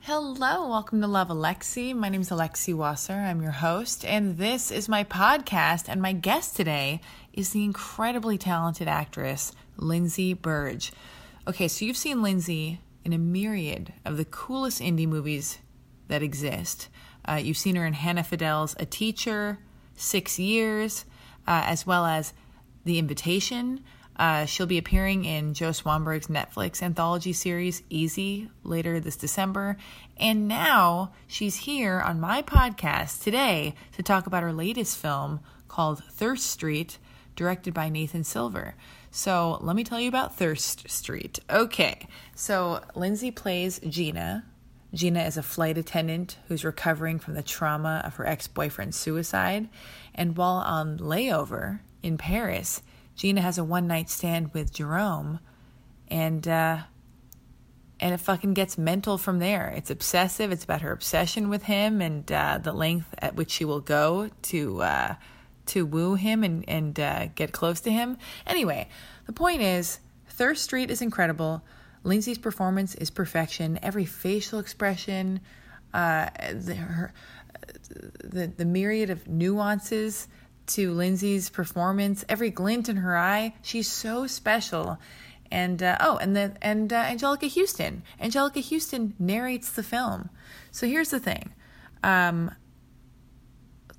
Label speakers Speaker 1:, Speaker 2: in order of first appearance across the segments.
Speaker 1: Hello, welcome to Love Alexi. My name is Alexi Wasser. I'm your host, and this is my podcast. And my guest today is the incredibly talented actress Lindsay Burge. Okay, so you've seen Lindsay in a myriad of the coolest indie movies that exist. Uh, you've seen her in Hannah Fidel's A Teacher, Six Years, uh, as well as The Invitation. Uh, she'll be appearing in Joe Swanberg's Netflix anthology series, Easy, later this December. And now she's here on my podcast today to talk about her latest film called Thirst Street, directed by Nathan Silver. So let me tell you about Thirst Street. Okay, so Lindsay plays Gina, Gina is a flight attendant who's recovering from the trauma of her ex boyfriend's suicide. And while on layover in Paris, Gina has a one night stand with Jerome. And, uh, and it fucking gets mental from there. It's obsessive. It's about her obsession with him and uh, the length at which she will go to uh, to woo him and and uh, get close to him. Anyway, the point is, Thirst Street is incredible. Lindsay's performance is perfection. Every facial expression, uh, the, her, the the myriad of nuances to Lindsay's performance, every glint in her eye, she's so special and uh, oh, and the and uh, Angelica Houston. Angelica Houston narrates the film. So here's the thing: um,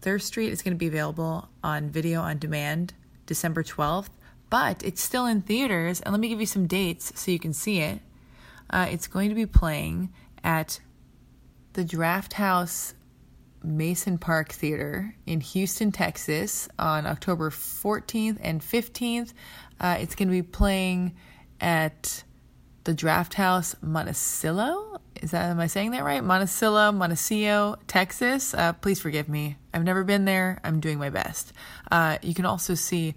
Speaker 1: Thirst Street is going to be available on video on demand December 12th, but it's still in theaters. And let me give you some dates so you can see it. Uh, it's going to be playing at the Draft House Mason Park Theater in Houston, Texas on October 14th and 15th. Uh, it's going to be playing at the Draft House Monticello. Is that am I saying that right? Monticello, Montecillo, Texas. Uh, please forgive me. I've never been there. I'm doing my best. Uh, you can also see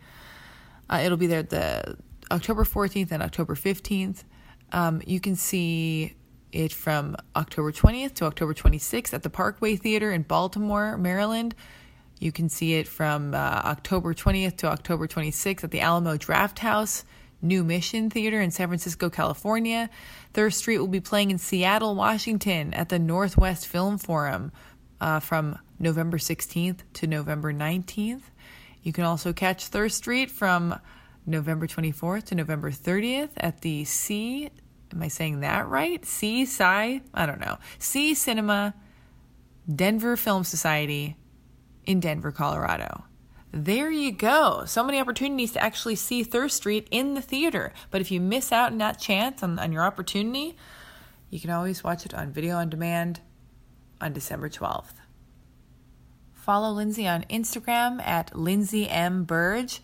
Speaker 1: uh, it'll be there the October 14th and October 15th. Um, you can see it from October 20th to October 26th at the Parkway Theater in Baltimore, Maryland. You can see it from uh, October 20th to October 26th at the Alamo Draft House, New Mission Theater in San Francisco, California. Thirst Street will be playing in Seattle, Washington at the Northwest Film Forum uh, from November 16th to November 19th. You can also catch Thirst Street from November 24th to November 30th at the C. Am I saying that right? C. Sci. I don't know. C. Cinema, Denver Film Society, in Denver, Colorado. There you go. So many opportunities to actually see Thirst Street in the theater. But if you miss out on that chance, on, on your opportunity, you can always watch it on video on demand on December 12th. Follow Lindsay on Instagram at Lindsay M. Burge.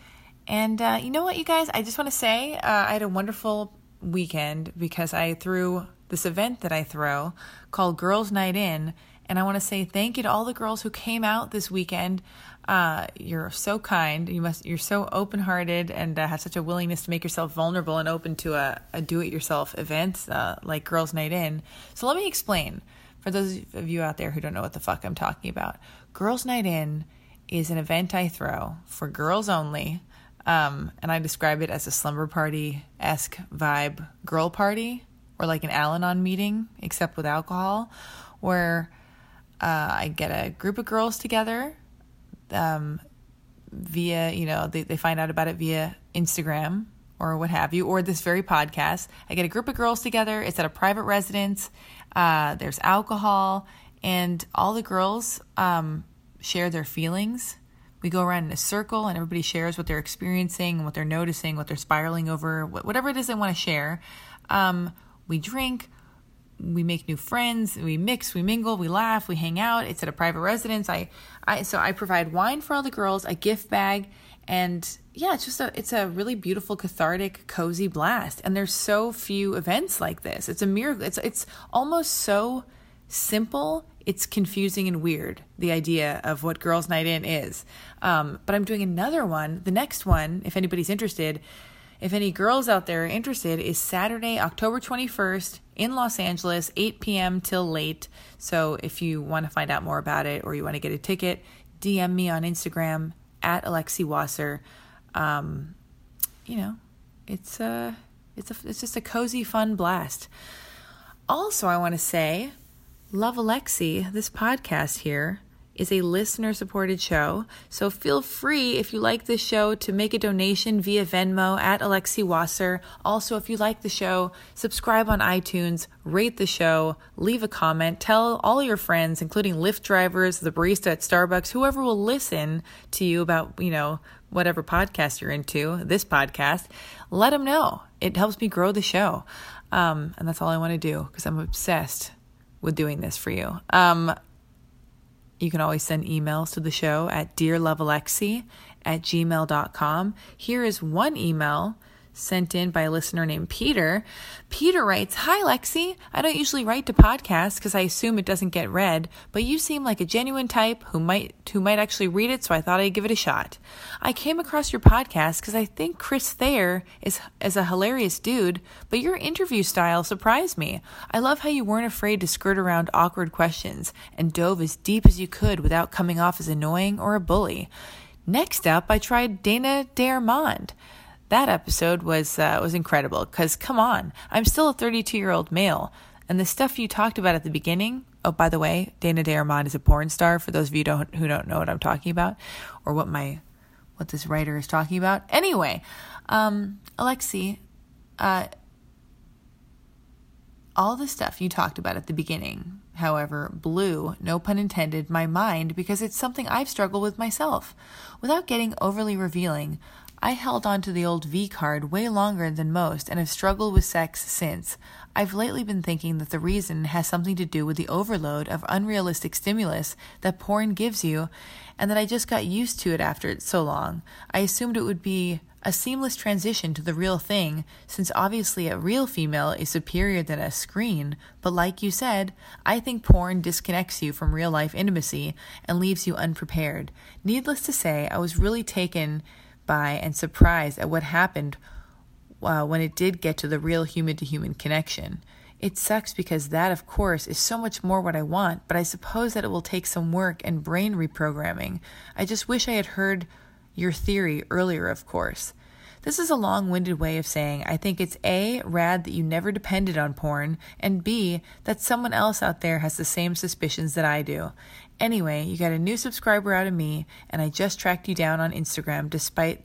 Speaker 1: And uh, you know what, you guys? I just want to say uh, I had a wonderful weekend because I threw this event that I throw called Girls Night In. And I want to say thank you to all the girls who came out this weekend. Uh, you're so kind. You must. You're so open-hearted and uh, have such a willingness to make yourself vulnerable and open to a, a do-it-yourself event uh, like Girls Night In. So let me explain for those of you out there who don't know what the fuck I'm talking about. Girls Night In is an event I throw for girls only, um, and I describe it as a slumber party esque vibe girl party or like an Al-Anon meeting except with alcohol, where uh, I get a group of girls together um, via, you know, they, they find out about it via Instagram or what have you, or this very podcast. I get a group of girls together. It's at a private residence. Uh, there's alcohol, and all the girls um, share their feelings. We go around in a circle, and everybody shares what they're experiencing, what they're noticing, what they're spiraling over, wh- whatever it is they want to share. Um, we drink, we make new friends, we mix, we mingle, we laugh, we hang out. It's at a private residence. I, I so I provide wine for all the girls, a gift bag, and yeah, it's just a it's a really beautiful, cathartic, cozy blast. And there's so few events like this. It's a miracle. It's it's almost so simple. It's confusing and weird the idea of what Girls' Night In is. Um, but I'm doing another one. The next one, if anybody's interested, if any girls out there are interested, is Saturday, October 21st in Los Angeles, 8 p.m. till late. So if you want to find out more about it or you want to get a ticket, DM me on Instagram at Alexi Wasser. Um, you know, it's a, it's a, it's just a cozy, fun blast. Also, I want to say Love Alexi, this podcast here, is a listener supported show. So feel free, if you like this show, to make a donation via Venmo at Alexi Wasser. Also, if you like the show, subscribe on iTunes, rate the show, leave a comment, tell all your friends, including Lyft drivers, the barista at Starbucks, whoever will listen to you about, you know, whatever podcast you're into, this podcast, let them know. It helps me grow the show. Um, and that's all I want to do because I'm obsessed with doing this for you. Um, you can always send emails to the show at dearlovealexi at gmail.com. Here is one email sent in by a listener named Peter. Peter writes, Hi, Lexi. I don't usually write to podcasts because I assume it doesn't get read, but you seem like a genuine type who might, who might actually read it, so I thought I'd give it a shot. I came across your podcast because I think Chris Thayer is, is a hilarious dude, but your interview style surprised me. I love how you weren't afraid to skirt around awkward questions and dove as deep as you could without coming off as annoying or a bully. Next up, I tried Dana Darmond that episode was uh, was incredible because come on, I'm still a 32 year old male, and the stuff you talked about at the beginning. Oh, by the way, Dana De Armand is a porn star. For those of you don't, who don't know what I'm talking about, or what my what this writer is talking about. Anyway, um, Alexi, uh, all the stuff you talked about at the beginning, however, blew, no pun intended, my mind because it's something I've struggled with myself. Without getting overly revealing, I held on to the old V card way longer than most and have struggled with sex since. I've lately been thinking that the reason has something to do with the overload of unrealistic stimulus that porn gives you, and that I just got used to it after it's so long. I assumed it would be a seamless transition to the real thing, since obviously a real female is superior than a screen, but like you said, I think porn disconnects you from real life intimacy and leaves you unprepared. Needless to say, I was really taken by and surprised at what happened uh, when it did get to the real human to human connection. It sucks because that, of course, is so much more what I want, but I suppose that it will take some work and brain reprogramming. I just wish I had heard your theory earlier, of course. This is a long winded way of saying I think it's A, rad that you never depended on porn, and B, that someone else out there has the same suspicions that I do. Anyway, you got a new subscriber out of me, and I just tracked you down on Instagram despite.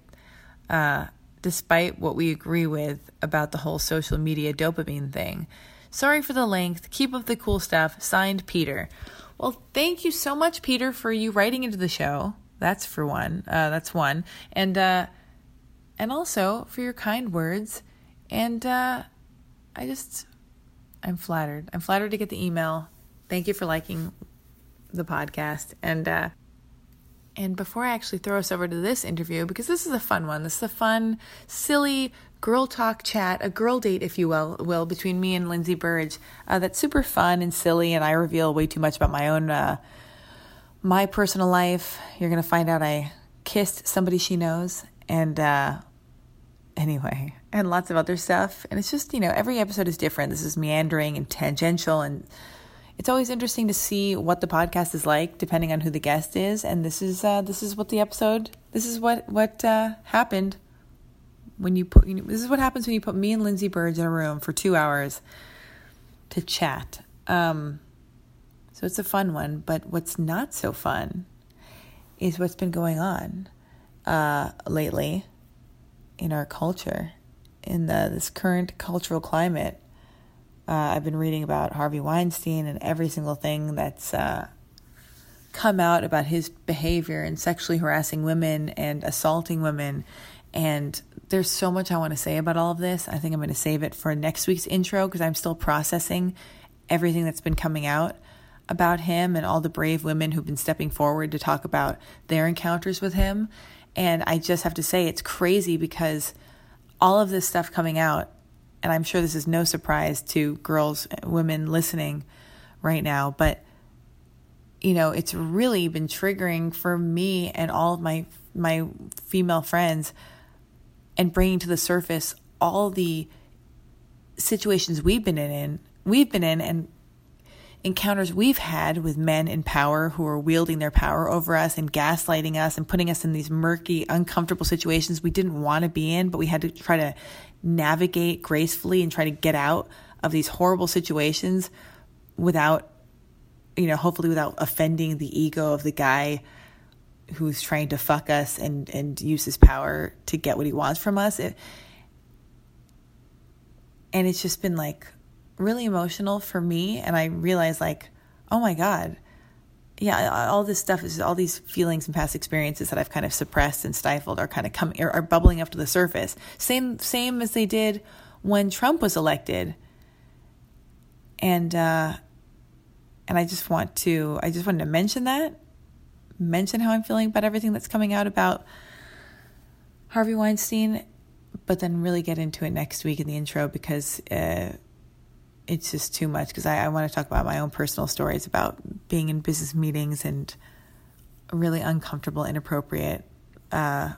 Speaker 1: Uh, despite what we agree with about the whole social media dopamine thing. Sorry for the length. Keep up the cool stuff. Signed, Peter. Well, thank you so much, Peter, for you writing into the show. That's for one. Uh, that's one. And uh, and also for your kind words. And uh, I just, I'm flattered. I'm flattered to get the email. Thank you for liking the podcast. And uh, and before I actually throw us over to this interview, because this is a fun one. This is a fun, silly girl talk chat, a girl date, if you will, will between me and Lindsay Burge. Uh, that's super fun and silly, and I reveal way too much about my own. Uh, my personal life, you're gonna find out I kissed somebody she knows, and uh, anyway, and lots of other stuff. And it's just, you know, every episode is different. This is meandering and tangential. And it's always interesting to see what the podcast is like, depending on who the guest is. And this is, uh, this is what the episode, this is what, what, uh, happened when you put, you know, this is what happens when you put me and Lindsay Burge in a room for two hours to chat. Um, so it's a fun one, but what's not so fun is what's been going on uh, lately in our culture, in the, this current cultural climate. Uh, I've been reading about Harvey Weinstein and every single thing that's uh, come out about his behavior and sexually harassing women and assaulting women. And there's so much I want to say about all of this. I think I'm going to save it for next week's intro because I'm still processing everything that's been coming out about him and all the brave women who've been stepping forward to talk about their encounters with him. And I just have to say, it's crazy because all of this stuff coming out, and I'm sure this is no surprise to girls, women listening right now, but you know, it's really been triggering for me and all of my my female friends and bringing to the surface all the situations we've been in, in we've been in and encounters we've had with men in power who are wielding their power over us and gaslighting us and putting us in these murky, uncomfortable situations we didn't want to be in, but we had to try to navigate gracefully and try to get out of these horrible situations without you know, hopefully without offending the ego of the guy who's trying to fuck us and and use his power to get what he wants from us. It, and it's just been like really emotional for me and I realized like, oh my god, yeah, all this stuff is all these feelings and past experiences that I've kind of suppressed and stifled are kind of coming are, are bubbling up to the surface. Same same as they did when Trump was elected. And uh, and I just want to I just wanted to mention that, mention how I'm feeling about everything that's coming out about Harvey Weinstein, but then really get into it next week in the intro because. Uh, it's just too much because I, I want to talk about my own personal stories about being in business meetings and really uncomfortable, inappropriate uh,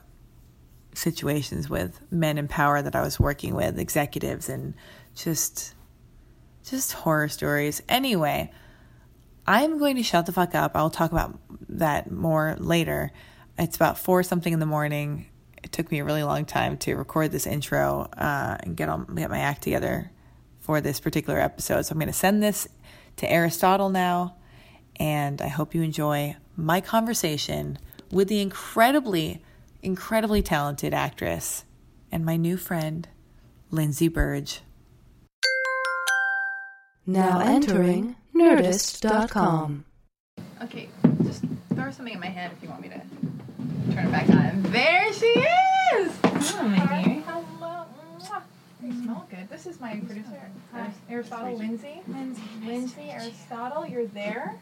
Speaker 1: situations with men in power that I was working with, executives, and just just horror stories. Anyway, I'm going to shut the fuck up. I'll talk about that more later. It's about four something in the morning. It took me a really long time to record this intro uh, and get on get my act together for this particular episode. So I'm going to send this to Aristotle now, and I hope you enjoy my conversation with the incredibly, incredibly talented actress and my new friend, Lindsay Burge.
Speaker 2: Now entering Nerdist.com.
Speaker 3: Okay, just throw something in my hand if you want me to turn it back on. There she is! Hello, my dear. Hello. Mwah. You smell good. This is my producer, Aris- Aristotle Lindsay. Lindsay. Aristotle, you're there.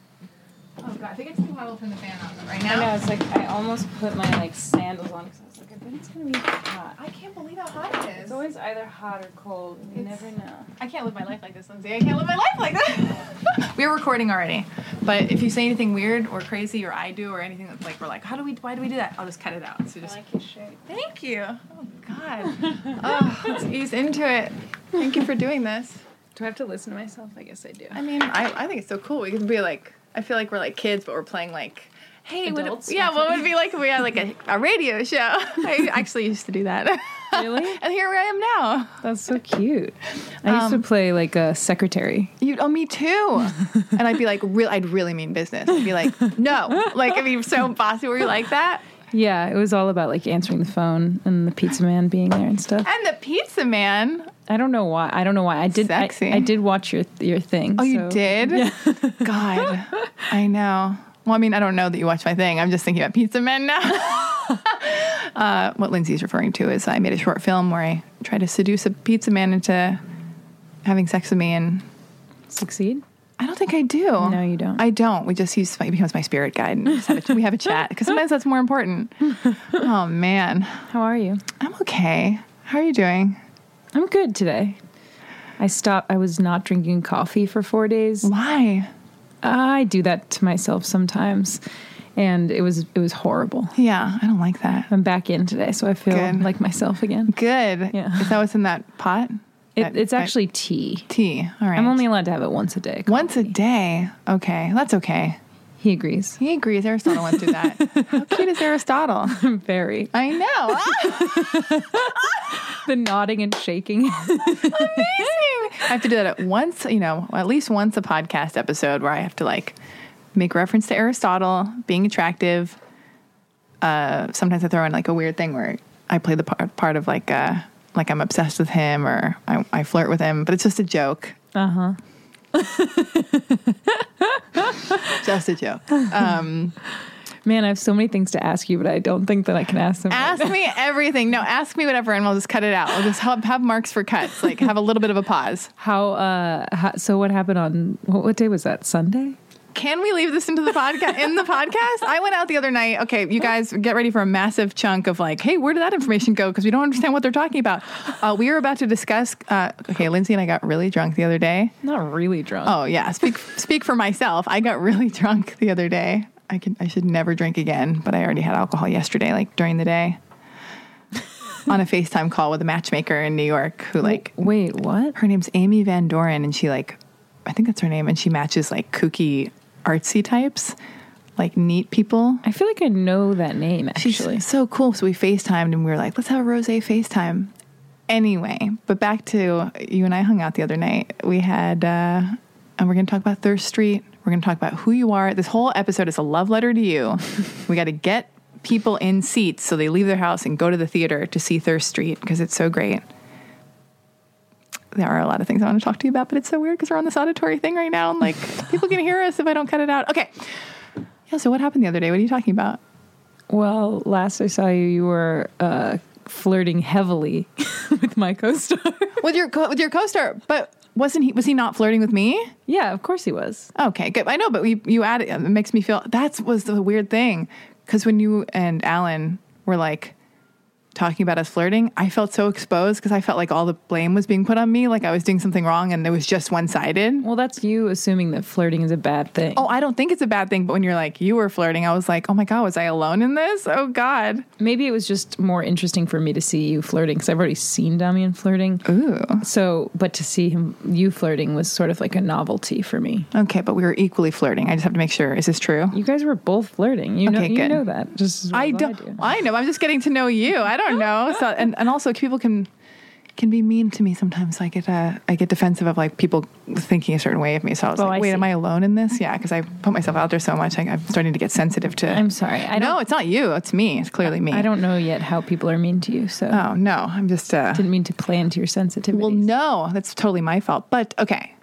Speaker 3: Oh, God. I think it's too hot. I'll turn the fan on but right
Speaker 4: I know.
Speaker 3: now.
Speaker 4: It's like I almost put my like sandals on because I was like, I bet it's gonna be hot.
Speaker 3: I can't believe how hot it
Speaker 4: It's
Speaker 3: is.
Speaker 4: always either hot or cold. and You
Speaker 3: It's-
Speaker 4: never know.
Speaker 3: I can't live my life like this, Lindsay. I can't live my life like that. We're recording already, but if you say anything weird or crazy or I do or anything that's like we're like, how do we? Why do we do that? I'll just cut it out. So just
Speaker 4: like your shirt.
Speaker 3: thank you. Oh God. oh, let's ease into it. Thank you for doing this.
Speaker 4: Do I have to listen to myself? I guess I do.
Speaker 3: I mean, I, I think it's so cool. We can be like, I feel like we're like kids, but we're playing like, hey, what,
Speaker 4: Adults?
Speaker 3: yeah, what would it be like if we had like a, a radio show? I actually used to do that.
Speaker 4: Really?
Speaker 3: and here I am now.
Speaker 4: That's so cute. I used
Speaker 3: Um,
Speaker 4: to play like a secretary.
Speaker 3: You, oh, me too. and I'd be like, real, I'd really mean business. I'd be like, no, like I'd be so bossy. Were you like that?
Speaker 4: Yeah, it was all about like answering the phone and the pizza man being there and stuff.
Speaker 3: And the pizza man.
Speaker 4: I don't know why. I don't know why. I did. I-
Speaker 3: Sexy.
Speaker 4: I, did watch your your thing.
Speaker 3: Oh, you
Speaker 4: so-
Speaker 3: did? God, I know. Well, I mean, I don't know that you watched my thing. I'm just thinking about Pizza Men now. uh, what Lindsay's referring to is I made a short film where I tried to seduce a pizza man into having sex with me, and
Speaker 4: Succeed.
Speaker 3: I don't think I do.
Speaker 4: No, you don't.
Speaker 3: I don't. We just he's he becomes my spirit guide, and we, just have a, we have a chat because sometimes that's more important. oh man,
Speaker 4: How are you?
Speaker 3: I'm okay. How are you doing?
Speaker 4: I'm good today. I stopped. I was not drinking coffee for four days.
Speaker 3: Why?
Speaker 4: I do that to myself sometimes, and it was it was horrible.
Speaker 3: Yeah, I don't like that.
Speaker 4: I'm back in today, so I feel
Speaker 3: Good.
Speaker 4: like myself again.
Speaker 3: Good.
Speaker 4: Yeah.
Speaker 3: Is that what's in that pot?
Speaker 4: It,
Speaker 3: That-
Speaker 4: it's
Speaker 3: that
Speaker 4: actually tea.
Speaker 3: tea. All right.
Speaker 4: I'm only allowed to have it once a day.
Speaker 3: Once a day. Okay, that's okay.
Speaker 4: He agrees.
Speaker 3: He agrees. Aristotle went through that. How cute is Aristotle?
Speaker 4: Very
Speaker 3: I know. Ah,
Speaker 4: the nodding and shaking.
Speaker 3: I have to do that at once, you know, at least once a podcast episode where I have to like make reference to Aristotle being attractive. Uh, sometimes I throw in like a weird thing where I play the par- part of like uh, like I'm obsessed with him or I, I flirt with him, but it's just a joke.
Speaker 4: Uh huh.
Speaker 3: Just a joke. Um,
Speaker 4: Man, I have so many things to ask you, but I don't think that I can ask them.
Speaker 3: Ask me everything. No, ask me whatever, and we'll just cut it out. We'll just have, have marks for cuts. Like have a little bit of a pause.
Speaker 4: How? Uh. How, so what happened on what, what day was that? Sunday.
Speaker 3: Can we leave this into the podcast? In the podcast, I went out the other night. Okay, you guys get ready for a massive chunk of like, hey, where did that information go? Because we don't understand what they're talking about. Uh, we were about to discuss. Uh, okay, Lindsay and I got really drunk the other day.
Speaker 4: Not really drunk.
Speaker 3: Oh yeah, speak speak for myself. I got really drunk the other day. I can I should never drink again, but I already had alcohol yesterday, like during the day, on a Facetime call with a matchmaker in New York who like
Speaker 4: Wait, what?
Speaker 3: her name's Amy Van Doren, and she like, I think that's her name, and she matches like kooky, artsy types, like neat people.
Speaker 4: I feel like I know that name
Speaker 3: She's
Speaker 4: actually.
Speaker 3: so cool. So we FaceTimed, and we were like, let's have a rose FaceTime. Anyway, but back to you and I hung out the other night. We had, uh, and we're gonna talk about Thirst Street We're going to talk about who you are. This whole episode is a love letter to you. we got to get people in seats so they leave their house and go to the theater to see Thirst Street because it's so great. There are a lot of things I want to talk to you about, but it's so weird because we're on this auditory thing right now and like people can hear us if I don't cut it out. Okay. Yeah, so what happened the other day? What are you talking about?
Speaker 4: Well, last I saw you, you were uh, flirting heavily with my co-star.
Speaker 3: With your co- with your co-star, but wasn't he was he not flirting with me?
Speaker 4: yeah, of course he was.
Speaker 3: Okay, good. I know, but you, you added it makes me feel that was the weird thing because when you and Alan were like talking about us flirting, I felt so exposed because I felt like all the blame was being put on me, like I was doing something wrong and it was just one sided.
Speaker 4: Well, that's you assuming that flirting is a bad thing.
Speaker 3: Oh, I don't think it's a bad thing, but when you're like you were flirting, I was like, oh my god, was I alone in this? Oh god.
Speaker 4: Maybe it was just more interesting for me to see you flirting because I've already seen Damian flirting.
Speaker 3: Ooh.
Speaker 4: So, but to see him, you flirting was sort of like a novelty for me.
Speaker 3: Okay, but we were equally flirting. I just have to make sure. Is this true?
Speaker 4: You guys were both flirting. You know,
Speaker 3: Okay,
Speaker 4: you
Speaker 3: good.
Speaker 4: know that. Just as well
Speaker 3: I
Speaker 4: as
Speaker 3: don't.
Speaker 4: do.
Speaker 3: I, know. I'm just getting to know you. I don't know. So and, and also people can can be mean to me sometimes. I get uh, I get defensive of like people thinking a certain way of me. So I was
Speaker 4: Oh,
Speaker 3: like,
Speaker 4: I
Speaker 3: wait,
Speaker 4: see.
Speaker 3: am I alone in this? Yeah, because I put myself out there so much. I, I'm starting to get sensitive to.
Speaker 4: I'm sorry. I
Speaker 3: no,
Speaker 4: don't-
Speaker 3: it's not you. It's me. It's clearly me.
Speaker 4: I don't know yet how people are mean to you. So,
Speaker 3: Oh no, I'm just. Uh,
Speaker 4: didn't mean to play into your sensitivity.
Speaker 3: well, no, that's totally my fault. But okay.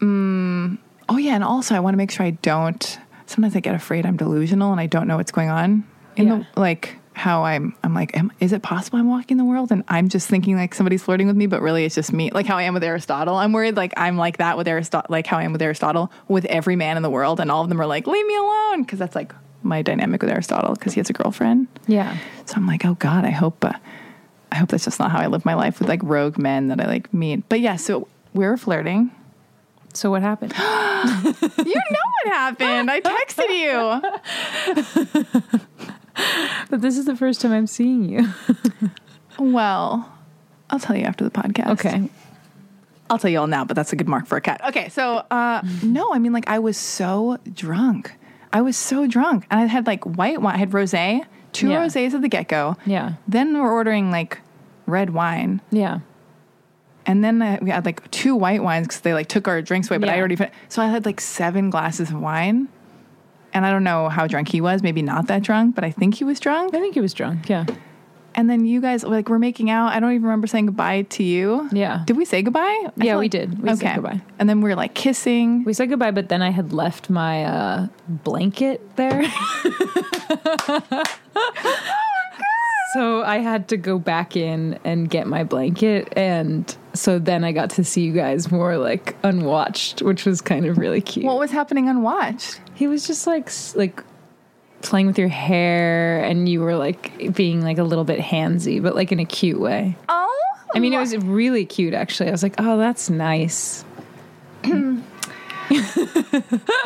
Speaker 3: Mm, oh yeah, and also I want to make sure I don't. Sometimes I get afraid I'm delusional and I don't know what's going on in
Speaker 4: Yeah.
Speaker 3: the like how I'm. I'm like, am, is it possible I'm walking the world and I'm just thinking like somebody's flirting with me, but really it's just me. Like how I am with Aristotle. I'm worried like I'm like that with Aristotle. Like how I am with Aristotle with every man in the world, and all of them are like, leave me alone, because that's like my dynamic with Aristotle because he has a girlfriend.
Speaker 4: Yeah.
Speaker 3: So I'm like, oh God, I hope, uh, I hope that's just not how I live my life with like rogue men that I like meet. But yeah, so we were flirting.
Speaker 4: So what happened?
Speaker 3: You know what happened? I texted you.
Speaker 4: but this is the first time I'm seeing you.
Speaker 3: Well, I'll tell you after the podcast.
Speaker 4: Okay.
Speaker 3: I'll tell you all now, but that's a good mark for a cat. Okay, so uh, no, I mean like I was so drunk. I was so drunk, and I had like white wine. I had rosé, two
Speaker 4: Yeah.
Speaker 3: rosés at the get go.
Speaker 4: Yeah.
Speaker 3: Then we're ordering like red wine.
Speaker 4: Yeah.
Speaker 3: And then I, we had like two white wines because they like took our drinks away, but I
Speaker 4: Yeah.
Speaker 3: already fin- so I had like seven glasses of wine, and I don't know how drunk he was. Maybe not that drunk, but I think he was drunk.
Speaker 4: I think he was drunk. Yeah.
Speaker 3: And then you guys like were making out. I don't even remember saying goodbye to you.
Speaker 4: Yeah.
Speaker 3: Did we say goodbye? I
Speaker 4: Yeah,
Speaker 3: feel
Speaker 4: we
Speaker 3: like-
Speaker 4: did. We said goodbye.
Speaker 3: And then we were like kissing.
Speaker 4: We said goodbye, but then I had left my uh, blanket there. So I had to go back in and get my blanket, and so then I got to see you guys more like unwatched, which was kind of really cute.
Speaker 3: What was happening unwatched?
Speaker 4: He was just like s- like playing with your hair, and you were like being like a little bit handsy, but like in a cute way.
Speaker 3: Oh,
Speaker 4: I mean, it was really cute actually. I was like, oh, that's nice.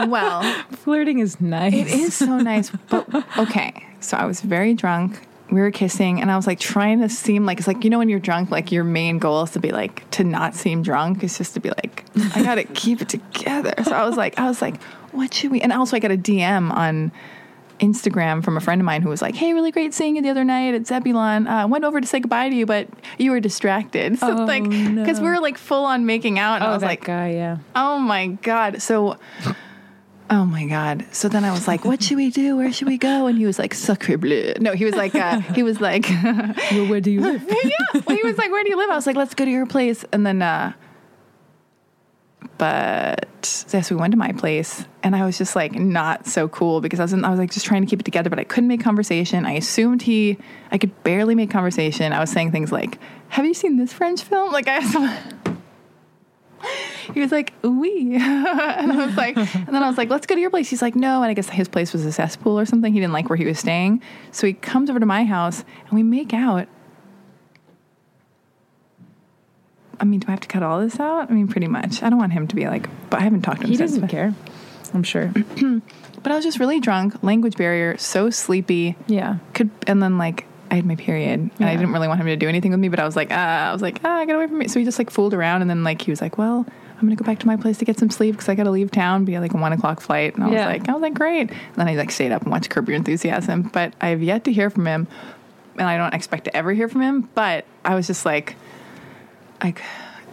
Speaker 3: well.
Speaker 4: Flirting is nice.
Speaker 3: It is so nice. But okay, so I was very drunk. We were kissing, and I was like trying to seem like it's like you know when you're drunk, like your main goal is to be like to not seem drunk. It's just to be like I gotta keep it together. So I was like, I was like, what should we? And also I got a DM on Instagram from a friend of mine who was like, "Hey, really great seeing you the other night at Zebulon. Uh, went over to say goodbye to you, but you were distracted. So
Speaker 4: Oh,
Speaker 3: like because we were like full on making out, and
Speaker 4: Oh,
Speaker 3: I was
Speaker 4: that
Speaker 3: like,
Speaker 4: guy, yeah.
Speaker 3: Oh my God. So, oh my God. So then I was like, what should we do? Where should we go? And he was like, sacre bleu. No, he was like, uh, he was like, yeah.
Speaker 4: Well, where do you live?
Speaker 3: Well, he was like, where do you live? I was like, let's go to your place. And then, uh, but yes, we went to my place and I was just like, not so cool because I was, in, I was like just trying to keep it together, but I couldn't make conversation. I assumed he, I could barely make conversation. I was saying things like, have you seen this French film? Like I was, he was like, "Oui," and I was like, and then I was like, "Let's go to your place." He's like, "No," and I guess his place was a cesspool or something. He didn't like where he was staying, so he comes over to my house and we make out. I mean, do I have to cut all this out? I mean, pretty much. I don't want him to be like, but I haven't talked to him
Speaker 4: He
Speaker 3: since.
Speaker 4: doesn't
Speaker 3: but-
Speaker 4: care. I'm sure.
Speaker 3: But I was just really drunk, language barrier, so sleepy.
Speaker 4: Yeah.
Speaker 3: Could and then like I had my period and I
Speaker 4: Yeah.
Speaker 3: didn't really want him to do anything with me, but I was like, ah, I was like, ah, get away from me. So he just like fooled around and then like he was like, well, I'm gonna go back to my place to get some sleep because I gotta leave town, be like a one o'clock flight. And I
Speaker 4: Yeah.
Speaker 3: was like, I was like, great. And then I like stayed up and watched Curb Your Enthusiasm, but I have yet to hear from him, and I don't expect to ever hear from him. But I was just like, like,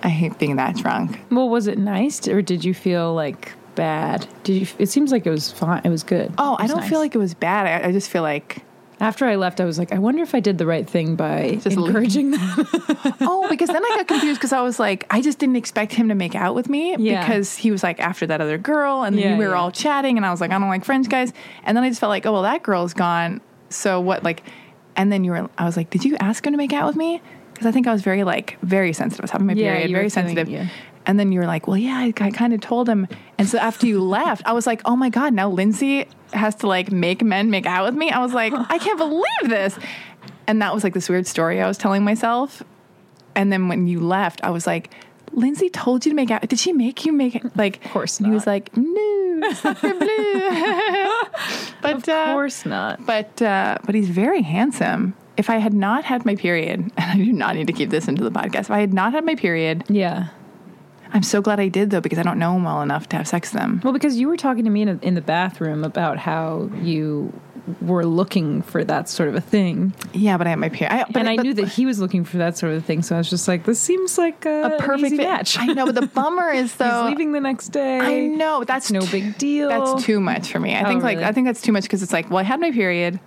Speaker 3: I hate being that drunk.
Speaker 4: Well, was it nice, or did you feel like bad? Did you? It seems like it was fine. It was good.
Speaker 3: Oh,
Speaker 4: It
Speaker 3: I
Speaker 4: was
Speaker 3: don't
Speaker 4: nice.
Speaker 3: feel like it was bad. I, I just feel like
Speaker 4: After I left, I was like, I wonder if I did the right thing by
Speaker 3: Just leave.
Speaker 4: encouraging them.
Speaker 3: oh, because then I got confused because I was like, I just didn't expect him to make out with me
Speaker 4: Yeah.
Speaker 3: because he was like after that other girl, and
Speaker 4: Yeah,
Speaker 3: we were
Speaker 4: yeah.
Speaker 3: all chatting, and I was like, I don't like French guys, and then I just felt like, oh well, that girl's gone, so what? Like, and then you were, I was like, did you ask him to make out with me? Because I think I was very like very sensitive. I was having my
Speaker 4: Yeah,
Speaker 3: period,
Speaker 4: you were
Speaker 3: very
Speaker 4: feeling-
Speaker 3: sensitive.
Speaker 4: yeah.
Speaker 3: And then you were like, well, yeah, I, I kind of told him. And so after you left, I was like, oh my God, now Lindsay has to like make men make out with me. I was like, I can't believe this. And that was like this weird story I was telling myself. And then when you left, I was like, Lindsay told you to make out. Did she make you make like? Of
Speaker 4: course
Speaker 3: He
Speaker 4: not.
Speaker 3: was like, no, super blue. but
Speaker 4: Of
Speaker 3: uh,
Speaker 4: course not.
Speaker 3: but uh, but he's very handsome. If I had not had my period, and I do not need to keep this into the podcast. If I had not had my period,
Speaker 4: Yeah.
Speaker 3: I'm so glad I did though because I don't know him well enough to have sex with him.
Speaker 4: Well, because you were talking to me in, in the bathroom about how you were looking for that sort of a thing,
Speaker 3: Yeah, but I had my period. I, but
Speaker 4: and I
Speaker 3: but-
Speaker 4: knew that he was like, for that sort of thing. So I was just like, this seems like a,
Speaker 3: a perfect fit-
Speaker 4: match.
Speaker 3: I know, but the bummer is though.
Speaker 4: He's leaving the next day.
Speaker 3: I know that's
Speaker 4: no
Speaker 3: t-
Speaker 4: big deal.
Speaker 3: That's too much for me. I
Speaker 4: Oh,
Speaker 3: think like
Speaker 4: really?
Speaker 3: I think that's too much because it's like, well, I had my period.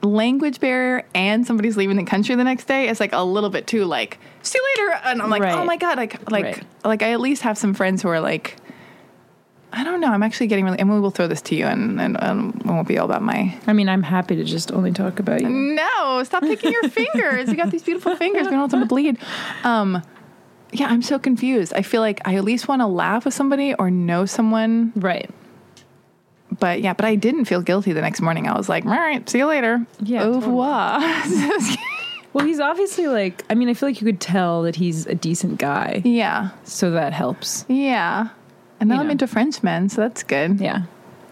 Speaker 3: Language barrier and somebody's leaving the country the next day is like a little bit too like see you later and I'm like
Speaker 4: Right.
Speaker 3: oh my god like like
Speaker 4: Right.
Speaker 3: like I at least have some friends who are like I don't know I'm actually getting really and we will throw this to you and and, and it won't be all about my
Speaker 4: I mean, I'm happy to just only talk about you.
Speaker 3: no, stop picking your fingers. You got these beautiful fingers. We don't want them to bleed. Um, yeah, I'm so confused. I feel like I at least want to laugh with somebody or know someone.
Speaker 4: Right.
Speaker 3: But yeah, but I didn't feel guilty the next morning. I was like, all right, see you later.
Speaker 4: Yeah,
Speaker 3: Au
Speaker 4: totally.
Speaker 3: revoir.
Speaker 4: Well, he's obviously like, I mean, I feel like you could tell that he's a decent guy.
Speaker 3: yeah.
Speaker 4: So that helps.
Speaker 3: Yeah. And now
Speaker 4: You
Speaker 3: I'm
Speaker 4: know.
Speaker 3: into French men, so that's good.
Speaker 4: Yeah.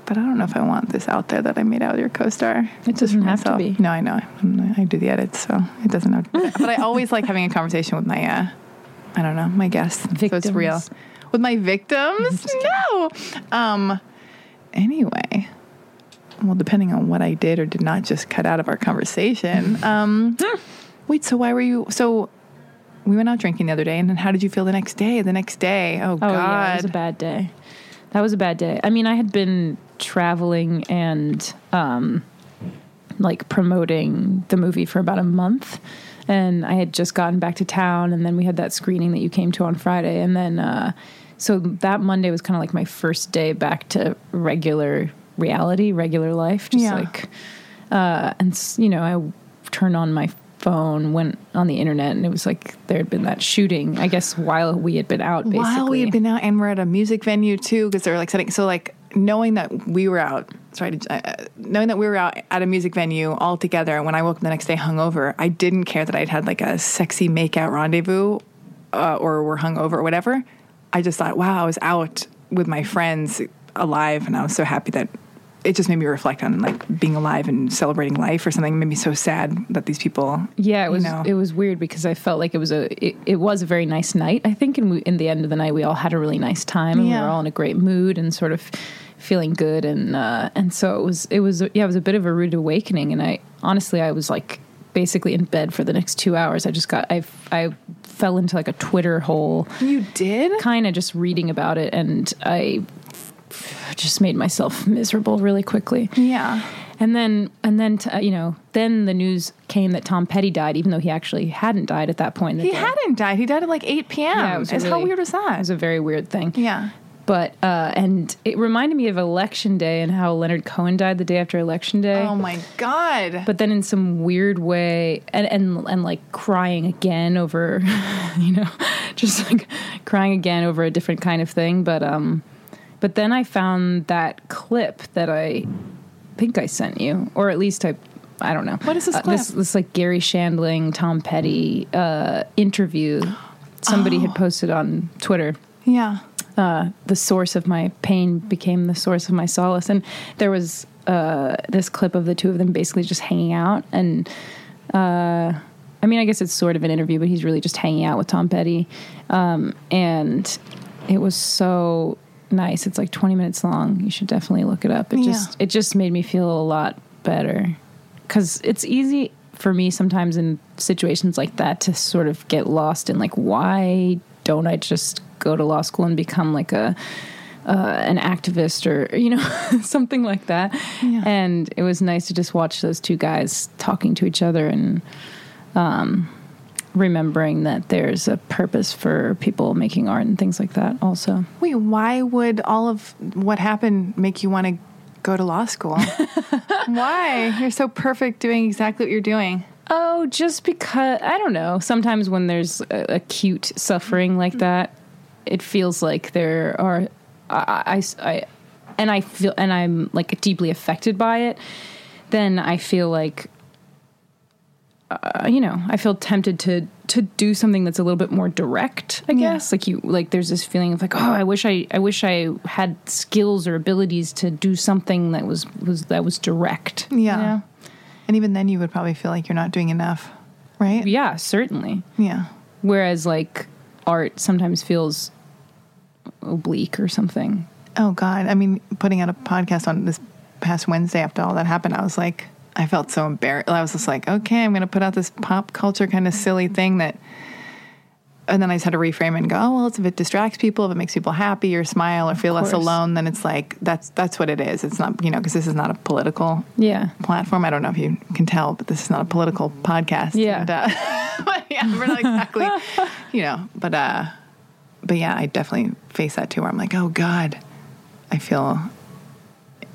Speaker 3: But I don't know if I want this out there that I made out with your co-star. It
Speaker 4: doesn't have to be.
Speaker 3: No, I know. I'm- I do the edits, so it doesn't have to. Be. but I always like having a conversation with my, uh, I don't know, my guests. So it's real.
Speaker 4: Victims.
Speaker 3: With my victims? no. Um. Anyway. Well, depending on what I did or did not just cut out of our conversation. Um, wait, so why were you? So we went out drinking the other day, and then how did you feel the next day? The next day? Oh,
Speaker 4: Oh
Speaker 3: God.
Speaker 4: yeah, it was a bad day. That was a bad day. I mean, I had been traveling and um, like promoting the movie for about a month, and I had just gotten back to town, and then we had that screening that you came to on Friday, and then uh, so that Monday was kind of like my first day back to regular reality, regular life, just
Speaker 3: Yeah.
Speaker 4: like uh, and s- you know i turned on my phone went on the internet and it was like there had been that shooting i guess while we had been out basically
Speaker 3: While we had been out and we're at a music venue too, because they're like setting. So like knowing that we were out, sorry, uh, uh, knowing that we were out at a music venue all together. When I woke up the next day hungover, I didn't care that I'd had like a sexy makeout rendezvous uh, or were hungover or whatever. I just thought, wow, I was out with my friends alive, and I was so happy that. It just made me reflect on like being alive and celebrating life or something. It made me so sad that these people.
Speaker 4: yeah it
Speaker 3: you
Speaker 4: was
Speaker 3: know.
Speaker 4: it was weird because i felt like it was a it, it was a very nice night i think and we, in the end of the night we all had a really nice time and
Speaker 3: Yeah.
Speaker 4: we were all in a great mood and sort of feeling good and uh and so it was it was yeah it was a bit of a rude awakening and i honestly i was like basically in bed for the next two hours i just got i i fell into like a twitter hole
Speaker 3: You did?
Speaker 4: kind of just reading about it and I just made myself miserable really quickly.
Speaker 3: Yeah.
Speaker 4: And then and then t- uh, you know, then the news came that Tom Petty died even though he actually hadn't died at that point. in the
Speaker 3: He
Speaker 4: day.
Speaker 3: hadn't died. He died at like 8 p.m.
Speaker 4: Yeah, it was a
Speaker 3: It's- How
Speaker 4: really-
Speaker 3: weird was that?
Speaker 4: It was a very weird thing.
Speaker 3: Yeah.
Speaker 4: But uh and it reminded me of election day and how Leonard Cohen died the day after election day.
Speaker 3: Oh my god.
Speaker 4: but then in some weird way and and, and like crying again over you know just like crying again over a different kind of thing but um but then i found that clip that i think i sent you or at least i i don't know
Speaker 3: What is this
Speaker 4: Uh, this,
Speaker 3: clip?
Speaker 4: this like gary shandling tom petty uh interview somebody had posted on twitter
Speaker 3: yeah.
Speaker 4: uh, the source of my pain became the source of my solace. And there was uh, this clip of the two of them basically just hanging out. And uh, I mean, I guess it's sort of an interview, but he's really just hanging out with Tom Petty. Um, and it was so nice. It's like 20 minutes long. You should definitely look it up. It
Speaker 3: Yeah.
Speaker 4: just it just made me feel a lot better because it's easy for me sometimes in situations like that to sort of get lost in like why don't i just go to law school and become like a uh, an activist or you know something like that.
Speaker 3: Yeah.
Speaker 4: And it was nice to just watch those two guys talking to each other and um, remembering that there's a purpose for people making art and things like that. Also,
Speaker 3: Wait, why would all of what happened make you want to go to law school? why? You're so perfect doing exactly what you're doing.
Speaker 4: oh, just because I don't know. Sometimes when there's a, acute suffering like that, it feels like there are I, I, I and I feel and I'm like deeply affected by it. Then I feel like uh, you know, I feel tempted to to do something that's a little bit more direct. I guess like you like there's this feeling of like oh I wish I I wish I had skills or abilities to do something that was was that was direct. you
Speaker 3: Yeah.
Speaker 4: know?
Speaker 3: And even then, you would probably feel like you're not doing enough, right?
Speaker 4: yeah, certainly.
Speaker 3: Yeah.
Speaker 4: Whereas like art sometimes feels oblique or something.
Speaker 3: Oh, God. I mean, putting out a podcast on this past Wednesday after all that happened, I was like, I felt so embarrassed. I was just like, okay, I'm going to put out this pop culture kind of silly thing that. And then I just had to reframe and go, oh, well, it's, if it distracts people, if it makes people happy or smile or feel less
Speaker 4: course.
Speaker 3: alone, then it's like, that's that's what it is. It's not, you know, because this is not a political
Speaker 4: Yeah.
Speaker 3: platform. I don't know if you can tell, but this is not a political podcast.
Speaker 4: Yeah.
Speaker 3: And, uh, but yeah, we're not exactly, you know, but, uh, but yeah, I definitely face that too, where I'm like, oh God, I feel,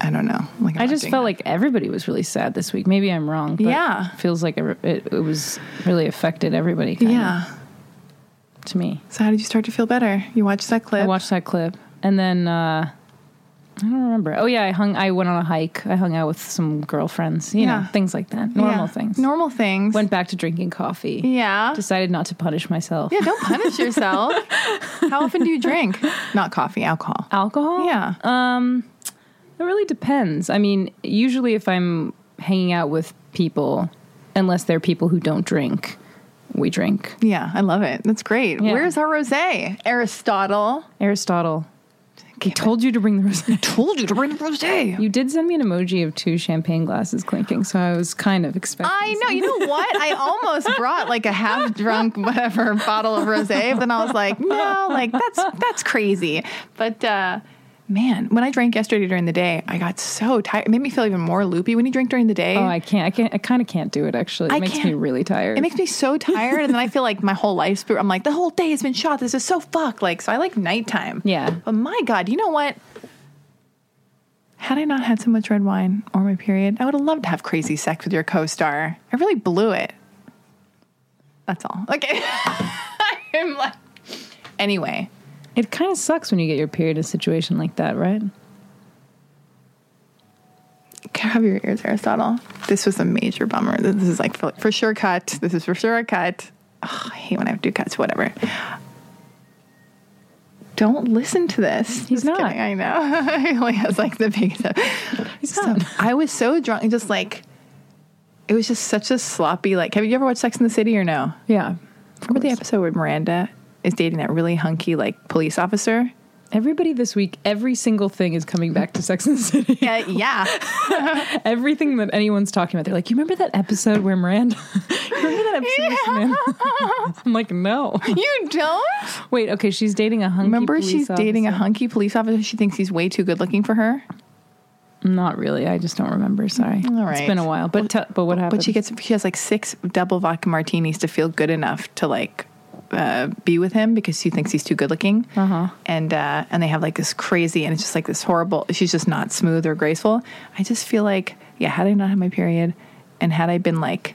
Speaker 3: I don't know. Like I'm
Speaker 4: I
Speaker 3: not
Speaker 4: just
Speaker 3: doing
Speaker 4: felt
Speaker 3: that.
Speaker 4: like everybody was really sad this week. Maybe I'm wrong. But
Speaker 3: Yeah.
Speaker 4: it feels like it, it, it was really affected everybody. Kind
Speaker 3: yeah.
Speaker 4: of, to me,
Speaker 3: So how did you start to feel better? You watched that clip.
Speaker 4: I watched that clip and then uh, I don't remember. Oh yeah, I hung. I went on a hike. I hung out with some girlfriends. You
Speaker 3: Yeah.
Speaker 4: know, things like that.
Speaker 3: Yeah.
Speaker 4: Normal things.
Speaker 3: Normal things.
Speaker 4: Went back to drinking coffee.
Speaker 3: yeah.
Speaker 4: Decided not to punish myself.
Speaker 3: yeah. Don't punish yourself. how often do you drink? Not coffee, alcohol.
Speaker 4: Alcohol. Um,
Speaker 3: Yeah.
Speaker 4: It really depends. I mean, usually if I'm hanging out with people, unless they're people who don't drink, we drink.
Speaker 3: yeah. I love it. That's great.
Speaker 4: Yeah.
Speaker 3: Where's our rosé? Aristotle.
Speaker 4: Aristotle, I told you to bring the rosé.
Speaker 3: told you to bring the rosé.
Speaker 4: You did send me an emoji of two champagne glasses clinking, so I was kind of expecting.
Speaker 3: I know. You know what? I almost brought like a half drunk whatever bottle of rosé, but then I was like, no, like that's that's crazy. But uh man, when I drank yesterday during the day, I got so tired. It made me feel even more loopy when you drink during the day.
Speaker 4: Oh, I can't. I can't. I kind of can't do it. Actually, it
Speaker 3: I
Speaker 4: makes me
Speaker 3: can't-
Speaker 4: really tired.
Speaker 3: it makes me so tired, and then I feel like my whole life's. I'm like, the whole day has been shot. This is so fucked. Like, so I like nighttime.
Speaker 4: Yeah.
Speaker 3: But my God, you know what? Had I not had so much red wine or my period, I would have loved to have crazy sex with your co-star. I really blew it. That's all. Okay. I'm like. Anyway,
Speaker 4: it kind of sucks when you get your period in a situation like that, right?
Speaker 3: cover your ears, Aristotle. This was a major bummer. This is like for, for sure cut. This is for sure a cut. Ugh, I hate when I have to do cuts. Whatever. Don't listen to this.
Speaker 4: He's
Speaker 3: Just
Speaker 4: not.
Speaker 3: kidding, I know. he only has like the biggest. He's
Speaker 4: not.
Speaker 3: I was so drunk, and just like it was just such a sloppy. Like, have you ever watched Sex in the City or no?
Speaker 4: Yeah.
Speaker 3: Remember the episode where Miranda is dating that really hunky like police officer?
Speaker 4: Everybody this week, every single thing is coming back to Sex and the City.
Speaker 3: Yeah, yeah.
Speaker 4: everything that anyone's talking about. They're like, you remember that episode where Miranda? you remember that episode? with Miranda?" I'm like, no.
Speaker 3: you don't.
Speaker 4: Wait, okay, she's dating a hunky.
Speaker 3: Remember,
Speaker 4: police
Speaker 3: she's dating a
Speaker 4: officer.
Speaker 3: hunky police officer. She thinks he's way too good looking for her.
Speaker 4: Not really. I just don't remember. Sorry.
Speaker 3: All
Speaker 4: It's
Speaker 3: right.
Speaker 4: been a while. But tell but what happened?
Speaker 3: But she gets she has like six double vodka martinis to feel good enough to like uh, be with him because she thinks he's too good looking.
Speaker 4: Uh-huh.
Speaker 3: And uh, and they have like this crazy and it's just like this horrible. She's just not smooth or graceful. I just feel like yeah, had I not had my period, and had I been like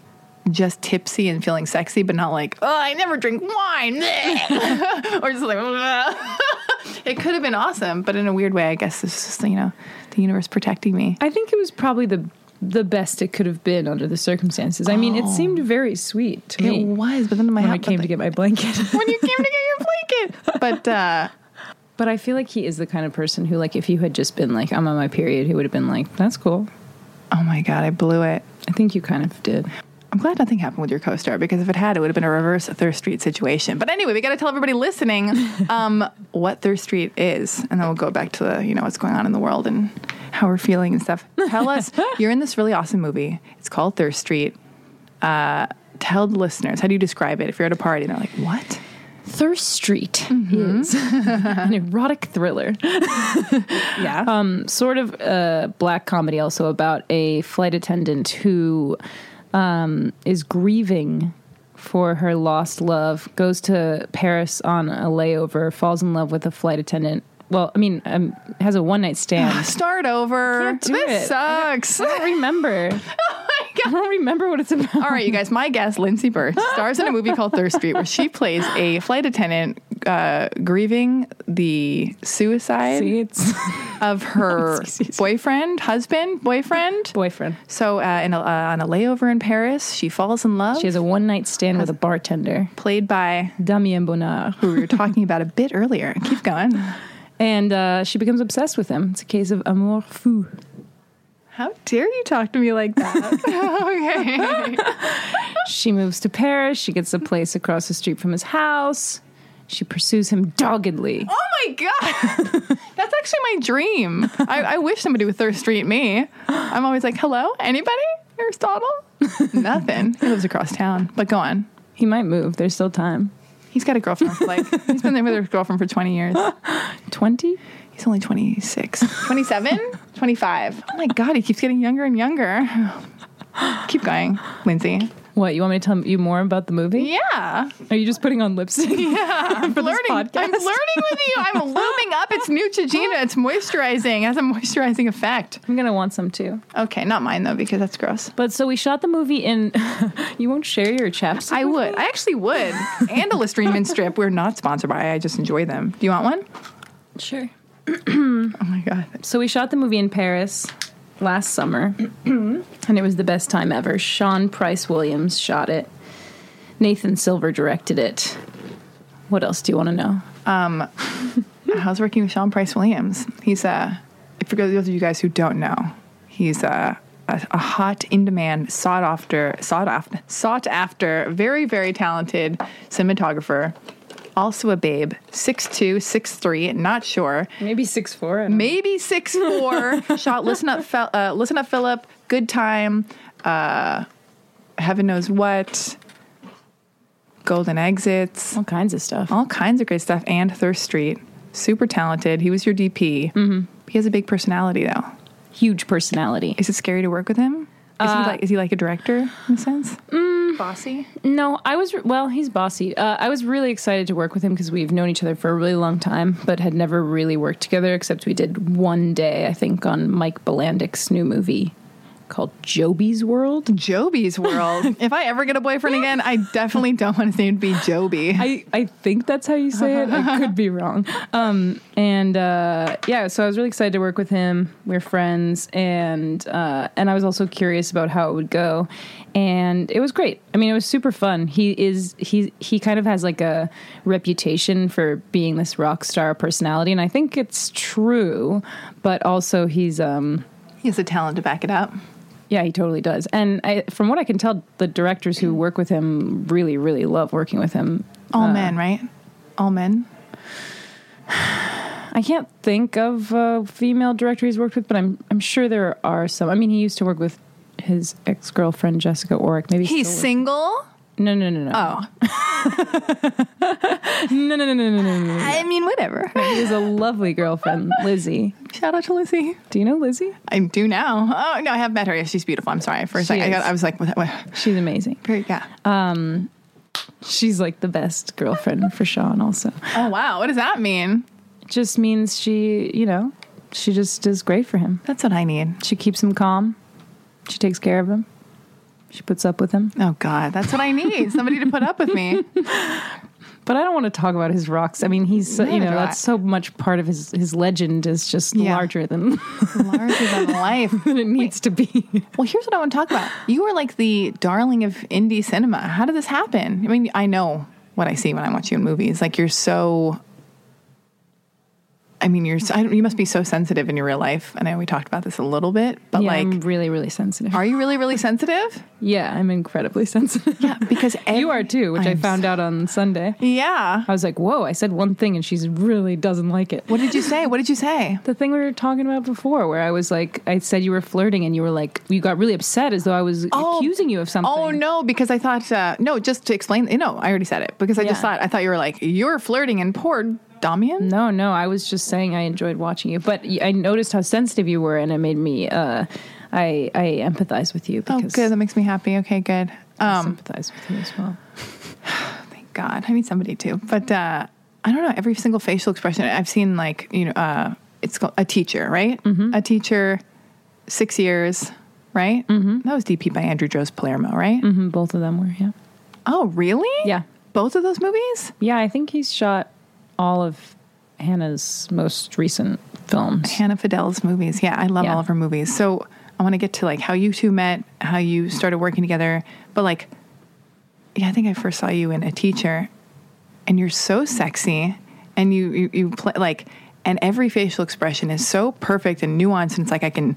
Speaker 3: just tipsy and feeling sexy, but not like oh I never drink wine, or just like it could have been awesome. But in a weird way, I guess it's just you know the universe protecting me.
Speaker 4: I think it was probably the the best it could have been under the circumstances. I mean, it seemed very sweet to me
Speaker 3: Oh. It was, but then my
Speaker 4: when I
Speaker 3: husband-
Speaker 4: came to get my blanket.
Speaker 3: when you came to get your blanket. But uh,
Speaker 4: but I feel like he is the kind of person who, like, if you had just been like, "I'm on my period," he would have been like, "That's cool."
Speaker 3: oh my god, I blew it.
Speaker 4: I think you kind of did.
Speaker 3: I'm glad nothing happened with your co-star because if it had, it would have been a reverse thirst street situation. But anyway, we got to tell everybody listening um, what thirst street is, and then we'll go back to the you know what's going on in the world and how we're feeling and stuff. Tell us you're in this really awesome movie. It's called Thirst Street. Uh, tell the listeners how do you describe it if you're at a party and they're like, what?
Speaker 4: Thirst Street is an erotic thriller,
Speaker 3: Yeah.
Speaker 4: um, sort of a black comedy, also about a flight attendant who um, is grieving for her lost love, goes to Paris on a layover, falls in love with a flight attendant. Well, I mean, um, has a one night stand.
Speaker 3: Um, Start over.
Speaker 4: Can't do
Speaker 3: this
Speaker 4: it.
Speaker 3: sucks.
Speaker 4: I don't remember. I don't remember what it's about.
Speaker 3: All right, you guys. My guest, Lindsay Burr, stars in a movie called Thirst Street, where she plays a flight attendant uh, grieving the suicide
Speaker 4: See, it's
Speaker 3: of her boyfriend, husband, boyfriend.
Speaker 4: boyfriend.
Speaker 3: So, uh, in a, uh, on a layover in Paris, she falls in love.
Speaker 4: She has a one night stand with a bartender,
Speaker 3: played by
Speaker 4: Damien Bonnard.
Speaker 3: who we were talking about a bit earlier. Keep going.
Speaker 4: And uh, she becomes obsessed with him. It's a case of amour fou.
Speaker 3: How dare you talk to me like that? okay.
Speaker 4: She moves to Paris. She gets a place across the street from his house. She pursues him doggedly.
Speaker 3: Oh my god, that's actually my dream. I, I wish somebody would thirst street me. I'm always like, hello, anybody? Aristotle? Nothing. He lives across town. But go on.
Speaker 4: He might move. There's still time.
Speaker 3: He's got a girlfriend. Like he's been there with his girlfriend for 20 years.
Speaker 4: 20?
Speaker 3: He's only 26, 27, 25. Oh my god, he keeps getting younger and younger. Keep going, Lindsay.
Speaker 4: What, you want me to tell you more about the movie?
Speaker 3: Yeah,
Speaker 4: Are you just putting on lipstick?
Speaker 3: I'm flirting. I'm
Speaker 4: podcast.
Speaker 3: flirting with you. I'm lubing up. It's Neutrogena. It's moisturizing. It has a moisturizing effect.
Speaker 4: I'm going to want some too.
Speaker 3: Okay, not mine though, because that's gross.
Speaker 4: But so we shot the movie in. you won't share your chapstick?
Speaker 3: I would. I actually would. and a Listerine mint strip. We're not sponsored by. I just enjoy them. Do you want one?
Speaker 4: Sure.
Speaker 3: Oh my god.
Speaker 4: So we shot the movie in Paris last summer, and it was the best time ever. Sean Price Williams shot it. Nathan Silver directed it. What else do you want to know?
Speaker 3: How's working with Sean Price Williams? He's a. For those of you guys who don't know, he's a. A, a hot, in-demand, sought after, sought after, sought after, very, very talented cinematographer. Also a babe, six two, six three, not sure.
Speaker 4: Maybe six four.
Speaker 3: maybe six four. shot listen up, Fel- uh, listen up, Philip. Good time. Uh, heaven knows what. Golden exits.
Speaker 4: all kinds of stuff.
Speaker 3: All kinds of great stuff. And Thirst Street. Super talented. He was your DP. Mm-hmm. He has a big personality though.
Speaker 4: Huge personality.
Speaker 3: Is it scary to work with him? Is he like is he like a director in a sense? mm, Bossy.
Speaker 4: No, I was re- well. He's bossy. Uh, I was really excited to work with him because we've known each other for a really long time, but had never really worked together. Except we did one day, I think, on Mike Belandic's new movie called Joby's World.
Speaker 3: Joby's world. if I ever get a boyfriend again, I definitely don't want his name to be Joby.
Speaker 4: I, I think that's how you say it. I could be wrong. Um, and uh, yeah, so I was really excited to work with him. We're friends, and uh, and I was also curious about how it would go, and it was great. I mean, it was super fun. He is he he kind of has like a reputation for being this rock star personality, and I think it's true. But also, he's um,
Speaker 3: he has the talent to back it up.
Speaker 4: yeah, he totally does. And I, from what I can tell, the directors who work with him really really love working with him.
Speaker 3: All men, right? All men.
Speaker 4: I can't think of a female director he's worked with, but I'm I'm sure there are some. I mean, he used to work with his ex girlfriend Jessica Orrick. Maybe he
Speaker 3: He's
Speaker 4: still
Speaker 3: single.
Speaker 4: works- no no no no
Speaker 3: Oh,
Speaker 4: no no no no no no. no.
Speaker 3: I mean, whatever.
Speaker 4: He has a lovely girlfriend, Lizzie.
Speaker 3: Shout out to Lizzie.
Speaker 4: Do you know Lizzie?
Speaker 3: I do now. Oh no, I have met her. Yeah, she's beautiful. I'm sorry for a
Speaker 4: She
Speaker 3: second. I, got,
Speaker 4: is.
Speaker 3: I was like, what, what?
Speaker 4: She's amazing. Um,
Speaker 3: Very- yeah.
Speaker 4: She's like the best girlfriend for Sean. Also,
Speaker 3: oh wow, what does that mean?
Speaker 4: just means she you know she just is great for him.
Speaker 3: That's what I need.
Speaker 4: She keeps him calm. She takes care of him. She puts up with him.
Speaker 3: Oh God, that's what I need. Somebody to put up with me.
Speaker 4: But I don't want to talk about his rocks. I mean, he's so, you
Speaker 3: Neither
Speaker 4: know
Speaker 3: do I.
Speaker 4: that's so much part of his his legend is just
Speaker 3: Yeah.
Speaker 4: larger than
Speaker 3: Larger than life.
Speaker 4: than it needs to be.
Speaker 3: Well, here's what I want to talk about. You were like the darling of indie cinema. How did this happen? I mean, I know what I see when I watch you in movies. Like you're so. I I mean, you're so, I, don't- you must be so sensitive in your real life. I know we talked about this a little bit, but
Speaker 4: yeah,
Speaker 3: like,
Speaker 4: I'm really, really sensitive.
Speaker 3: are you really, really sensitive?
Speaker 4: yeah, I'm incredibly sensitive.
Speaker 3: Yeah, because
Speaker 4: you
Speaker 3: every-
Speaker 4: are too, which i
Speaker 3: I'm
Speaker 4: found out on Sunday.
Speaker 3: Yeah.
Speaker 4: I was like, whoa, I said one thing and she really doesn't like it.
Speaker 3: What did you say? What did you say?
Speaker 4: The thing we were talking about before, where I was like, I said you were flirting and you were like, you got really upset as though I was accusing you of something.
Speaker 3: Oh no, because I thought uh, no. Just to explain, no, I already said it because I just
Speaker 4: Yeah.
Speaker 3: thought I thought you were like you're flirting and poor Damian.
Speaker 4: No, no, I was just saying I enjoyed watching you, but y- I noticed how sensitive you were, and it made me. Uh, I I empathize with you
Speaker 3: Oh,
Speaker 4: because
Speaker 3: good. That makes me happy. Okay, good.
Speaker 4: I
Speaker 3: Um,
Speaker 4: sympathize with you as well.
Speaker 3: thank God. I need somebody to. But uh, I don't know. Every single facial expression I've seen, like you know, uh, it's called a teacher, right? A teacher, six years, right? Mm-hmm. That was DP by Andrew Joe's Palermo, right?
Speaker 4: hmm both of them were, yeah,
Speaker 3: Oh, really?
Speaker 4: yeah,
Speaker 3: Both of those movies.
Speaker 4: yeah. I think he's shot all of Hannah's most recent films.
Speaker 3: Hannah Fidel's movies. Yeah, I love
Speaker 4: Yeah.
Speaker 3: all of her movies. So I want to get to like how you two met, how you started working together. But like, yeah, I think I first saw you in a teacher, and you're so sexy, and you you, you play like, and every facial expression is so perfect and nuanced, and it's like I can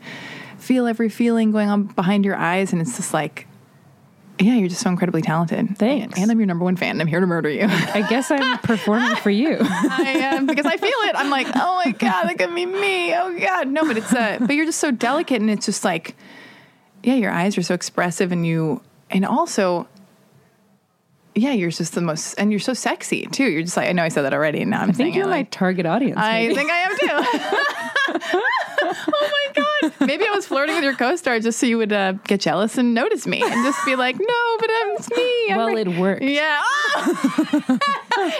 Speaker 3: feel every feeling going on behind your eyes, and it's just like. Yeah, you're just so incredibly talented.
Speaker 4: Thanks.
Speaker 3: And I'm your number one fan. and I'm here to murder you.
Speaker 4: I guess I'm performing for you.
Speaker 3: I am because I feel it. I'm like, oh my god, that could be me. Oh god, no, but it's uh, but you're just so delicate, and it's just like, yeah, your eyes are so expressive, and you, and also, yeah, you're just the most, and you're so sexy too. You're just like, I know I said that already, and now I'm
Speaker 4: I think
Speaker 3: saying
Speaker 4: you're
Speaker 3: it,
Speaker 4: my
Speaker 3: like,
Speaker 4: target audience.
Speaker 3: I
Speaker 4: maybe.
Speaker 3: think I am too. oh my god, maybe I was flirting with your co-star just so you would uh, get jealous and notice me, and just be like, no, but um, it's me. I'm
Speaker 4: well,
Speaker 3: right-
Speaker 4: it worked
Speaker 3: yeah.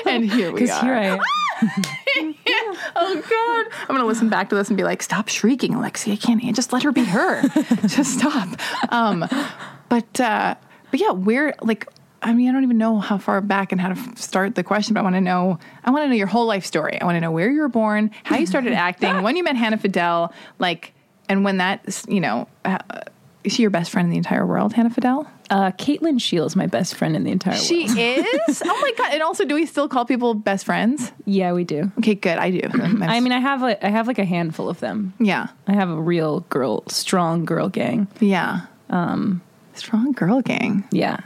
Speaker 3: and here we are.
Speaker 4: because here I am.
Speaker 3: Oh God! I'm gonna listen back to this and be like, "Stop shrieking, Alexia! Can't you just let her be her? just stop." Um, but uh, but yeah, we're like, I mean, I don't even know how far back and how to f- start the question, but I want to know. I want to know your whole life story. I want to know where you were born, how you started acting, when you met Hannah Fidel, like, and when that, you know, uh, is she your best friend in the entire world, Hannah Fidel?
Speaker 4: Uh, Caitlin Shields, my best friend in the entire
Speaker 3: She
Speaker 4: world.
Speaker 3: is. oh my God! And also, do we still call people best friends?
Speaker 4: Yeah, we do.
Speaker 3: Okay, good. I do.
Speaker 4: I mean, I have a, I have like a handful of them.
Speaker 3: yeah,
Speaker 4: I have a real girl, strong girl gang.
Speaker 3: yeah. Um, Strong girl gang.
Speaker 4: Yeah.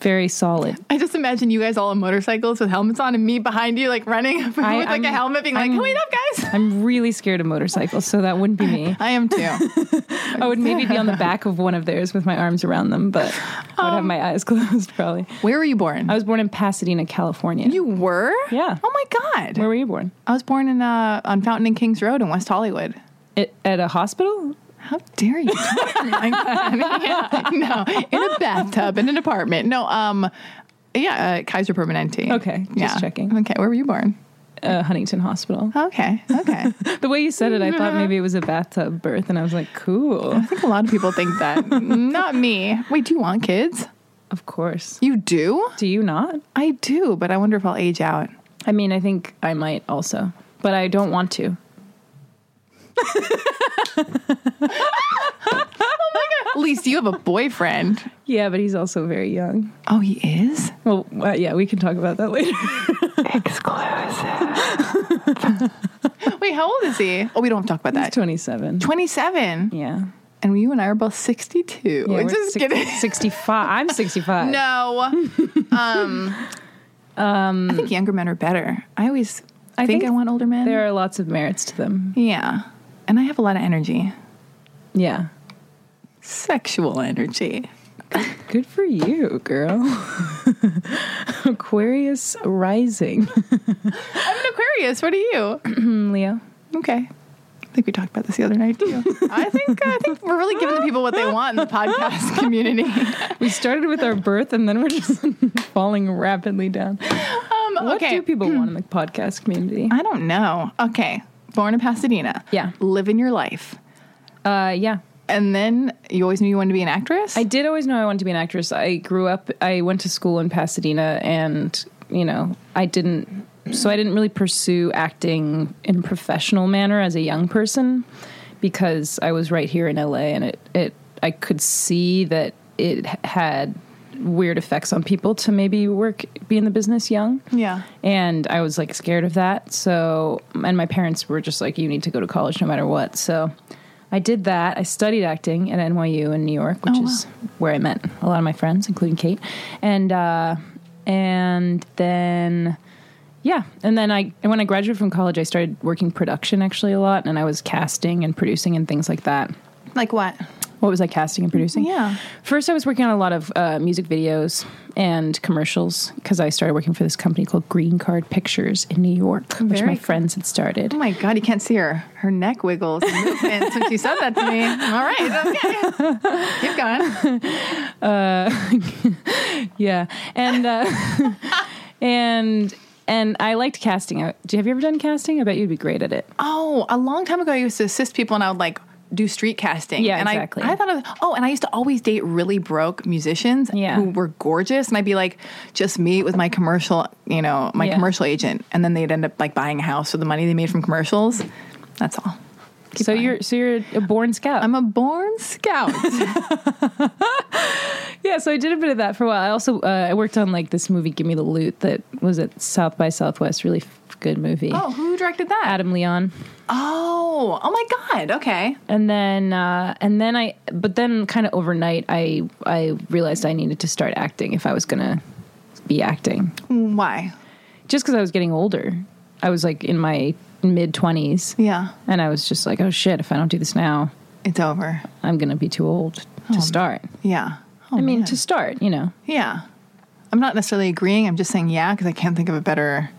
Speaker 4: Very solid.
Speaker 3: I just imagine you guys all on motorcycles with helmets on and me behind you, like running with
Speaker 4: I-
Speaker 3: like
Speaker 4: I'm-
Speaker 3: a helmet, being like,
Speaker 4: I'm-
Speaker 3: wait up, guys.
Speaker 4: I'm really scared of motorcycles, so that wouldn't be me.
Speaker 3: I am too.
Speaker 4: I would maybe be on the back of one of theirs with my arms around them, but I would
Speaker 3: Um,
Speaker 4: have my eyes closed probably.
Speaker 3: Where were you born?
Speaker 4: I was born in Pasadena, California.
Speaker 3: you were?
Speaker 4: Yeah.
Speaker 3: Oh my God.
Speaker 4: Where were you born?
Speaker 3: I was born in uh, on Fountain and Kings Road in West Hollywood.
Speaker 4: It, at a hospital?
Speaker 3: How dare you? talk like that? Yeah, no, in a bathtub in an apartment. No, um, yeah, uh, Kaiser Permanente.
Speaker 4: Okay, just
Speaker 3: yeah.
Speaker 4: checking.
Speaker 3: Okay, where were you born?
Speaker 4: Uh, Huntington Hospital.
Speaker 3: Okay, okay.
Speaker 4: The way you said it, I thought maybe it was a bathtub birth, and I was like, cool.
Speaker 3: I think a lot of people think that. Not me. Wait, do you want kids?
Speaker 4: Of course.
Speaker 3: You do?
Speaker 4: Do you not?
Speaker 3: I do, but I wonder if I'll age out.
Speaker 4: I mean, I think I might also, but I don't want to.
Speaker 3: At least you have a boyfriend.
Speaker 4: Yeah, but he's also very young.
Speaker 3: Oh, he is?
Speaker 4: Well, uh, yeah, we can talk about that later.
Speaker 3: Exclusive. Wait, how old is he? Oh, we don't have to talk about that.
Speaker 4: 27.
Speaker 3: 27.
Speaker 4: Yeah.
Speaker 3: And you and I are both 62.
Speaker 4: yeah we're
Speaker 3: Just
Speaker 4: six-
Speaker 3: kidding.
Speaker 4: 65. I'm 65.
Speaker 3: No. Um, I think younger men are better. I always
Speaker 4: Um, I
Speaker 3: think,
Speaker 4: think
Speaker 3: I want older men.
Speaker 4: There are lots of merits to them.
Speaker 3: yeah. And I have a lot of energy.
Speaker 4: Yeah.
Speaker 3: Sexual energy.
Speaker 4: Good for you, girl. Aquarius rising. Hmm,
Speaker 3: I'm an Aquarius. What are you?
Speaker 4: Leo.
Speaker 3: Okay. I think we talked about this the other night too. I think I think we're really giving the people what they want in the podcast community.
Speaker 4: We started with our birth and then we're just falling rapidly down.
Speaker 3: Um,
Speaker 4: What
Speaker 3: okay.
Speaker 4: do people want in the podcast community?
Speaker 3: I don't know. Okay. Born in Pasadena.
Speaker 4: Yeah.
Speaker 3: Living your life.
Speaker 4: Uh, yeah.
Speaker 3: And then you always knew you wanted to be an actress?
Speaker 4: I did always know I wanted to be an actress. I grew up, I went to school in Pasadena, and, you know, I didn't, so I didn't really pursue acting in a professional manner as a young person because I was right here in LA and it, it I could see that it had weird effects on people to maybe work be in the business young.
Speaker 3: Yeah.
Speaker 4: And I was like scared of that. So and my parents were just like you need to go to college no matter what. So I did that. I studied acting at NYU in New York, which is where I met a lot of my friends, including Kate. And uh and then yeah, and then I and when I graduated from college, I started working production actually a lot and I was casting and producing and things like that.
Speaker 3: Like what?
Speaker 4: What was I casting and producing?
Speaker 3: Yeah.
Speaker 4: First, I was working on a lot of uh, music videos and commercials because I started working for this company called Green Card Pictures in New York, which
Speaker 3: Very
Speaker 4: my
Speaker 3: cool.
Speaker 4: friends had started.
Speaker 3: Oh my God, you can't see her. Her neck wiggles and movements when she said that to me. All right, okay. Keep going.
Speaker 4: Yeah, and uh, and and I liked casting. I- Do have you ever done casting? I bet you'd be great at it.
Speaker 3: Oh, a long time ago, I used to assist people and I would like do street casting.
Speaker 4: Yeah,
Speaker 3: and I-
Speaker 4: exactly.
Speaker 3: I, thought of, oh, and I used to always date really broke musicians
Speaker 4: Yeah.
Speaker 3: who were gorgeous. And I'd be like, just meet with my commercial, you know, my
Speaker 4: Yeah.
Speaker 3: commercial agent. And then they'd end up like buying a house with the money they made from commercials. That's all.
Speaker 4: so you're so you're a born scout.
Speaker 3: I'm a born scout.
Speaker 4: yeah, so I did a bit of that for a while. I also uh, I worked on like this movie, Give Me the Loot, that was at South by Southwest. Really f- good movie.
Speaker 3: oh, who directed that?
Speaker 4: Adam Leon.
Speaker 3: Oh, oh my God. Okay.
Speaker 4: and then uh, and then I but then kind of overnight I I realized I needed to start acting if I was gonna be acting
Speaker 3: Why?
Speaker 4: just because I was getting older I was like in my mid twenties
Speaker 3: Yeah.
Speaker 4: and I was just like oh shit if I don't do this now
Speaker 3: It's over.
Speaker 4: I'm gonna be too old to start
Speaker 3: Yeah. Oh,
Speaker 4: I mean
Speaker 3: man.
Speaker 4: to start you know
Speaker 3: yeah. I'm not necessarily agreeing. I'm just saying yeah because I can't think of a better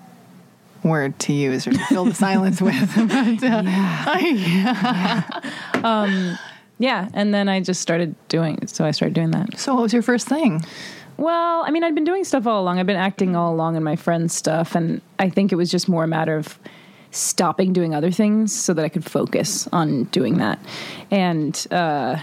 Speaker 3: word to use or to fill the silence with. But, uh, I-
Speaker 4: yeah and then I just started doing so I started doing that
Speaker 3: so, what was your first thing?
Speaker 4: Well, I mean, I'd been doing stuff all along. I've been acting all along in my friends' stuff, and I think it was just more a matter of stopping doing other things so that I could focus on doing that. And uh,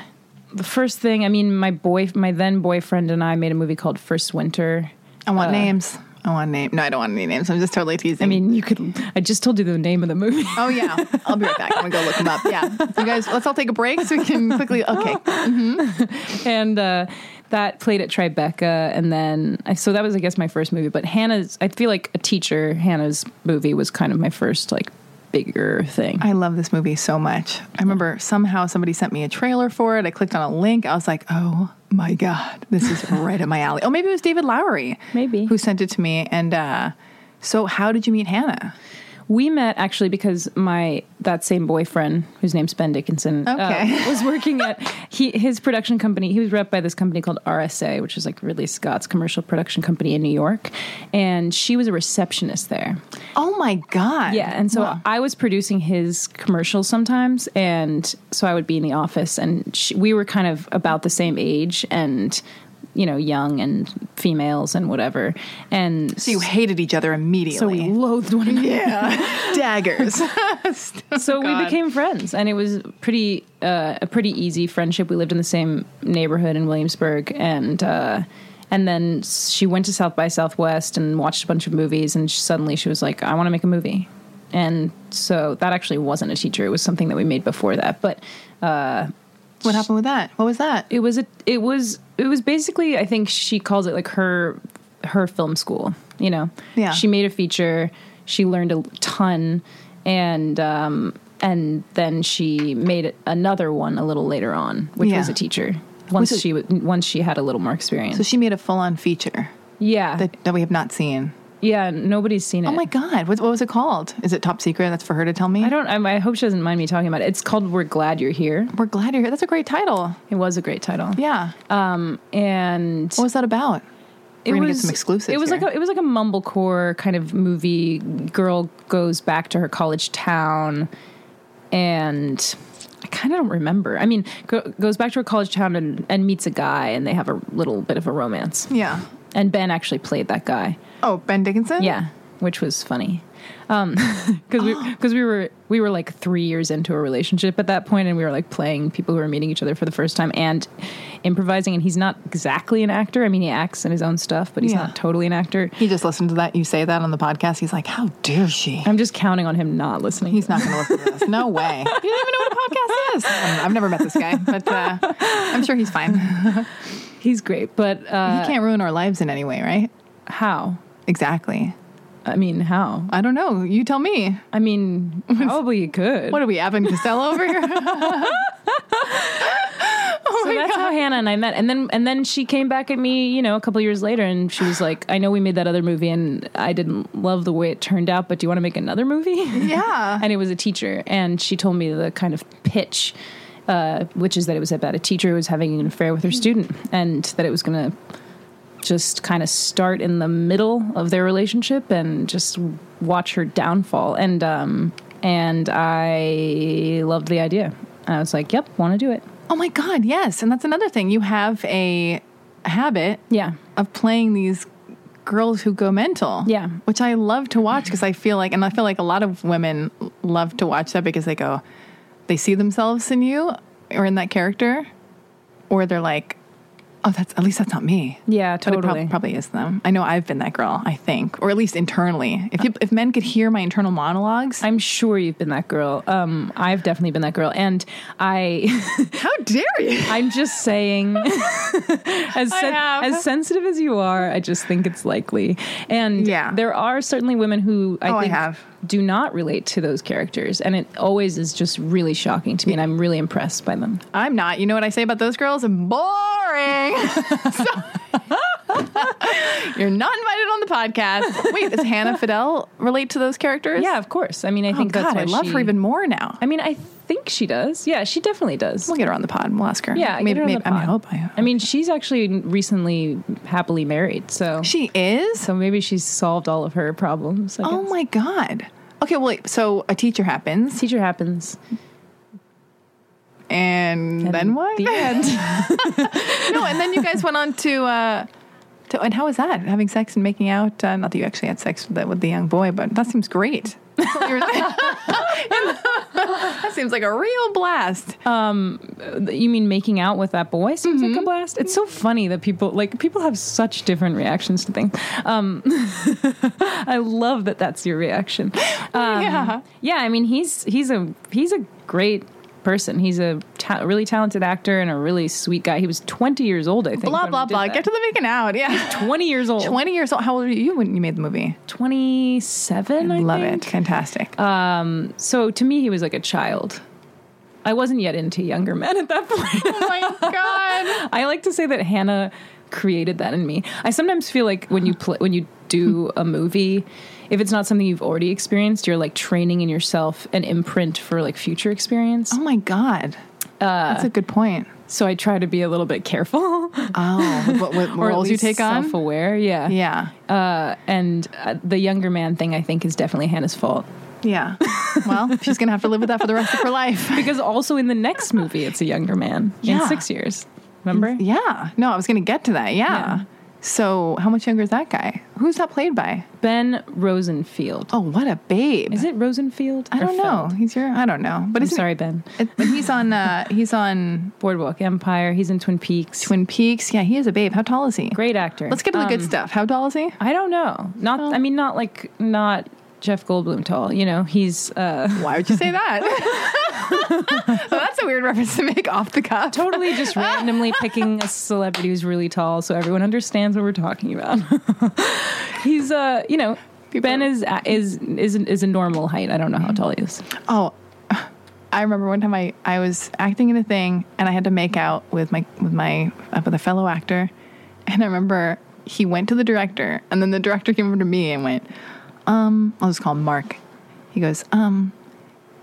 Speaker 4: the first thing, I mean, my boy, my then boyfriend and I made a movie called First Winter.
Speaker 3: I want names. I want name. No, I don't want any names. I'm just totally teasing.
Speaker 4: Uh, I mean, you could. I just told you the name of the movie.
Speaker 3: oh yeah, I'll be right back. I'm gonna go look them up. Yeah, you guys, let's all take a break so we can quickly. Okay,
Speaker 4: and uh, that played at Tribeca, and then I- so that was, I guess, my first movie. But Hannah's, I feel like a teacher. Hannah's movie was kind of my first like bigger thing.
Speaker 3: I love this movie so much. I remember somehow somebody sent me a trailer for it. I clicked on a link. I was like, oh my God, this is right up my alley. Oh, maybe it was David Lowery.
Speaker 4: Maybe.
Speaker 3: Who sent it to me. And uh, so, how did you meet Hannah?
Speaker 4: We met actually because my that same boyfriend, whose name's Ben Dickinson, uh,
Speaker 3: Okay.
Speaker 4: was working at he his production company. He was rep by this company called RSA, which is like Ridley Scott's commercial production company in New York, and she was a receptionist there.
Speaker 3: Oh my God.
Speaker 4: Yeah, and so
Speaker 3: Wow.
Speaker 4: I was producing his commercials sometimes, and so I would be in the office, and she, we were kind of about the same age, and you know, young and females and whatever, and
Speaker 3: So, you hated each other immediately.
Speaker 4: so we loathed one another.
Speaker 3: yeah. Daggers.
Speaker 4: so we
Speaker 3: God.
Speaker 4: became friends and it was pretty uh, a pretty easy friendship we lived in the same neighborhood in williamsburg and uh, and then she went to south by southwest and watched a bunch of movies and she, suddenly she was like i want to make a movie and so that actually wasn't a teacher it was something that we made before that but
Speaker 3: what happened with that? What was that?
Speaker 4: it was a it was it was basically i think she calls it like her her film school you know
Speaker 3: Yeah.
Speaker 4: she made a feature she learned a ton and um and then she made another one a little later on which
Speaker 3: Yeah.
Speaker 4: was a teacher once
Speaker 3: Which is-
Speaker 4: she wa- once she had a little more experience
Speaker 3: So, she made a full on feature
Speaker 4: yeah
Speaker 3: that, that we have not seen.
Speaker 4: yeah nobody's seen it
Speaker 3: Oh my God. What, what was it called? Is it Top Secret? That's for her to tell me?
Speaker 4: i don't I, I hope she doesn't mind me talking about it it's called we're glad you're here
Speaker 3: We're glad you're here. That's a great title.
Speaker 4: it was a great title
Speaker 3: Yeah.
Speaker 4: um and
Speaker 3: What was that about? We're gonna get some exclusives
Speaker 4: It was
Speaker 3: here.
Speaker 4: like a, it was like a mumblecore kind of movie. Girl goes back to her college town, and I kind of don't remember. I mean, go, goes back to her college town and, and meets a guy, and they have a little bit of a romance.
Speaker 3: Yeah.
Speaker 4: And Ben actually played that guy.
Speaker 3: Oh, Ben Dickinson?
Speaker 4: Yeah, which was funny. Because we, cause we were we were like three years into a relationship at that point, and we were like playing people who were meeting each other for the first time and improvising. And he's not exactly an actor. I mean, he acts in his own stuff, but he's
Speaker 3: Yeah.
Speaker 4: not totally an actor.
Speaker 3: He just listened to that. You say that on the podcast. He's like, how dare she?
Speaker 4: I'm just counting on him not listening.
Speaker 3: He's not going to listen to this. No way. You don't even know what a podcast is. Um, I've never met this guy, but uh, I'm sure he's fine.
Speaker 4: he's great. But uh,
Speaker 3: he can't ruin our lives in any way, right?
Speaker 4: how?
Speaker 3: Exactly.
Speaker 4: I mean, how?
Speaker 3: I don't know. You tell me.
Speaker 4: I mean, probably he could.
Speaker 3: What are we, Evan Costello over here?
Speaker 4: so that's how Hannah and I met. And then and then she came back at me, you know, a couple years later and she was like, I know we made that other movie and I didn't love the way it turned out, but do you want to make another movie?
Speaker 3: Yeah.
Speaker 4: and it was a teacher and she told me the kind of pitch uh, which is that it was about a teacher who was having an affair with her student and that it was going to just kind of start in the middle of their relationship and just watch her downfall and um and i loved the idea i was like yep want to do it
Speaker 3: Oh my God, yes. And that's another thing. You have a habit
Speaker 4: yeah
Speaker 3: of playing these girls who go mental.
Speaker 4: Yeah.
Speaker 3: Which I love to watch because I feel like, and I feel like a lot of women love to watch that because they go, they see themselves in you or in that character, or they're like, oh, that's at least that's not me.
Speaker 4: Yeah,
Speaker 3: But it prob-
Speaker 4: totally.
Speaker 3: probably is them. I know I've been that girl, I think, or at least internally. If, you, if men could hear my internal monologues,
Speaker 4: i'm sure you've been that girl um i've definitely been that girl and i
Speaker 3: how dare you?
Speaker 4: I'm just saying, as sen-
Speaker 3: have.
Speaker 4: as sensitive as you are, I just think it's likely. And
Speaker 3: Yeah.
Speaker 4: there are certainly women who I
Speaker 3: Oh, I
Speaker 4: think
Speaker 3: have.
Speaker 4: do not relate to those characters, and it always is just really shocking to me, and I'm really impressed by them.
Speaker 3: I'm not. You know what I say about those girls? Boring. You're not invited on the podcast. Wait, does Hannah Fidel relate to those characters?
Speaker 4: Yeah, of course. I mean, I
Speaker 3: Oh,
Speaker 4: think that's
Speaker 3: God,
Speaker 4: why
Speaker 3: I love
Speaker 4: she,
Speaker 3: her even more now.
Speaker 4: I mean, I think she does. Yeah, she definitely does.
Speaker 3: We'll get her on the pod. and We'll ask her.
Speaker 4: Yeah, get
Speaker 3: maybe.
Speaker 4: her on
Speaker 3: maybe
Speaker 4: the
Speaker 3: I, mean, I
Speaker 4: pod.
Speaker 3: hope I.
Speaker 4: I mean, she's actually recently happily married, so
Speaker 3: she is.
Speaker 4: so maybe she's solved all of her problems. I
Speaker 3: oh
Speaker 4: guess.
Speaker 3: my God. Okay, well, wait, so a teacher happens,
Speaker 4: Teacher happens.
Speaker 3: and, then what?
Speaker 4: The end.
Speaker 3: no, and then you guys went on to, uh, to, and how was that? Having sex and making out? Uh, not that you actually had sex with the, with the young boy, but that seems great. That's what you were saying. that seems like a real blast.
Speaker 4: You mean making out with that boy seems
Speaker 3: Mm-hmm.
Speaker 4: like a blast? It's so funny that people like people have such different reactions to things. Um, I love that that's your reaction. Um,
Speaker 3: Yeah.
Speaker 4: yeah. I mean, he's he's a he's a great person. He's a ta- really talented actor and a really sweet guy. He was twenty years old, I think.
Speaker 3: blah
Speaker 4: when
Speaker 3: blah
Speaker 4: we did
Speaker 3: blah.
Speaker 4: that.
Speaker 3: Get to the making out. Yeah,
Speaker 4: twenty years old.
Speaker 3: twenty years old. How old were you when you made the movie?
Speaker 4: Twenty-seven. I
Speaker 3: Love
Speaker 4: think. Um,
Speaker 3: it. Fantastic.
Speaker 4: Uh, So to me, he was like a child. I wasn't yet into younger men at that point.
Speaker 3: oh my god.
Speaker 4: I like to say that Hannah created that in me. I sometimes feel like when you play, when you do a movie, if it's not something you've already experienced, you're like training in yourself an imprint for like future experience.
Speaker 3: Oh my god.
Speaker 4: Uh,
Speaker 3: That's a good point.
Speaker 4: So I try to be a little bit careful,
Speaker 3: Oh, what, what
Speaker 4: or at
Speaker 3: roles you
Speaker 4: least
Speaker 3: take on?
Speaker 4: self-aware. Yeah,
Speaker 3: Yeah.
Speaker 4: Uh, and uh, the younger man thing, I think, is definitely Hannah's fault
Speaker 3: Yeah. well, she's gonna have to live with that for the rest of her life.
Speaker 4: because also in the next movie, it's a younger man in
Speaker 3: Yeah. Mm-hmm.
Speaker 4: six years. Remember?
Speaker 3: Yeah. No, I was going to get to that. Yeah.
Speaker 4: Yeah.
Speaker 3: So, how much younger is that guy? Who's that played by?
Speaker 4: Ben Rosenfield.
Speaker 3: Oh, what a babe.
Speaker 4: Is it Rosenfield?
Speaker 3: I
Speaker 4: or
Speaker 3: don't know.
Speaker 4: Feld?
Speaker 3: He's your I don't know. But
Speaker 4: I'm
Speaker 3: isn't-
Speaker 4: sorry, Ben.
Speaker 3: It, but he's on uh he's on
Speaker 4: Boardwalk Empire. He's in Twin Peaks.
Speaker 3: Twin Peaks. Yeah, he is a babe. How tall is he?
Speaker 4: Great actor.
Speaker 3: Let's get to the good
Speaker 4: Um,
Speaker 3: stuff. How tall is he?
Speaker 4: I don't know. Not. I mean, not like not Jeff Goldblum tall. You know, he's uh,
Speaker 3: Why would you say that? well, that's a weird reference to make off the cuff.
Speaker 4: totally just randomly picking a celebrity who's really tall, so everyone understands what we're talking about. he's uh, you know. ben is is is is a normal height. I don't know how tall he is.
Speaker 3: Oh, I remember one time I, I was acting in a thing and I had to make out with my with my uh, with a fellow actor, and I remember he went to the director and then the director came over to me and went, um, I'll just call him Mark. He goes, um,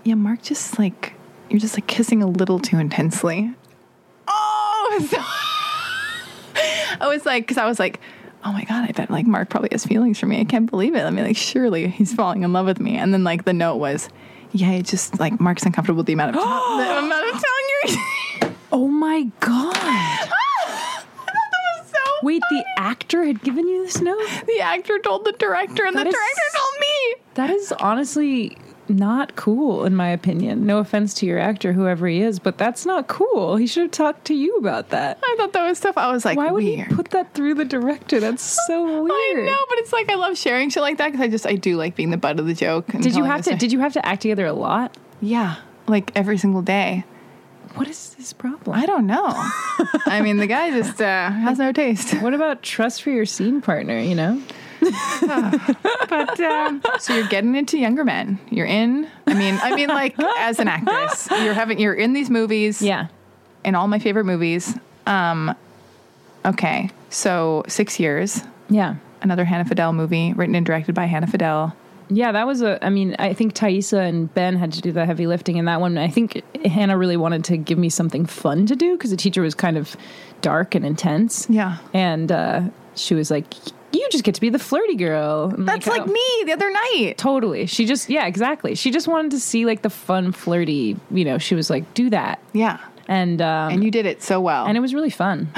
Speaker 3: yeah, Mark, just like you're just like kissing a little too intensely. Oh, so- I was like, because I was like, oh my god, I bet like Mark probably has feelings for me. I can't believe it. I mean, like surely he's falling in love with me. And then like the note was, yeah, it's just like Mark's uncomfortable with the amount of the amount of tongue you're.
Speaker 4: Oh my god!
Speaker 3: I thought that was so.
Speaker 4: Wait, the actor had given you this note.
Speaker 3: The actor told the director, and
Speaker 4: That
Speaker 3: the
Speaker 4: is-
Speaker 3: director told me.
Speaker 4: That is honestly not cool, in my opinion. No offense to your actor, whoever he is, but that's not cool. He should have talked to you about that.
Speaker 3: I thought that was stuff. I was like,
Speaker 4: Why would
Speaker 3: weird.
Speaker 4: he put that through the director? That's so
Speaker 3: I
Speaker 4: weird.
Speaker 3: know, but it's like I love sharing shit like that because I just I do like being the butt of the joke. and
Speaker 4: Did you
Speaker 3: telling
Speaker 4: have
Speaker 3: the
Speaker 4: to?
Speaker 3: sto-
Speaker 4: Did you have to act together a lot?
Speaker 3: Yeah, like every single day.
Speaker 4: what is his problem?
Speaker 3: I don't know. I mean, the guy just uh, has no taste.
Speaker 4: What about trust for your scene partner? You know,
Speaker 3: But
Speaker 4: uh,
Speaker 3: um, so you're getting into younger men. You're in. I mean, I mean, like as an actress, you're having you're in these movies.
Speaker 4: yeah,
Speaker 3: in all my favorite movies. Um, okay, so six years.
Speaker 4: yeah,
Speaker 3: Another Hannah Fidel movie, written and directed by Hannah Fidel.
Speaker 4: yeah. That was a. I mean, I think Thaisa and Ben had to do the heavy lifting in that one. I think Hannah really wanted to give me something fun to do because the teacher was kind of dark and intense.
Speaker 3: Yeah.
Speaker 4: and uh, she was like, "You just get to be the flirty girl." I'm
Speaker 3: That's
Speaker 4: "Oh."
Speaker 3: like me the other night.
Speaker 4: Totally. She just, yeah, exactly. She just wanted to see like the fun, flirty, you know, she was like, do that.
Speaker 3: Yeah,
Speaker 4: And, um,
Speaker 3: and you did it so well.
Speaker 4: and it was really fun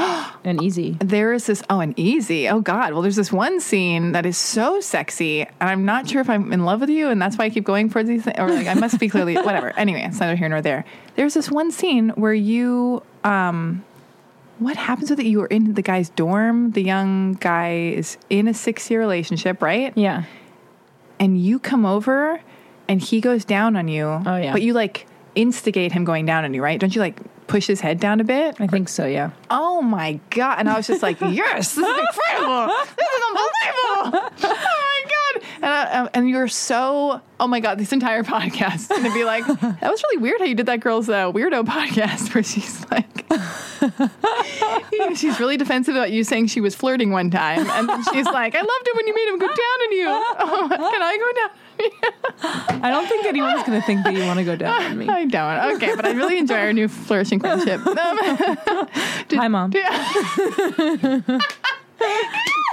Speaker 4: and easy.
Speaker 3: there is this oh and easy oh god well there's this one scene that is so sexy and i'm not sure if i'm in love with you and that's why i keep going for these things or like i must be clearly whatever anyway it's neither here nor there there's this one scene where you um what happens with it you are in the guy's dorm the young guy is in a six year relationship right
Speaker 4: Yeah.
Speaker 3: and you come over and he goes down on you
Speaker 4: Oh, yeah.
Speaker 3: but you like instigate him going down on you right don't you like push his head down a bit
Speaker 4: I think so. Yeah.
Speaker 3: oh my god and i was just like yes this is incredible this is unbelievable oh my god and, I, um, and you're so oh my god this entire podcast and to be like that was really weird how you did that girl's uh, weirdo podcast where she's like she's really defensive about you saying she was flirting one time and then she's like i loved it when you made him go down on you oh, can i go down
Speaker 4: I don't think anyone's going to think that you want to go down on me.
Speaker 3: I don't. Okay, but I really enjoy our new flourishing friendship. Um,
Speaker 4: Hi, mom.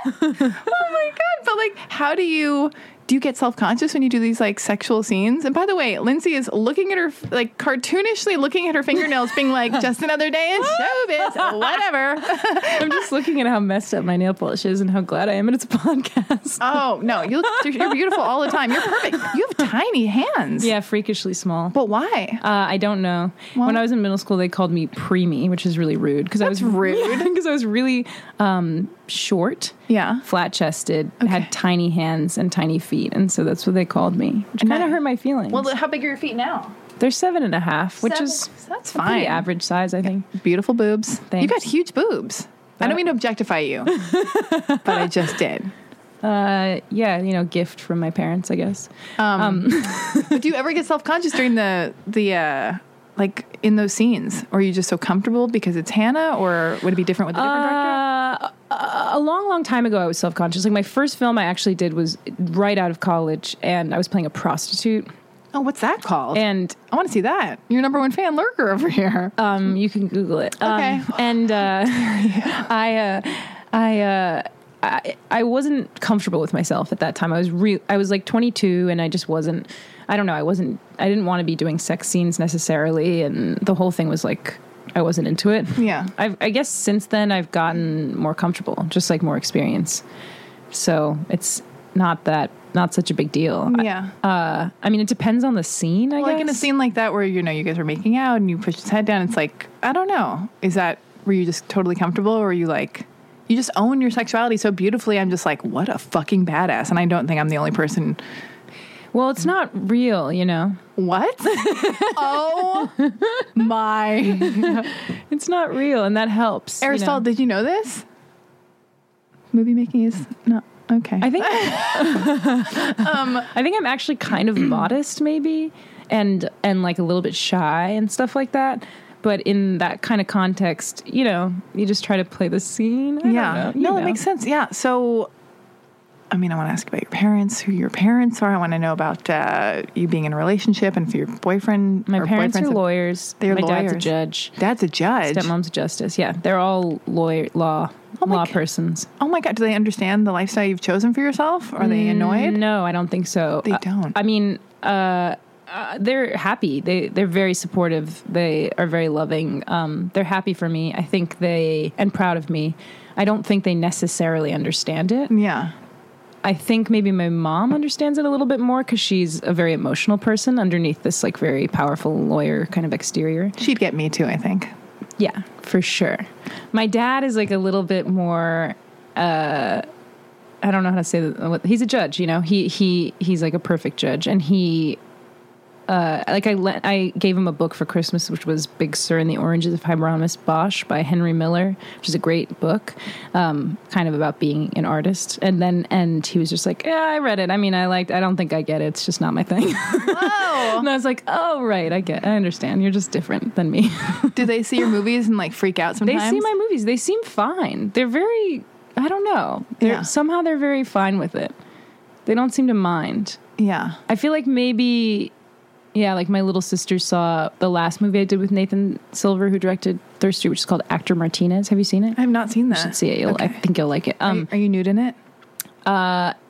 Speaker 3: oh my god! But like, how do you do? You get self conscious when you do these like sexual scenes. And by the way, Lindsay is looking at her like cartoonishly looking at her fingernails, being like, "Just another day in showbiz, whatever."
Speaker 4: I'm just looking at how messed up my nail polish is and how glad I am that it's a podcast.
Speaker 3: Oh no, you look, you're beautiful all the time. You're perfect. You have tiny hands.
Speaker 4: Yeah, freakishly small.
Speaker 3: But why?
Speaker 4: Uh, I don't know. when I was in middle school, they called me preemie, which is really rude because I was rude because I was really um, short,
Speaker 3: Yeah.
Speaker 4: flat chested, had tiny hands and tiny feet, and so that's what they called me, which kind
Speaker 3: that-
Speaker 4: of hurt my feelings. Well,
Speaker 3: how big are your feet now?
Speaker 4: they're seven and a half, which
Speaker 3: Seven-
Speaker 4: is
Speaker 3: that's
Speaker 4: a pretty
Speaker 3: fine.
Speaker 4: average size, I think.
Speaker 3: Beautiful boobs. You
Speaker 4: Thanks.
Speaker 3: got huge boobs. I don't mean to objectify you, but I just did.
Speaker 4: Uh, yeah, you know, gift from my parents, I guess.
Speaker 3: Um,
Speaker 4: Um.
Speaker 3: But do you ever get self conscious during the the uh, like in those scenes, or are you just so comfortable because it's Hannah, or would it be different with a different director?
Speaker 4: Uh, a a long, long time ago, I was self conscious. Like my first film I actually did was right out of college, and I was playing a prostitute.
Speaker 3: Oh, what's that called?
Speaker 4: And
Speaker 3: I want to see that. Your number one fan lurker over here.
Speaker 4: Um, you can Google it. Um,
Speaker 3: Okay.
Speaker 4: and uh, I, uh, I, uh, I, I wasn't comfortable with myself at that time. I was real. I was like 22, and I just wasn't. I don't know. I wasn't. I didn't want to be doing sex scenes necessarily, and the whole thing was like I wasn't into it.
Speaker 3: Yeah.
Speaker 4: I've, I guess since then I've gotten more comfortable, just like more experience. So it's not that not such a big deal. I-
Speaker 3: Yeah.
Speaker 4: uh, I mean, it depends on the scene. I
Speaker 3: like
Speaker 4: guess.
Speaker 3: in a scene like that where you know you guys are making out and you push his head down. It's like I don't know. Is that were you just totally comfortable, or were you like? You just own your sexuality so beautifully. I'm just like, what a fucking badass. And I don't think I'm the only person.
Speaker 4: Well, it's not real, you know.
Speaker 3: What? oh my
Speaker 4: It's not real, and that helps. you know.
Speaker 3: Aristotle, did you know this? Movie making is not okay.
Speaker 4: I think. Um, I think I'm actually kind of modest, maybe, and and like a little bit shy and stuff like that. But in that kind of context, you know, you just try to play the scene. I don't
Speaker 3: yeah.
Speaker 4: know, you
Speaker 3: no, that
Speaker 4: know.
Speaker 3: makes sense. Yeah. So, I mean, I want to ask about your parents, who your parents are. I want to know about uh, you being in a relationship and if your boyfriend.
Speaker 4: My
Speaker 3: or
Speaker 4: parents are
Speaker 3: boyfriend's a-
Speaker 4: lawyers.
Speaker 3: They're
Speaker 4: My dad's a
Speaker 3: lawyers.
Speaker 4: judge.
Speaker 3: Dad's a judge.
Speaker 4: Stepmom's a justice. Yeah, they're all lawyer, law,
Speaker 3: Oh my
Speaker 4: law
Speaker 3: God.
Speaker 4: persons.
Speaker 3: Oh my God. Do they understand the lifestyle you've chosen for yourself? Are they annoyed?
Speaker 4: Mm, No, I don't think so.
Speaker 3: They
Speaker 4: Uh,
Speaker 3: don't.
Speaker 4: I mean, uh, uh, they're happy. They they're very supportive. They are very loving. Um, they're happy for me. I think they and proud of me. I don't think they necessarily understand it.
Speaker 3: Yeah.
Speaker 4: I think maybe my mom understands it a little bit more because she's a very emotional person underneath this like very powerful lawyer kind of exterior.
Speaker 3: She'd get me too, I think.
Speaker 4: Yeah, for sure. My dad is like a little bit more. Uh, I don't know how to say that. He's a judge, you know. He he he's like a perfect judge, and he uh, like I lent, I gave him a book for Christmas, which was Big Sur and the Oranges of Hieronymus Bosch by Henry Miller, which is a great book, um, kind of about being an artist. And then, and he was just like, "Yeah, I read it. I mean, I liked. I don't think I get it. It's just not my thing."
Speaker 3: Whoa.
Speaker 4: and I was like, "Oh, right. I get. I understand. You're just different than me."
Speaker 3: Do they see your movies and like freak out
Speaker 4: they
Speaker 3: sometimes?
Speaker 4: see my movies. They seem fine. They're very. I don't know. They're,
Speaker 3: Yeah.
Speaker 4: Somehow they're very fine with it. They don't seem to mind.
Speaker 3: Yeah.
Speaker 4: I feel like maybe, yeah, like my little sister saw the last movie I did with Nathan Silver, who directed Thirsty, which is called Actor Martinez. Have you seen it?
Speaker 3: I have not seen that.
Speaker 4: You should see it. You'll, I
Speaker 3: Okay.
Speaker 4: think you'll like it.
Speaker 3: Are
Speaker 4: Um,
Speaker 3: you- are you nude in it?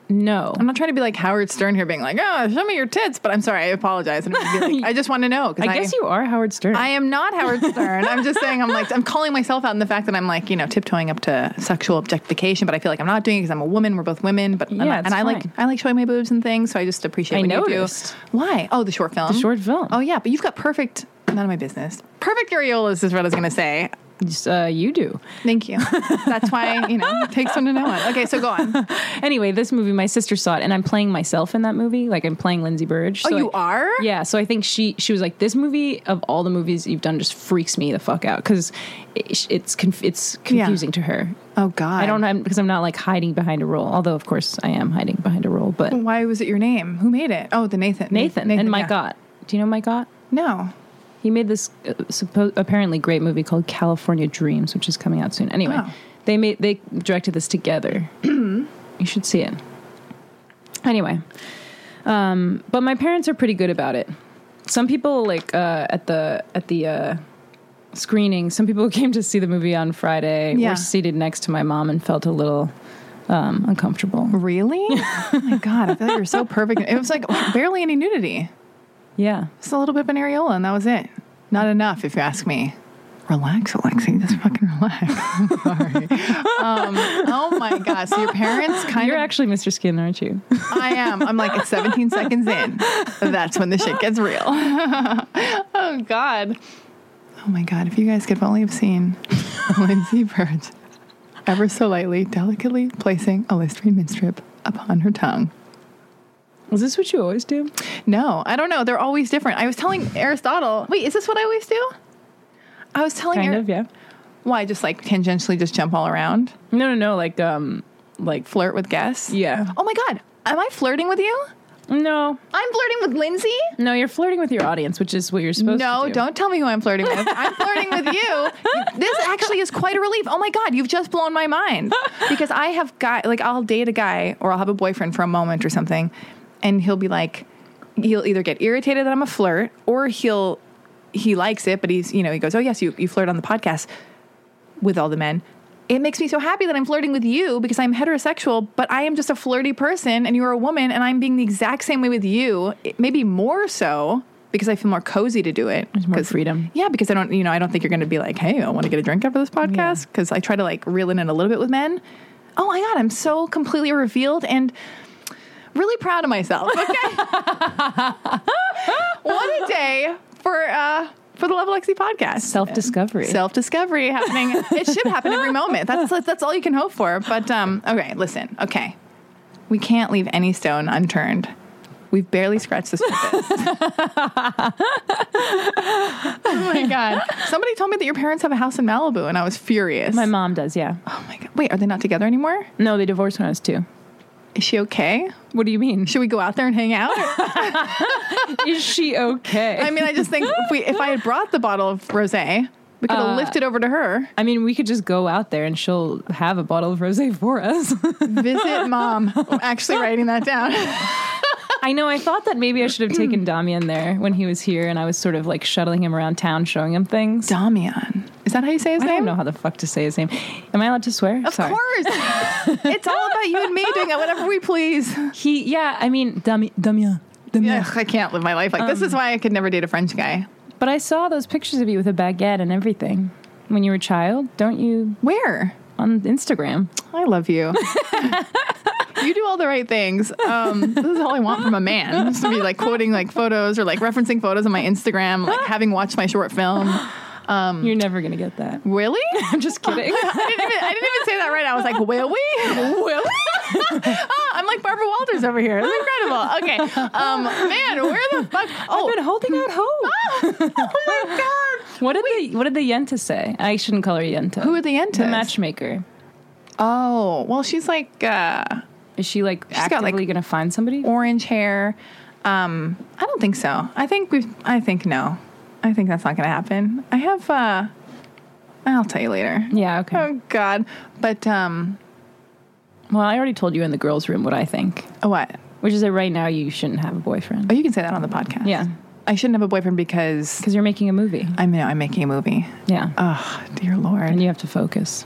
Speaker 4: no,
Speaker 3: I'm not trying to be like Howard Stern here, being like, "Oh, show me your tits," but I'm sorry, I apologize. And I'm gonna be like, I just want to know. 'cause
Speaker 4: I guess you are Howard Stern.
Speaker 3: I am not Howard Stern. I'm just saying. I'm like, I'm calling myself out in the fact that I'm like, you know, tiptoeing up to sexual objectification, but I feel like I'm not doing it because I'm a woman. We're both women, but I'm
Speaker 4: Yeah,
Speaker 3: not-
Speaker 4: it's
Speaker 3: and I
Speaker 4: fine.
Speaker 3: like, I like showing my boobs and things. So I just appreciate.
Speaker 4: I
Speaker 3: when you do.
Speaker 4: noticed.
Speaker 3: Why? Oh, the short film.
Speaker 4: The short film.
Speaker 3: Oh yeah, but you've got perfect. None of my business. Perfect areolas is what I was gonna say.
Speaker 4: Just, uh, you do.
Speaker 3: Thank you. That's why you know it takes one to know one. Okay, so go on. Oh,
Speaker 4: Anyway, this movie, my sister saw it, and I'm playing myself in that movie. Like I'm playing Lindsay Burge.
Speaker 3: Oh,
Speaker 4: So
Speaker 3: you
Speaker 4: I-
Speaker 3: are?
Speaker 4: Yeah. So I think she she was like, this movie of all the movies you've done just freaks me the fuck out because it, it's conf- it's confusing to her.
Speaker 3: Oh God,
Speaker 4: I don't know because I'm not like hiding behind a role. Although of course I am hiding behind a role, but
Speaker 3: Why was it your name? Who made it? Oh, the Nathan.
Speaker 4: Nathan, and Mike
Speaker 3: yeah.
Speaker 4: Ott. Do you know Mike Ott?
Speaker 3: No.
Speaker 4: He made this uh, suppo- apparently great movie called California Dreams, which is coming out soon. Anyway,
Speaker 3: Oh.
Speaker 4: they made they directed this together. you should see it. Anyway, um, but my parents are pretty good about it. Some people like uh, at the at the uh, screening. Some people who came to see the movie on Friday
Speaker 3: Yeah.
Speaker 4: were seated next to my mom and felt a little um, uncomfortable.
Speaker 3: Really? oh my God, I feel like you're so perfect. It was like barely any nudity.
Speaker 4: Yeah,
Speaker 3: Just a little bit of an areola, and that was it. Not enough, if you ask me. Relax, Alexi. Just fucking relax. I'm sorry. Um, oh my God. So your parents kind
Speaker 4: you're
Speaker 3: of.
Speaker 4: actually Mr. Skin, aren't you?
Speaker 3: I am. I'm like, it's 17 seconds in. That's when the shit gets real. oh God. Oh my God. If you guys could only have seen Lindsay Bird ever so lightly, delicately placing a Listerine mint strip upon her tongue.
Speaker 4: Is this what you always do?
Speaker 3: No, I don't know. They're always different. I was telling Aristotle. Wait, is this what I always do? I was telling
Speaker 4: Kind
Speaker 3: Ar-
Speaker 4: of, yeah.
Speaker 3: Why just like tangentially just jump all around,
Speaker 4: No, no, no. Like, um, like
Speaker 3: flirt with guests?
Speaker 4: Yeah.
Speaker 3: Oh my god, am I flirting with you?
Speaker 4: No,
Speaker 3: I'm flirting with Lindsay?
Speaker 4: no, you're flirting with your audience, which is what you're supposed
Speaker 3: no,
Speaker 4: to do.
Speaker 3: not tell me who I'm flirting with. I'm flirting with you. This actually is quite a relief. Oh my god, you've just blown my mind. Because I have guy like I'll date a guy or I'll have a boyfriend for a moment or something, and he'll be like, he'll either get irritated that I'm a flirt or he'll he likes it, but he's you know he goes, oh yes, you you flirt on the podcast with all the men. It makes me so happy that I'm flirting with you because I'm heterosexual, but I am just a flirty person and you're a woman and I'm being the exact same way with you, It- maybe more so because I feel more cozy to do it.
Speaker 4: more
Speaker 3: 'Cause-
Speaker 4: freedom.
Speaker 3: Yeah, because I don't, you know, I don't think you're going to be like, hey, I want to get a drink after this podcast because I try to like reel it in a little bit with men. Oh my God, I'm so completely revealed and really proud of myself. Okay. what a day for, uh, for the Love Lexi podcast.
Speaker 4: Self discovery.
Speaker 3: Self discovery happening. it should happen every moment. That's that's all you can hope for. But um, okay, listen. Okay, we can't leave any stone unturned. We've barely scratched the surface. oh my god! Somebody told me that your parents have a house in Malibu, and I was furious.
Speaker 4: my mom does, yeah.
Speaker 3: Oh my god! Wait, are they not together anymore?
Speaker 4: No, they divorced when I was two.
Speaker 3: Is she okay?
Speaker 4: What do you mean?
Speaker 3: Should we go out there and hang out?
Speaker 4: is she okay?
Speaker 3: I mean, I just think if we if I had brought the bottle of rosé, we
Speaker 4: Uh.
Speaker 3: could have lifted over to her.
Speaker 4: I mean, we could just go out there and she'll have a bottle of rosé for us.
Speaker 3: Visit mom. I'm actually writing that down.
Speaker 4: I know. I thought that maybe I should have taken Damian there when he was here, and I was sort of like shuttling him around town, showing him things.
Speaker 3: Damian. Is that how you say his
Speaker 4: I
Speaker 3: name?
Speaker 4: don't know how the fuck to say his name. Am I allowed to swear?
Speaker 3: Of course. it's all about you and me doing it whatever we please.
Speaker 4: He, yeah. I mean, Dami- Damian. Damian.
Speaker 3: Ugh, I can't live my life like this. Is
Speaker 4: Um,
Speaker 3: why I could never date a French guy.
Speaker 4: But I saw those pictures of you with a baguette and everything when you were a child. Don't you
Speaker 3: Where?
Speaker 4: on Instagram?
Speaker 3: I love you. you do all the right things. Um, this is all I want from a man. Just to be like quoting like photos or like referencing photos on my Instagram, like having watched my short film.
Speaker 4: You're never gonna get that.
Speaker 3: Really?
Speaker 4: I'm just kidding.
Speaker 3: I didn't even I didn't even say that right. I was like, will we? Will we? oh, I'm like Barbara Walters over here. It's incredible. Okay, um, man, where the fuck? Oh,
Speaker 5: I've been holding out hope.
Speaker 3: Ah,
Speaker 4: What did the What did the Yenta say? I shouldn't call her Yenta.
Speaker 3: Who are the Yentas?
Speaker 4: The matchmaker.
Speaker 3: oh, well, she's like uh,
Speaker 4: Is she like
Speaker 3: She's got,
Speaker 4: actively
Speaker 3: like,
Speaker 4: going to find somebody?
Speaker 3: orange hair. Um, I don't think so. I think we. have I think no. I think that's not going to happen. I have. Uh, I'll tell you later.
Speaker 4: yeah. Okay.
Speaker 3: Oh God. But um,
Speaker 4: well, I already told you in the girls' room what I think,
Speaker 3: oh, what?
Speaker 4: which is that right now you shouldn't have a boyfriend
Speaker 3: Oh, you can say that on the podcast.
Speaker 4: Yeah.
Speaker 3: I shouldn't have a boyfriend because
Speaker 4: because you're making a movie.
Speaker 3: I know I'm making a movie.
Speaker 4: Yeah.
Speaker 3: Oh, dear Lord.
Speaker 4: and you have to focus.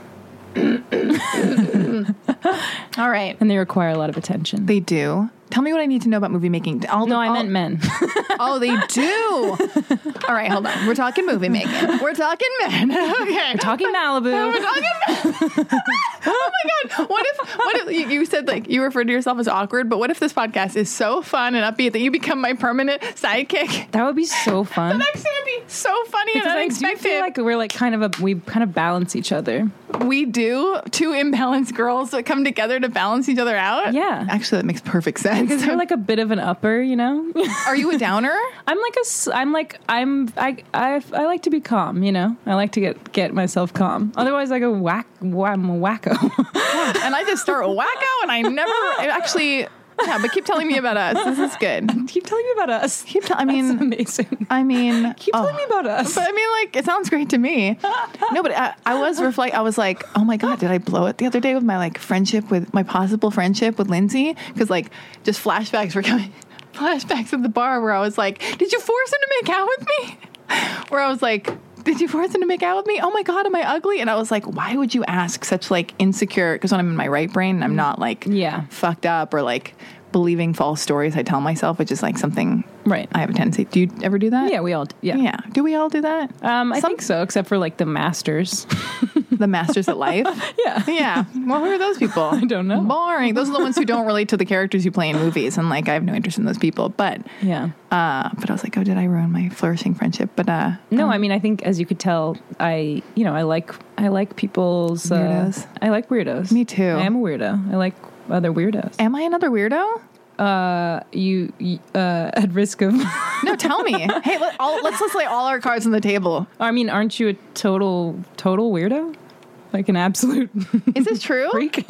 Speaker 3: All right.
Speaker 4: And they require a lot of attention.
Speaker 3: They do. Tell me what I need to know about movie making. I'll,
Speaker 4: no, I
Speaker 3: I'll-
Speaker 4: meant men.
Speaker 3: Oh, they do. All right, hold on. We're talking movie making. We're talking men. Okay.
Speaker 4: Talking
Speaker 3: We're
Speaker 4: Malibu.
Speaker 3: talking men. oh my god! What if what if you, you said like you referred to yourself as awkward? But what if this podcast is so fun and upbeat that you become my permanent sidekick?
Speaker 4: That would be so fun.
Speaker 3: That's gonna be so funny
Speaker 4: because
Speaker 3: and
Speaker 4: I do
Speaker 3: unexpected.
Speaker 4: feel like we're like kind of a we kind of balance each other.
Speaker 3: we do two imbalanced girls that come together to balance each other out.
Speaker 4: Yeah.
Speaker 3: actually, that makes perfect sense.
Speaker 4: Because you're like a bit of an upper, you know.
Speaker 3: Are you a downer?
Speaker 4: I'm like a s- I'm like I'm I I I like to be calm, you know. I like to get get myself calm. Otherwise, I go whack. wha- I'm a wacko.
Speaker 3: and I just start wacko, and I never I actually. Yeah, but keep telling me about us. This is good.
Speaker 4: Keep telling me about us.
Speaker 3: Keep. T- I
Speaker 4: It's
Speaker 3: mean,
Speaker 4: amazing.
Speaker 3: I mean,
Speaker 4: Keep telling
Speaker 3: oh.
Speaker 4: me about us.
Speaker 3: But I mean, like, it sounds great to me. No, but I, I was reflect. I was like, oh my god, did I blow it the other day with my like friendship with my possible friendship with Lindsay? Because like, just flashbacks were coming. Flashbacks at the bar where I was like, did you force him to make out with me? Where I was like. Did you force him to make out with me? Oh my god, am I ugly? And I was like, why would you ask such like insecure? Because when I'm in my right brain, I'm not like
Speaker 4: Yeah.
Speaker 3: fucked up or like believing false stories I tell myself, which is like something
Speaker 4: Right.
Speaker 3: I have a tendency. Do you ever do that?
Speaker 4: yeah, we all. d- Yeah.
Speaker 3: Yeah. Do we all do that?
Speaker 4: Um, I
Speaker 3: Some-
Speaker 4: think so, except for like the masters.
Speaker 3: the masters at life.
Speaker 4: yeah.
Speaker 3: Yeah. Well, who are those people? I
Speaker 4: don't know.
Speaker 3: Boring. Those are the ones who don't relate to the characters you play in movies, and like I have no interest in those people. But
Speaker 4: Yeah.
Speaker 3: uh, but I was like, oh, did I ruin my flourishing friendship? But uh,
Speaker 4: No, I mean, I think as you could tell, I you know I like I like people's uh,
Speaker 3: Weirdos.
Speaker 4: I like weirdos.
Speaker 3: Me too.
Speaker 4: I am a weirdo. I like other weirdos.
Speaker 3: am I another weirdo?
Speaker 4: Uh, you you, uh, at risk of.
Speaker 3: No, tell me. hey, let, all, let's let's lay all our cards on the table.
Speaker 4: I mean, aren't you a total total weirdo? Like an absolute
Speaker 3: Is this true?
Speaker 4: freak?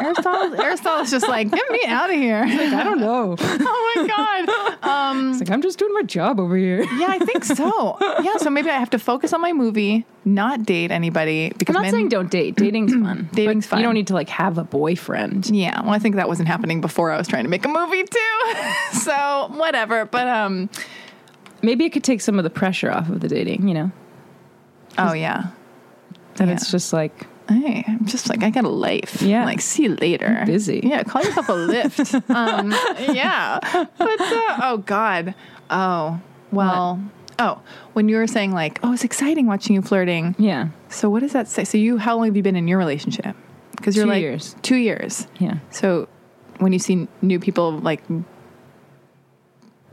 Speaker 3: Aristotle Aristotle's just like, get me out of here.
Speaker 4: I don't know.
Speaker 3: oh my god. Um,
Speaker 4: It's like I'm just doing my job over here.
Speaker 3: Yeah, I think so. Yeah, so maybe I have to focus on my movie, not date anybody because
Speaker 4: I'm not
Speaker 3: men-
Speaker 4: saying don't date. Dating's fun.
Speaker 3: Dating's
Speaker 4: But
Speaker 3: fun.
Speaker 4: You don't need to like have a boyfriend.
Speaker 3: Yeah, well, I think that wasn't happening before I was trying to make a movie too. so whatever. But um,
Speaker 4: Maybe it could take some of the pressure off of the dating. You know,
Speaker 3: oh yeah.
Speaker 4: that
Speaker 3: Yeah.
Speaker 4: it's just like
Speaker 3: Hey, I'm just like I got a life.
Speaker 4: Yeah.
Speaker 3: like see you later.
Speaker 4: busy.
Speaker 3: Yeah, call yourself a lift. um, yeah, but uh, oh god. Oh well. Oh, when you were saying like, oh, it's exciting watching you flirting.
Speaker 4: yeah,
Speaker 3: So what does that say? So you, how long have you been in your relationship? Because you're
Speaker 4: Two
Speaker 3: like
Speaker 4: years.
Speaker 3: two years.
Speaker 4: yeah.
Speaker 3: So when you see new people like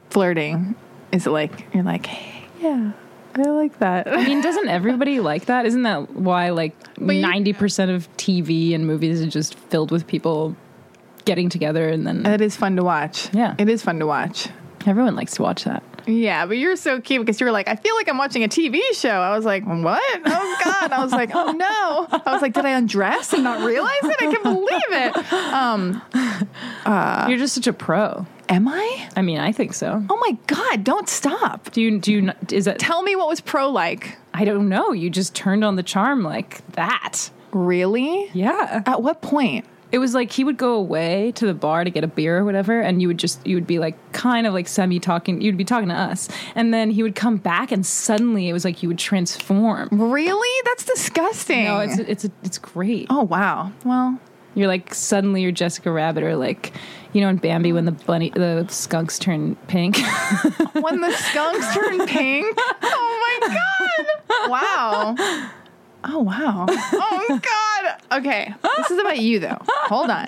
Speaker 3: flirting, is it like you're like, hey, yeah, I like
Speaker 4: I
Speaker 3: that.
Speaker 4: mean, doesn't everybody like that? Isn't that why like
Speaker 3: you-
Speaker 4: ninety percent of TV and movies are just filled with people getting together, and then
Speaker 3: That is fun to watch.
Speaker 4: Yeah.
Speaker 3: It is fun to watch.
Speaker 4: everyone likes to watch that.
Speaker 3: Yeah, but you're so cute because you were like, I feel like I'm watching a TV show. I was like, what? Oh God. I was like, oh no. I was like, did I undress and not realize it? I can't believe it. Um,
Speaker 4: You're just such a pro.
Speaker 3: am I?
Speaker 4: I mean, I think so.
Speaker 3: Oh my God, don't stop.
Speaker 4: Do you do you not, is that
Speaker 3: Tell me what was pro like.
Speaker 4: I don't know. You just turned on the charm like that.
Speaker 3: Really?
Speaker 4: Yeah.
Speaker 3: At what point?
Speaker 4: It was like he would go away to the bar to get a beer or whatever, and you would just you would be like kind of like semi talking. You'd be talking to us, and then he would come back, and suddenly it was like you would transform.
Speaker 3: Really? That's disgusting.
Speaker 4: No, it's it's it's great.
Speaker 3: Oh wow. Well,
Speaker 4: You're like suddenly you're Jessica Rabbit, or like you know in Bambi when the bunny the skunks turn pink.
Speaker 3: when the skunks turn pink. Oh my god. Wow. Oh wow. Oh god. Okay. This is about you though. Hold on.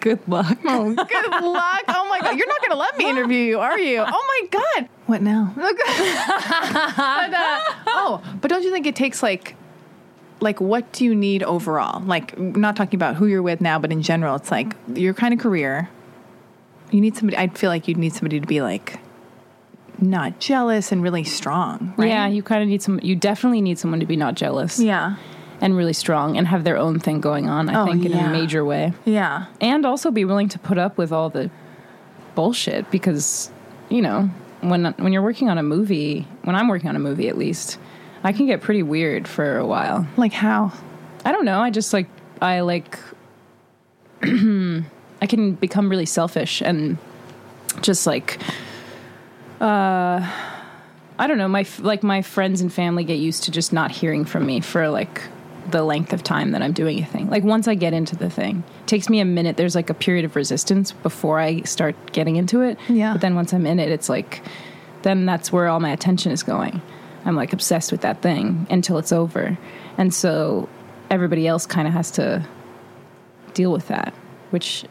Speaker 4: Good luck.
Speaker 3: Good luck. Oh my god. You're not gonna let me interview you, are you? Oh my god. What now? but, uh, oh, but don't you think it takes like like what do you need overall? Like not talking about who you're with now, but in general, it's like your kind of career. You need somebody. I feel like you'd need somebody to be like not jealous and really strong. Right?
Speaker 4: Yeah, you kind of need some. You definitely need someone to be not jealous.
Speaker 3: Yeah.
Speaker 4: and really strong and have their own thing going on. I
Speaker 3: Oh,
Speaker 4: think in
Speaker 3: yeah.
Speaker 4: a major way,
Speaker 3: Yeah.
Speaker 4: and also be willing to put up with all the bullshit because you know when when you're working on a movie, when I'm working on a movie at least, I can get pretty weird for a while.
Speaker 3: Like how?
Speaker 4: I don't know. I just like I like I can become really selfish and just like uh I don't know. My f- like my friends and family get used to just not hearing from me for like the length of time that I'm doing a thing. Like once I get into the thing, it takes me a minute. There's like a period of resistance before I start getting into it.
Speaker 3: Yeah.
Speaker 4: But then once I'm in it, it's like then that's where all my attention is going. I'm like obsessed with that thing until it's over. And so everybody else kind of has to deal with that, which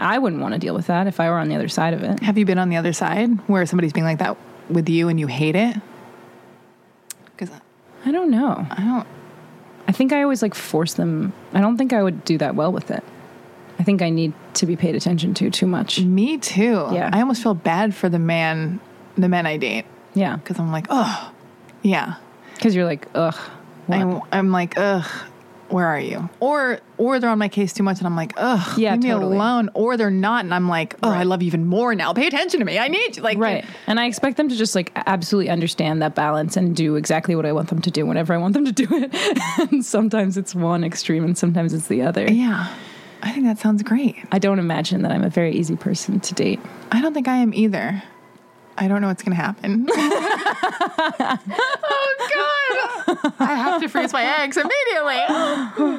Speaker 4: I wouldn't want to deal with that if I were on the other side of it.
Speaker 3: Have you been on the other side where somebody's being like that with you and you hate it? Because
Speaker 4: I don't know.
Speaker 3: I don't.
Speaker 4: I think I always like force them. I don't think I would do that well with it. I think I need to be paid attention to too much.
Speaker 3: Me too.
Speaker 4: Yeah.
Speaker 3: I almost feel bad for the man, the men I date,
Speaker 4: Yeah.
Speaker 3: because I'm like, oh, yeah.
Speaker 4: Because you're like, ugh. what?
Speaker 3: I'm, I'm like, ugh, where are you? Or or they're on my case too much, and I'm like, ugh,
Speaker 4: Yeah,
Speaker 3: leave me
Speaker 4: totally.
Speaker 3: alone. Or they're not, and I'm like, oh, I
Speaker 4: Right.
Speaker 3: love you even more now. Pay attention to me. I need you. Like,
Speaker 4: Right. And I expect them to just like absolutely understand that balance and do exactly what I want them to do whenever I want them to do it. and sometimes it's one extreme and sometimes it's the other.
Speaker 3: Yeah, I think that sounds great.
Speaker 4: I don't imagine that I'm a very easy person to date.
Speaker 3: I don't think I am either. I don't know what's gonna happen. oh God! I have to freeze my eggs immediately.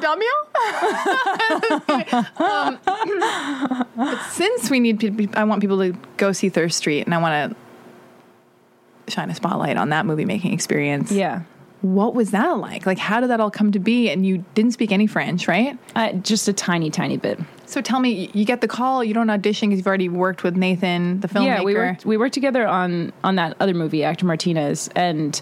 Speaker 3: Dumb you? Um, but since we need, people, I want people to go see Thirst Street, and I want to shine a spotlight on that movie making experience.
Speaker 4: Yeah.
Speaker 3: What was that like? Like, how did that all come to be? And you didn't speak any French, right?
Speaker 4: Uh, just a tiny, tiny bit.
Speaker 3: So tell me, y- you get the call. You don't audition because you've already worked with Nathan, the filmmaker.
Speaker 4: Yeah, we worked we worked together on on that other movie, Actor Martinez, and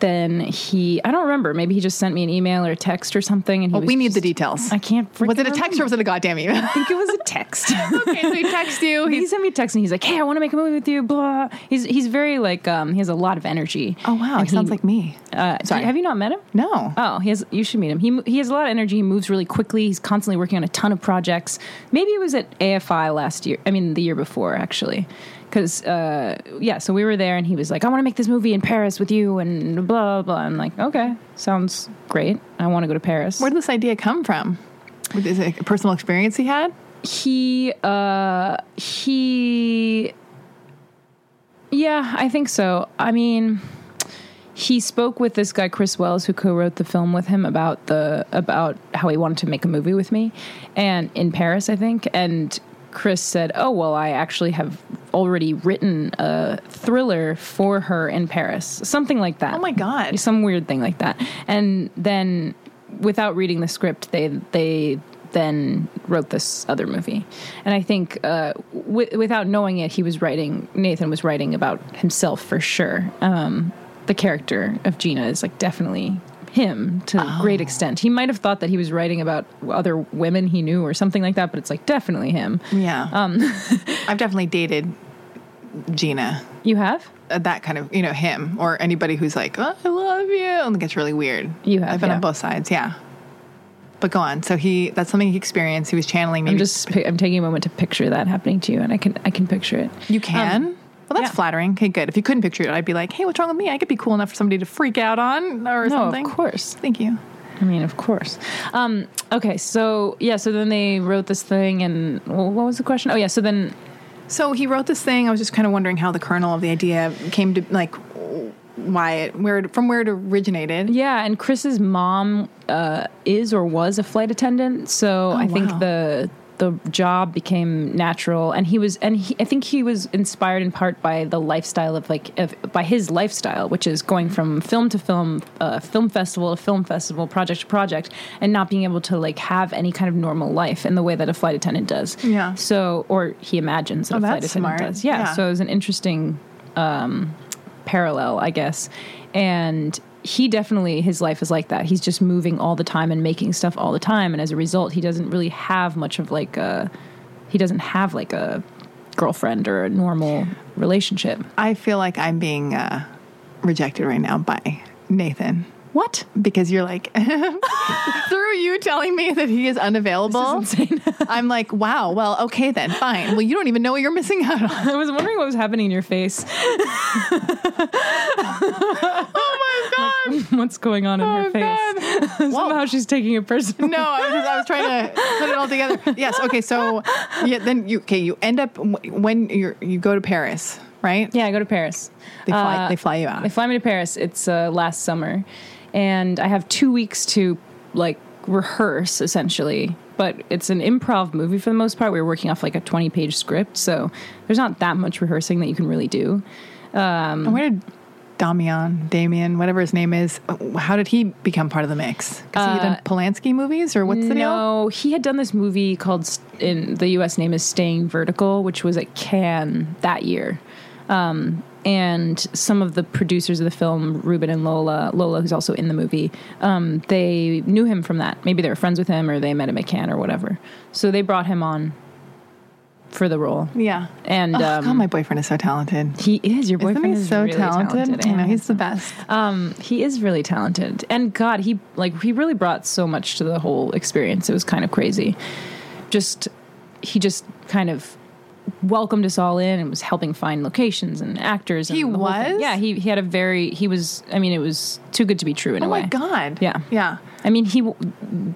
Speaker 4: then he I don't remember. Maybe he just sent me an email or a text or something. And he
Speaker 3: Well,
Speaker 4: was
Speaker 3: we need the
Speaker 4: just-
Speaker 3: details.
Speaker 4: I can't.
Speaker 3: Was it a
Speaker 4: freaking
Speaker 3: text or was it a goddamn email?
Speaker 4: I think it was a text.
Speaker 3: okay, so he texts you.
Speaker 4: he
Speaker 3: He's
Speaker 4: sent me a text and he's like, "Hey, I want to make a movie with you." Blah. He's he's very like um he has a lot of energy.
Speaker 3: oh wow,
Speaker 4: And
Speaker 3: he sounds like me.
Speaker 4: Uh,
Speaker 3: Sorry.
Speaker 4: have you not met him?
Speaker 3: No,
Speaker 4: Oh, he has. You should meet him. He mo- he has a lot of energy. He moves really quickly. He's constantly working on a ton of projects. Maybe it was at AFI last year. I mean, the year before actually. Because uh, yeah, so we were there, and he was like, "I want to make this movie in Paris with you," and blah blah. blah. I'm like, "Okay, sounds great. I want to go to Paris."
Speaker 3: where did this idea come from? Is it a personal experience he had?
Speaker 4: he uh he yeah i think so i mean he spoke with this guy chris wells who co-wrote the film with him about the about how he wanted to make a movie with me and in paris i think and chris said oh well i actually have already written a thriller for her in paris something like that
Speaker 3: Oh my God.
Speaker 4: some weird thing like that and then without reading the script they they then wrote this other movie and i think uh, w- without knowing it he was writing nathan was writing about himself for sure um, the character of gina is like definitely him to a great
Speaker 3: Oh.
Speaker 4: extent he might have thought that he was writing about other women he knew or something like that but it's like definitely him
Speaker 3: Yeah, um, I've definitely dated Gina.
Speaker 4: you have
Speaker 3: Uh, that kind of you know him or anybody who's like, oh, I love you, and it gets really weird.
Speaker 4: You have,
Speaker 3: I've been
Speaker 4: yeah.
Speaker 3: on both sides. Yeah. But go on. So he that's something he experienced. He was channeling. Maybe
Speaker 4: i'm just pi- i'm taking a moment to picture that happening to you and i can i can picture it
Speaker 3: You can. well,
Speaker 4: yeah.
Speaker 3: that's flattering. Okay, good. If you couldn't picture it, I'd be like, "Hey, what's wrong with me? I could be cool enough for somebody to freak out on
Speaker 4: no
Speaker 3: or something."
Speaker 4: of course
Speaker 3: Thank you.
Speaker 4: I mean, of course. Um, okay, so yeah, so then they wrote this thing, and well, what was the question? Oh yeah, so then
Speaker 3: So he wrote this thing. I was just kind of wondering how the kernel of the idea came to like why it where it, from where it originated.
Speaker 4: yeah, and Chris's mom uh, is or was a flight attendant, so I think
Speaker 3: Oh, wow.
Speaker 4: the the job became natural, and he was, and he, I think he was inspired in part by the lifestyle of like of, by his lifestyle, which is going from film to film, uh, film festival to film festival, project to project, and not being able to like have any kind of normal life in the way that a flight attendant does.
Speaker 3: Yeah.
Speaker 4: So, or he imagines that
Speaker 3: Oh,
Speaker 4: a flight
Speaker 3: that's
Speaker 4: attendant
Speaker 3: smart.
Speaker 4: does. Yeah,
Speaker 3: Yeah.
Speaker 4: So it was an interesting um, parallel, I guess. And he definitely his life is like that. He's just moving all the time and making stuff all the time, and as a result, he doesn't really have much of like a he doesn't have like a girlfriend or a normal relationship.
Speaker 3: I feel like I'm being uh, rejected right now by Nathan
Speaker 4: What?
Speaker 3: because you're like through you telling me that he is unavailable. I'm like, wow. Well, okay then, fine. Well, you don't even know what you're missing out on.
Speaker 4: I was wondering what was happening in your face. oh
Speaker 3: Oh,
Speaker 4: my god! what's going on in her face? Somehow she's taking it personally.
Speaker 3: No, I was, I was trying to put it all together. Yes. Okay. So, yeah. Then you okay? You end up when you you go to Paris, right?
Speaker 4: Yeah, I go to Paris.
Speaker 3: They fly.
Speaker 4: Uh,
Speaker 3: they fly you out.
Speaker 4: They fly me to Paris. It's uh, last summer, and I have two weeks to like rehearse essentially. But it's an improv movie for the most part. We were working off like a twenty-page script, so there's not that much rehearsing that you can really do.
Speaker 3: And where did Damian, Damien, whatever his name is, how did he become part of the mix? Because he had done Polanski movies, or what's the deal?
Speaker 4: Uh, No, he had done this movie called S- in the U.S. name is Staying Vertical, which was at Cannes that year. Um, and some of the producers of the film, Ruben and Lola, Lola, who's also in the movie, um, they knew him from that. Maybe they were friends with him, or they met him at Cannes, or whatever. So they brought him on for the role.
Speaker 3: Yeah.
Speaker 4: And
Speaker 3: oh,
Speaker 4: um,
Speaker 3: God, my boyfriend is so talented.
Speaker 4: he is your boyfriend.
Speaker 3: Isn't he
Speaker 4: is
Speaker 3: so
Speaker 4: really
Speaker 3: talented?
Speaker 4: talented
Speaker 3: I know
Speaker 4: and
Speaker 3: he's the best.
Speaker 4: um, he is really talented, and God, he like he really brought so much to the whole experience. It was kind of crazy. Just he just kind of welcomed us all in and was helping find locations and actors. And
Speaker 3: He
Speaker 4: the whole thing.
Speaker 3: was?
Speaker 4: yeah. He he had a very he was. I mean, it was too good to be true in
Speaker 3: oh
Speaker 4: a way.
Speaker 3: my God.
Speaker 4: Yeah.
Speaker 3: Yeah.
Speaker 4: I mean, he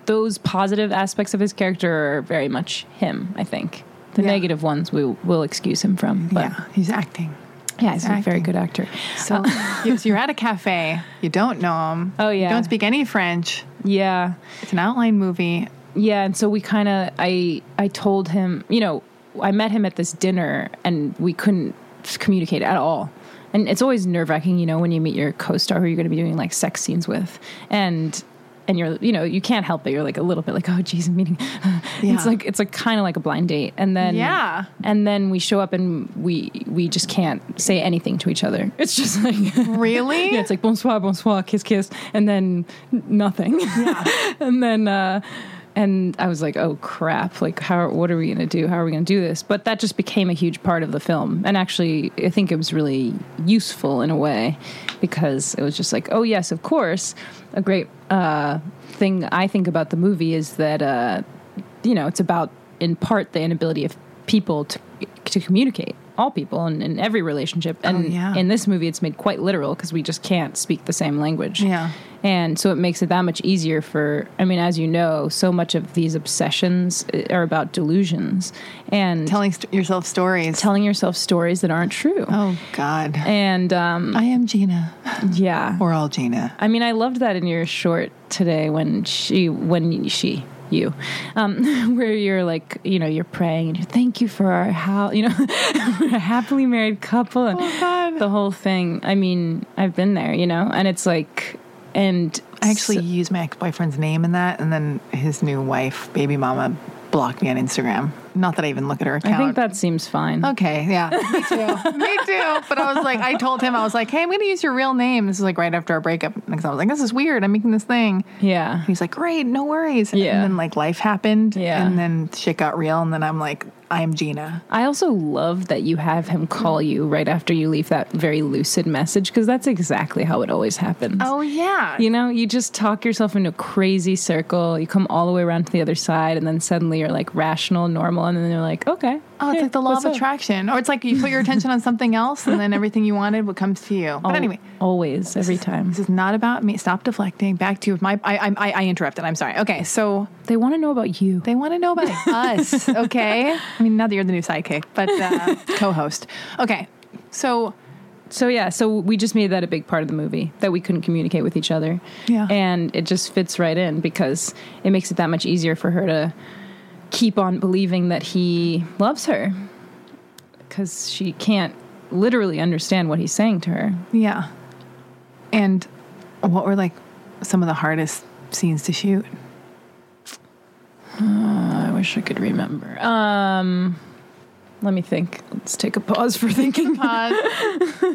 Speaker 4: those positive aspects of his character are very much him. I think the
Speaker 3: Yeah.
Speaker 4: negative ones we will excuse him from. But
Speaker 3: yeah. He's acting.
Speaker 4: yeah, he's a very
Speaker 3: Acting.
Speaker 4: good actor.
Speaker 3: So, you- so you're at a cafe. You don't know him.
Speaker 4: Oh,
Speaker 3: You
Speaker 4: yeah.
Speaker 3: don't speak any French.
Speaker 4: Yeah.
Speaker 3: It's an outline movie.
Speaker 4: yeah and so we kind of i i told him you know i met him at this dinner and we couldn't f- communicate at all and it's always nerve wracking you know when you meet your co-star who you're going to be doing like sex scenes with and and you're you know you can't help it you're like a little bit like oh geez i'm meeting
Speaker 3: Yeah.
Speaker 4: it's like it's like kind of like a blind date and then
Speaker 3: Yeah.
Speaker 4: and then we show up and we we just can't say anything to each other it's just like
Speaker 3: Really?
Speaker 4: yeah, it's like bonsoir, bonsoir, kiss, kiss, and then n- nothing. and then, uh, and I was like, oh crap! Like, how? What are we gonna do? How are we gonna do this? But that just became a huge part of the film, and actually, I think it was really useful in a way because it was just like, oh yes, of course. A great uh, thing I think about the movie is that uh, you know it's about in part the inability of people to to communicate, all people, and in every relationship, and
Speaker 3: Oh, yeah.
Speaker 4: in this movie it's made quite literal because we just can't speak the same language
Speaker 3: Yeah.
Speaker 4: and so it makes it that much easier for i mean as you know so much of these obsessions uh, are about delusions and
Speaker 3: Telling st- yourself stories.
Speaker 4: telling yourself stories that aren't true
Speaker 3: oh, God.
Speaker 4: and um,
Speaker 3: I am Gina.
Speaker 4: yeah
Speaker 3: We're all Gina.
Speaker 4: i mean i loved that in your short today when she when she you um, where you're like you know you're praying and you're thank you for our how you know we're a happily married couple and
Speaker 3: Oh, God.
Speaker 4: the whole thing i mean i've been there you know and it's like and
Speaker 3: I actually used my ex boyfriend's name in that, and then his new wife, baby mama, blocked me on Instagram. Not that I even look at her account.
Speaker 4: I think that seems fine.
Speaker 3: Okay, yeah, me too, me too. But I was like, I told him, I was like, hey, I'm going to use your real name. This is like right after our breakup, because I was like, this is weird. I'm making this thing.
Speaker 4: Yeah.
Speaker 3: He's like, great, no worries.
Speaker 4: Yeah.
Speaker 3: And then like life happened.
Speaker 4: Yeah.
Speaker 3: And then shit got real, and then I'm like, I'm Gina.
Speaker 4: I also love that you have him call you right after you leave that very lucid message because that's exactly how it always happens.
Speaker 3: Oh. yeah.
Speaker 4: You know, you just talk yourself into a crazy circle. You come all the way around to the other side, and then suddenly you're like rational, normal, and then you're like, okay.
Speaker 3: Oh, it's
Speaker 4: hey,
Speaker 3: like the law
Speaker 4: what's
Speaker 3: of
Speaker 4: up?
Speaker 3: attraction. Or it's like you put your attention on something else, and then everything you wanted what comes to you. But
Speaker 4: Al-
Speaker 3: anyway,
Speaker 4: always, every time.
Speaker 3: This is not about me. Stop deflecting. Back to you. My, I, I, I- I interrupted. I'm sorry. Okay, so
Speaker 4: They want to know about you.
Speaker 3: they want to know about us. Okay, I mean, now that you're the new sidekick, but uh, co-host. Okay, so
Speaker 4: So yeah, so we just made that a big part of the movie that we couldn't communicate with each other.
Speaker 3: Yeah.
Speaker 4: And it just fits right in because it makes it that much easier for her to keep on believing that he loves her cuz she can't literally understand what he's saying to her.
Speaker 3: yeah, and what were like some of the hardest scenes to shoot?
Speaker 4: I wish I could remember. Um let me think. Let's take a pause for thinking.
Speaker 3: Pause.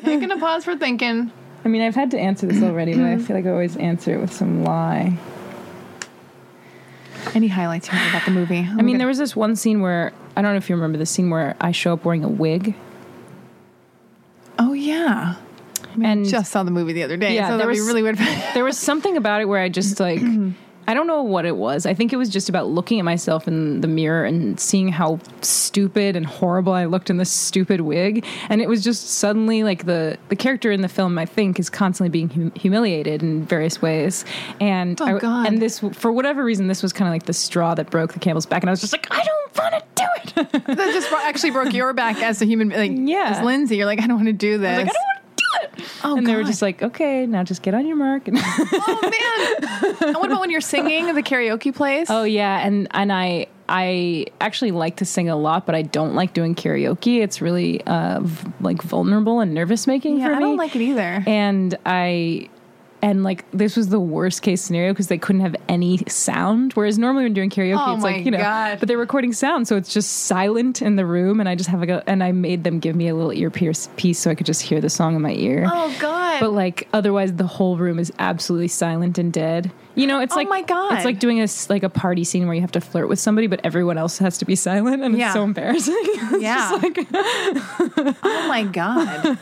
Speaker 3: Taking a pause for thinking.
Speaker 4: I mean, I've had to answer this already, but I feel like I always answer it with some lie.
Speaker 3: Any highlights you remember about the movie?
Speaker 4: I mean, there was this one scene where I don't know if you remember the scene where I show up wearing a wig,
Speaker 3: oh yeah, I mean,
Speaker 4: and
Speaker 3: just saw the movie the other day.
Speaker 4: Yeah,
Speaker 3: so
Speaker 4: there
Speaker 3: that'd be
Speaker 4: was-
Speaker 3: really weird.
Speaker 4: there was something about it where I just like I don't know what it was. I think it was just about looking at myself in the mirror and seeing how stupid and horrible I looked in this stupid wig, and it was just suddenly like the the character in the film I think is constantly being hum- humiliated in various ways, and
Speaker 3: Oh,
Speaker 4: I,
Speaker 3: God.
Speaker 4: and this for whatever reason this was kind of like the straw that broke the camel's back, and I was just like I don't want to do it.
Speaker 3: that just bro- actually broke your back as a human. Like,
Speaker 4: Yeah.
Speaker 3: as Lindsay, you're like, I don't want to do
Speaker 4: I
Speaker 3: this.
Speaker 4: was like, I don't want to do it.
Speaker 3: Oh,
Speaker 4: and they were
Speaker 3: God.
Speaker 4: just like, okay, now just get on your mark. And
Speaker 3: oh man. and what about when you're singing at the karaoke place?
Speaker 4: oh yeah, and and I I actually like to sing a lot, but I don't like doing karaoke. It's really uh v- like vulnerable and nervous making
Speaker 3: yeah,
Speaker 4: for me.
Speaker 3: I don't like it either.
Speaker 4: And I. And like this was the worst case scenario because they couldn't have any sound. Whereas normally when doing karaoke,
Speaker 3: Oh,
Speaker 4: it's
Speaker 3: my
Speaker 4: like you know,
Speaker 3: God.
Speaker 4: but they're recording sound, so it's just silent in the room. And I just have like a, and I made them give me a little ear pierce piece so I could just hear the song in my ear.
Speaker 3: oh God.
Speaker 4: But like otherwise, the whole room is absolutely silent and dead. You know, it's
Speaker 3: Oh
Speaker 4: like
Speaker 3: my God.
Speaker 4: it's like doing a s- like a party scene where you have to flirt with somebody, but everyone else has to be silent, and
Speaker 3: Yeah.
Speaker 4: it's so embarrassing. It's
Speaker 3: Yeah.
Speaker 4: just like-
Speaker 3: oh my God.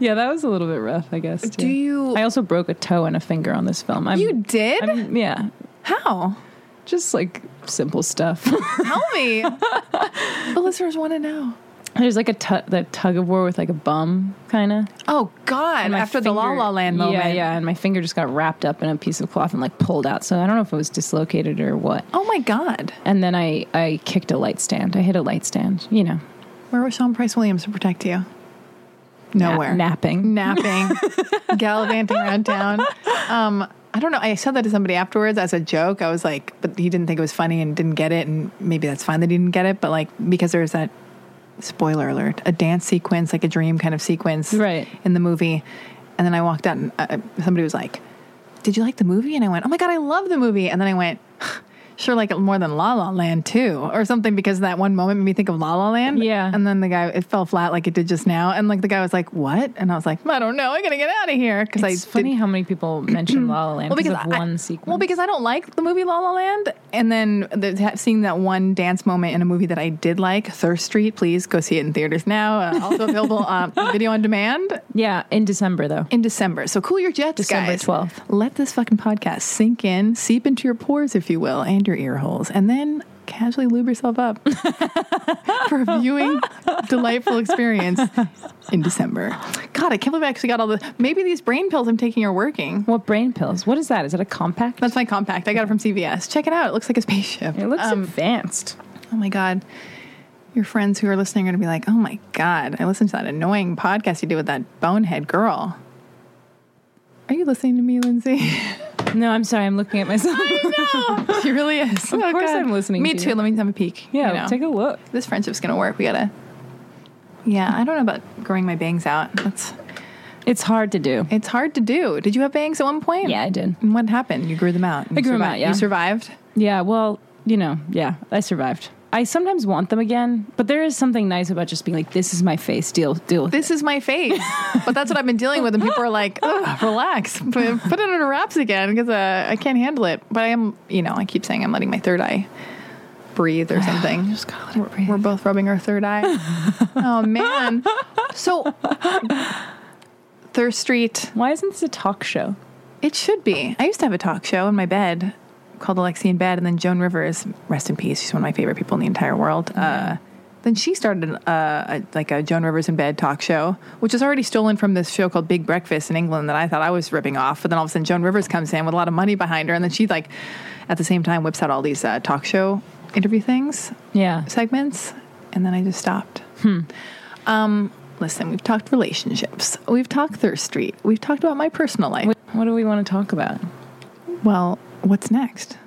Speaker 4: yeah, that was a little bit rough, I guess.
Speaker 3: Do
Speaker 4: too.
Speaker 3: you-
Speaker 4: I also broke a toe and a finger on this film. I'm,
Speaker 3: You did?
Speaker 4: I'm- yeah,
Speaker 3: How?
Speaker 4: just like simple stuff.
Speaker 3: Tell me. the listeners want to know.
Speaker 4: There's like a tu- the tug of war with like a bum kind of.
Speaker 3: Oh God. After the La La Land moment.
Speaker 4: Yeah, yeah. And my finger just got wrapped up in a piece of cloth and like pulled out. So I don't know if it was dislocated or what.
Speaker 3: Oh my God.
Speaker 4: And then I, I kicked a light stand. I hit a light stand, you know.
Speaker 3: Where was Sean Price Williams to protect you?
Speaker 4: na-
Speaker 3: Nowhere.
Speaker 4: napping.
Speaker 3: napping, gallivanting around town. Um, I don't know. I said that to somebody afterwards as a joke. I was like, but he didn't think it was funny and didn't get it. And maybe that's fine that he didn't get it. But like, because there's that spoiler alert, a dance sequence, like a dream kind of sequence
Speaker 4: Right.
Speaker 3: in the movie. And then I walked out and uh, somebody was like, did you like the movie? And I went, oh my God, I love the movie. And then I went, sure, like it more than La La Land too, or something, because that one moment made me think of La La Land.
Speaker 4: Yeah.
Speaker 3: And then the guy, it fell flat like it did just now. And like the guy was like, what? And I was like, I don't know. I gotta get out of here. Cause I
Speaker 4: It's funny
Speaker 3: did-
Speaker 4: how many people mention La La Land
Speaker 3: well,
Speaker 4: because,
Speaker 3: because
Speaker 4: of
Speaker 3: I,
Speaker 4: one sequence.
Speaker 3: Well, because I don't like the movie La La Land, and then the, seeing that one dance moment in a movie that I did like, Thirst Street. Please go see it in theaters now. Uh, also available uh, video on demand
Speaker 4: yeah, in December though.
Speaker 3: in December. So cool your jets,
Speaker 4: December
Speaker 3: guys.
Speaker 4: 12th.
Speaker 3: Let this fucking podcast sink in, seep into your pores, if you will, and your ear holes, and then casually lube yourself up for a viewing delightful experience in December. God, I can't believe I actually got all the. Maybe these brain pills I'm taking are working.
Speaker 4: What brain pills? What is that? Is it a compact?
Speaker 3: That's my compact. I got it from CVS. Check it out. It looks like a spaceship.
Speaker 4: it looks
Speaker 3: Um,
Speaker 4: advanced.
Speaker 3: oh my god. Your friends who are listening are going to be like, "Oh my god, I listened to that annoying podcast you did with that bonehead girl." Are you listening to me, Lindsay?
Speaker 4: No, I'm sorry. I'm looking at myself.
Speaker 3: she really is. Of
Speaker 4: course I'm listening
Speaker 3: Me
Speaker 4: to
Speaker 3: too.
Speaker 4: you.
Speaker 3: Let me have a peek.
Speaker 4: yeah,
Speaker 3: you know.
Speaker 4: take a look.
Speaker 3: this friendship's gonna work. We gotta. Yeah, I don't know about growing my bangs out. That's
Speaker 4: It's hard to do.
Speaker 3: it's hard to do. Did you have bangs at one point?
Speaker 4: Yeah, I did.
Speaker 3: And what happened? You grew them out. and
Speaker 4: I grew them
Speaker 3: survived-
Speaker 4: out, yeah.
Speaker 3: You survived.
Speaker 4: Yeah, well, you know, yeah, I survived. I sometimes want them again, but there is something nice about just being like, "This is my face." Deal, deal. with it.
Speaker 3: this is my face. but that's what I've been dealing with. And people are like, "Ugh, relax, put, put it under wraps again because uh, I can't handle it. But I am, you know, I keep saying I'm letting my third eye breathe or something. Just gotta let it breathe. We're both rubbing our third eye. oh, man. So, Thirst Street,
Speaker 4: Why isn't this a talk show?
Speaker 3: it should be. I used to have a talk show in my bed called Alexi in Bed, and then Joan Rivers, rest in peace. She's one of my favorite people in the entire world. Uh, then she started uh, a, like a Joan Rivers in Bed talk show, which is already stolen from this show called Big Breakfast in England that I thought I was ripping off. But then all of a sudden, Joan Rivers comes in with a lot of money behind her, and then she like at the same time whips out all these uh, talk show interview things
Speaker 4: Yeah,
Speaker 3: segments, and then I just stopped. Um, listen, we've talked relationships, we've talked Thirst Street, we've talked about my personal life.
Speaker 4: What, what do we want to talk about?
Speaker 3: Well, what's next?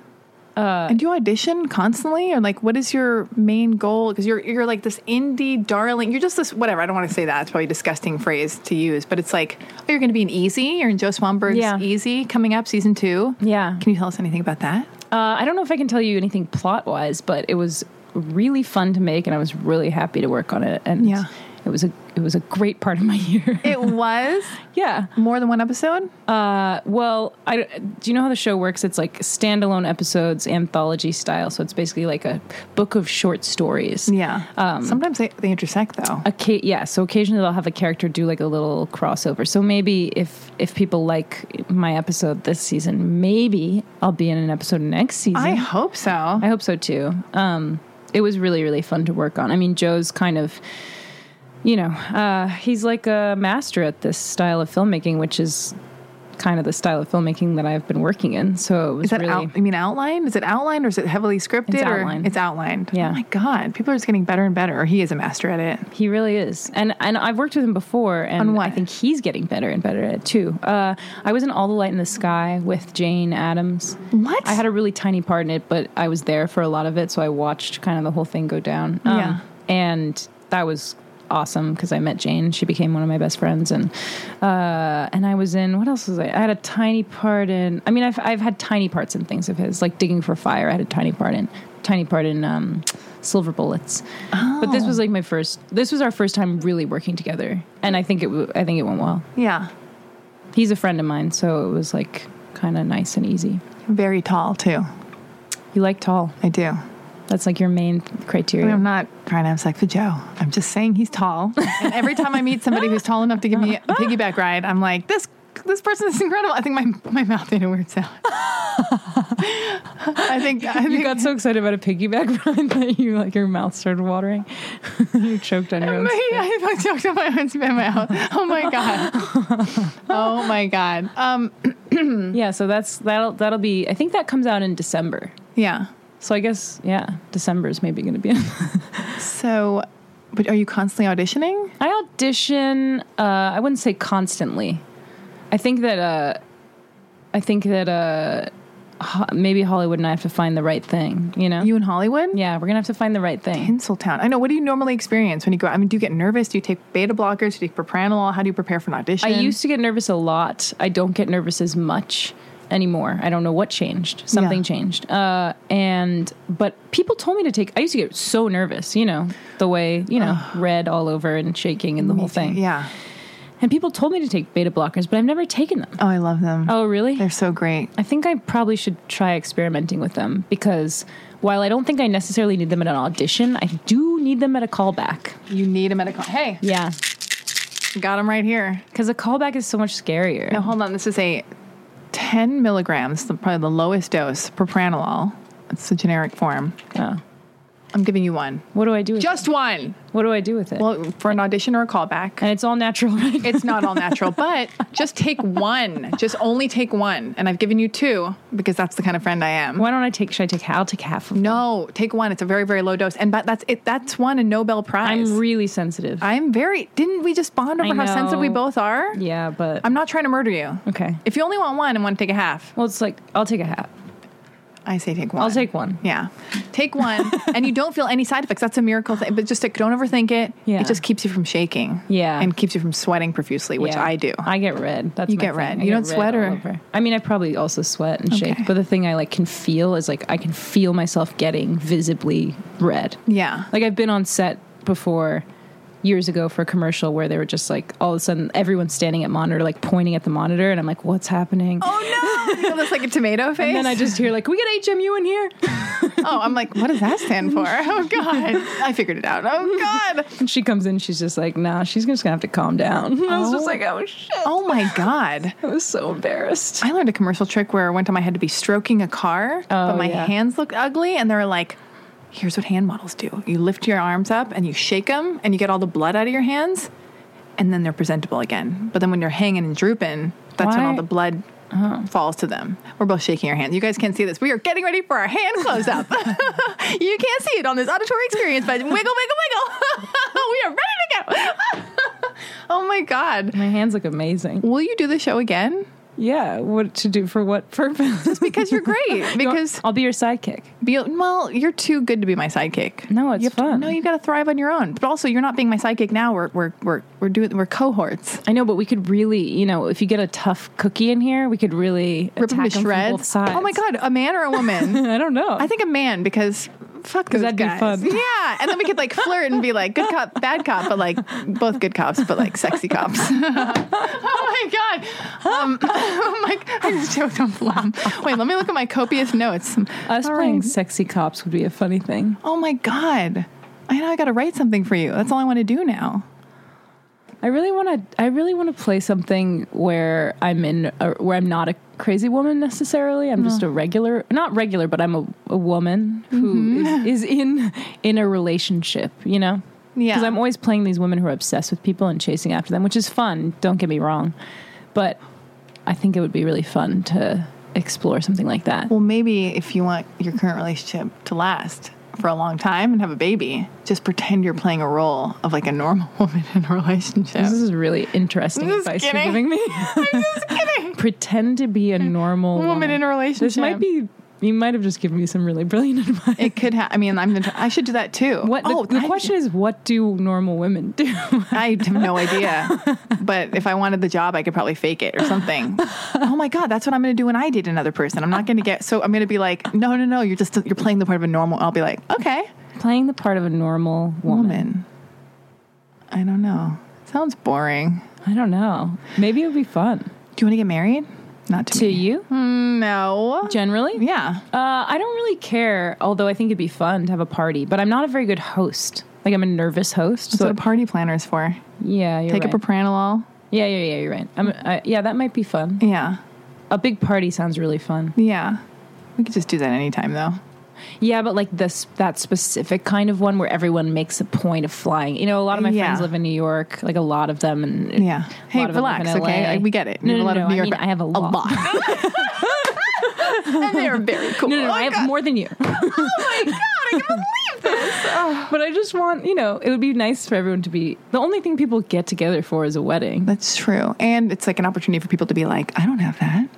Speaker 3: Uh, and do you audition constantly, or like, what is your main goal? Because you're you're like this indie darling. You're just this whatever. I don't want to say that. It's probably a disgusting phrase to use, but it's like, oh, you're going to be in Easy. You're in Joe Swanberg's
Speaker 4: Yeah.
Speaker 3: Easy coming up season two.
Speaker 4: Yeah.
Speaker 3: Can you tell us anything about that?
Speaker 4: Uh, I don't know if I can tell you anything plot wise, but it was really fun to make, and I was really happy to work on it. And
Speaker 3: Yeah.
Speaker 4: it It was a it was a great part of my year.
Speaker 3: It was
Speaker 4: yeah.
Speaker 3: more than one episode.
Speaker 4: Uh, well, I do you know how the show works? It's like standalone episodes, anthology style. So it's basically like a book of short stories.
Speaker 3: Yeah.
Speaker 4: Um,
Speaker 3: Sometimes they, they intersect though.
Speaker 4: Occa- yeah, so occasionally they'll have a character do like a little crossover. So maybe if if people like my episode this season, maybe I'll be in an episode next season.
Speaker 3: I hope so.
Speaker 4: I hope so too. Um, it was really, really fun to work on. I mean, Joe's kind of, you know, uh, he's like a master at this style of filmmaking, which is kind of the style of filmmaking that I've been working in. So it was
Speaker 3: Is that
Speaker 4: really.
Speaker 3: out? I mean, outlined? Is it outlined or is it heavily scripted?
Speaker 4: It's
Speaker 3: or-
Speaker 4: outlined.
Speaker 3: It's outlined.
Speaker 4: Yeah.
Speaker 3: Oh my god, people are just getting better and better. Or he is a master at it.
Speaker 4: He really is, and and I've worked with him before, and
Speaker 3: On what?
Speaker 4: I think he's getting better and better at it too. Uh, I was in All the Light in the Sky with Jane Addams.
Speaker 3: What?
Speaker 4: I had a really tiny part in it, but I was there for a lot of it, so I watched kind of the whole thing go down. Um,
Speaker 3: Yeah.
Speaker 4: and that was awesome because I met Jane. She became one of my best friends, and uh, and I was in what else was I? I had a tiny part in. I mean, I've I've had tiny parts in things of his, like Digging for Fire. I had a tiny part in, tiny part in. Um, Silver bullets, but this was like my first. This was our first time really working together, and I think it. w- I think it went well.
Speaker 3: yeah.
Speaker 4: He's a friend of mine, so it was like kind of nice and easy.
Speaker 3: Very tall too.
Speaker 4: You like tall.
Speaker 3: I do.
Speaker 4: That's like your main criteria.
Speaker 3: I mean, I'm not trying to have sex with Joe. I'm just saying he's tall. and every time I meet somebody who's tall enough to give me a piggyback ride, I'm like, this this person is incredible. I think my my mouth made a weird sound. I think I
Speaker 4: you
Speaker 3: think
Speaker 4: got so excited about a piggyback ride that you like your mouth started watering. you choked on your
Speaker 3: Oh,
Speaker 4: own.
Speaker 3: I I choked on my own spit in my mouth. Oh my god. Oh my god. Um.
Speaker 4: Yeah, so that's that'll that'll be. I think that comes out in December.
Speaker 3: Yeah.
Speaker 4: So I guess yeah, December is maybe going to be.
Speaker 3: So, but are you constantly auditioning?
Speaker 4: I audition. Uh, I wouldn't say constantly. I think that. Uh, I think that uh, ho- maybe Hollywood and I have to find the right thing. You know.
Speaker 3: You in Hollywood?
Speaker 4: yeah, we're gonna have to find the right thing.
Speaker 3: Tinseltown. I know. What do you normally experience when you go? out? I mean, do you get nervous? Do you take beta blockers? Do you take propranolol? How do you prepare for an audition?
Speaker 4: I used to get nervous a lot. I don't get nervous as much anymore. I don't know what changed. Something
Speaker 3: Yeah.
Speaker 4: changed. Uh, and but people told me to take. I used to get so nervous. You know the way you know red all over and shaking and the whole thing.
Speaker 3: Yeah.
Speaker 4: And people told me to take beta blockers, but I've never taken them.
Speaker 3: Oh, I love them.
Speaker 4: Oh, really?
Speaker 3: They're so great.
Speaker 4: I think I probably should try experimenting with them because while I don't think I necessarily need them at an audition, I do need them at a callback.
Speaker 3: You need a medical. Hey,
Speaker 4: Yeah,
Speaker 3: got them right here.
Speaker 4: because a callback is so much scarier.
Speaker 3: Now hold on. This is a 10 milligrams, the, probably the lowest dose, propranolol. It's the generic form.
Speaker 4: Oh.
Speaker 3: I'm giving you one.
Speaker 4: What do I do? With
Speaker 3: Just one.
Speaker 4: what do I do with it?
Speaker 3: Well, for an audition or a callback.
Speaker 4: and it's all natural. right?
Speaker 3: It's not all natural, but just take one. Just only take one. And I've given you two because that's the kind of friend I am.
Speaker 4: Why don't I take? Should I take? I'll take half. Of
Speaker 3: No, take one. It's a very, very low dose. And but that's it. That's one a Nobel Prize.
Speaker 4: I'm really sensitive.
Speaker 3: I'm very. Didn't we just bond over
Speaker 4: I
Speaker 3: how sensitive we
Speaker 4: know.
Speaker 3: both are?
Speaker 4: yeah, but
Speaker 3: I'm not trying to murder you.
Speaker 4: okay.
Speaker 3: If you only want one and want to take a half,
Speaker 4: Well, it's like I'll take a half.
Speaker 3: I say take one.
Speaker 4: I'll take one.
Speaker 3: Yeah, take one, and you don't feel any side effects. That's a miracle thing. But just like, don't overthink it.
Speaker 4: Yeah.
Speaker 3: It just keeps you from shaking.
Speaker 4: Yeah.
Speaker 3: and keeps you from sweating profusely, which
Speaker 4: Yeah.
Speaker 3: I do.
Speaker 4: I get red. That's
Speaker 3: You
Speaker 4: my
Speaker 3: get
Speaker 4: thing.
Speaker 3: red.
Speaker 4: I
Speaker 3: You
Speaker 4: get
Speaker 3: don't sweat
Speaker 4: all
Speaker 3: or-
Speaker 4: over. I mean, I probably also sweat and
Speaker 3: Okay.
Speaker 4: shake. But the thing I like can feel is like I can feel myself getting visibly red.
Speaker 3: yeah,
Speaker 4: Like I've been on set before years ago for a commercial where they were just like all of a sudden everyone's standing at monitor like pointing at the monitor and I'm like what's happening
Speaker 3: Oh no! You feel this like a tomato face.
Speaker 4: and then I just hear like we got HMU in here
Speaker 3: oh, I'm like, what does that stand for? Oh God, I figured it out. Oh God.
Speaker 4: and she comes in she's just like nah she's just gonna have to calm down And I was just
Speaker 3: Oh.
Speaker 4: like oh shit
Speaker 3: Oh my God.
Speaker 4: I was so embarrassed.
Speaker 3: I learned a commercial trick where one time I had to be stroking a car, but my
Speaker 4: Oh, yeah.
Speaker 3: hands looked ugly, and they were like. Here's what hand models do. You lift your arms up and you shake them and you get all the blood out of your hands and then they're presentable again. But then when you're hanging and drooping, that's when
Speaker 4: Why- Oh.
Speaker 3: all the blood falls to them. We're both shaking our hands. You guys can't see this. We are getting ready for our hand close up. you can't see it on this auditory experience, but wiggle, wiggle, wiggle. we are ready to go. oh my God.
Speaker 4: My hands look amazing.
Speaker 3: Will you do the show again?
Speaker 4: Yeah, what to do for what purpose? Just
Speaker 3: Because you're great. Because
Speaker 4: I'll be your sidekick.
Speaker 3: be, well, you're too good to be my sidekick.
Speaker 4: No, it's
Speaker 3: you have to-
Speaker 4: fun.
Speaker 3: no, you got to thrive on your own. But also, you're not being my sidekick now. We're we're we're we're doing we're cohorts.
Speaker 4: I know, but we could really, you know, if you get a tough cookie in here, we could really
Speaker 3: Rip
Speaker 4: attack
Speaker 3: them to
Speaker 4: them from
Speaker 3: shreds.
Speaker 4: both sides.
Speaker 3: Oh my god, a man or a woman?
Speaker 4: I don't know.
Speaker 3: I think a man because fuck
Speaker 4: Because
Speaker 3: those
Speaker 4: that'd be
Speaker 3: guys.
Speaker 4: fun.
Speaker 3: Yeah, and then we could like flirt and be like good cop, bad cop, but like both good cops, but like sexy cops. oh my god! Um, I'm like I just joke don't flop. Wait, let me look at my copious notes.
Speaker 4: Us
Speaker 3: All
Speaker 4: playing
Speaker 3: right.
Speaker 4: sexy cops would be a funny thing.
Speaker 3: Oh my god! I know I got to write something for you. That's all I want to do now.
Speaker 4: I really want to. I really want to play something where I'm in, a, where I'm not a crazy woman necessarily. I'm just a regular, not regular, but I'm a, a woman who
Speaker 3: Mm-hmm.
Speaker 4: is, is in in a relationship. You know,
Speaker 3: Yeah.
Speaker 4: Because I'm always playing these women who are obsessed with people and chasing after them, which is fun. Don't get me wrong, but I think it would be really fun to explore something like that.
Speaker 3: Well, maybe if you want your current relationship to last for a long time and have a baby, just pretend you're playing a role of like a normal woman in a relationship.
Speaker 4: This is really interesting
Speaker 3: Just
Speaker 4: advice
Speaker 3: kidding.
Speaker 4: you're giving me. Pretend to be a normal woman,
Speaker 3: Woman in a
Speaker 4: This might
Speaker 3: relationship.
Speaker 4: be. You might have just given me some really brilliant advice.
Speaker 3: It could ha I mean, I'm. The, I should do that too.
Speaker 4: What the, the
Speaker 3: I-
Speaker 4: question is, what do normal women do?
Speaker 3: I have no idea. but if I wanted the job, I could probably fake it or something. oh my god, that's what I'm going to do when I date another person. I'm not going to get. So I'm going to be like, no, no, no. You're just you're playing the part of a normal. I'll be like, okay,
Speaker 4: Playing the part of a normal woman.
Speaker 3: woman. I don't know. Sounds boring.
Speaker 4: I don't know. Maybe it would be fun.
Speaker 3: Do you want to get married? Not to,
Speaker 4: To
Speaker 3: me.
Speaker 4: you,
Speaker 3: No.
Speaker 4: generally?
Speaker 3: Yeah.
Speaker 4: Uh, I don't really care, although I think it'd be fun to have a party, but I'm not a very good host. Like, I'm a nervous host.
Speaker 3: That's
Speaker 4: So,
Speaker 3: what a party planner is for.
Speaker 4: yeah, you're
Speaker 3: Take
Speaker 4: right.
Speaker 3: a propranolol.
Speaker 4: yeah, yeah, yeah, you're right. I'm, I, yeah, that might be fun.
Speaker 3: Yeah.
Speaker 4: A big party sounds really fun.
Speaker 3: Yeah. We could just do that anytime though.
Speaker 4: Yeah, but like this that specific kind of one where everyone makes a point of flying. You know, a lot of my
Speaker 3: Yeah.
Speaker 4: friends live in New York, like a lot of them, and
Speaker 3: Yeah.
Speaker 4: a
Speaker 3: Hey,
Speaker 4: lot of them live
Speaker 3: relax,
Speaker 4: in LA.
Speaker 3: okay? I- we get it.
Speaker 4: No,
Speaker 3: You
Speaker 4: no,
Speaker 3: have a lot
Speaker 4: no,
Speaker 3: of New
Speaker 4: I
Speaker 3: York-
Speaker 4: mean, I have a lot.
Speaker 3: and they're very cool.
Speaker 4: No, no, no, I have more than you. oh my god, I can't believe this. but I just want, you know, it would be nice for everyone to be. The only thing people get together for is a wedding.
Speaker 3: That's true. And it's like an opportunity for people to be like, I don't have that.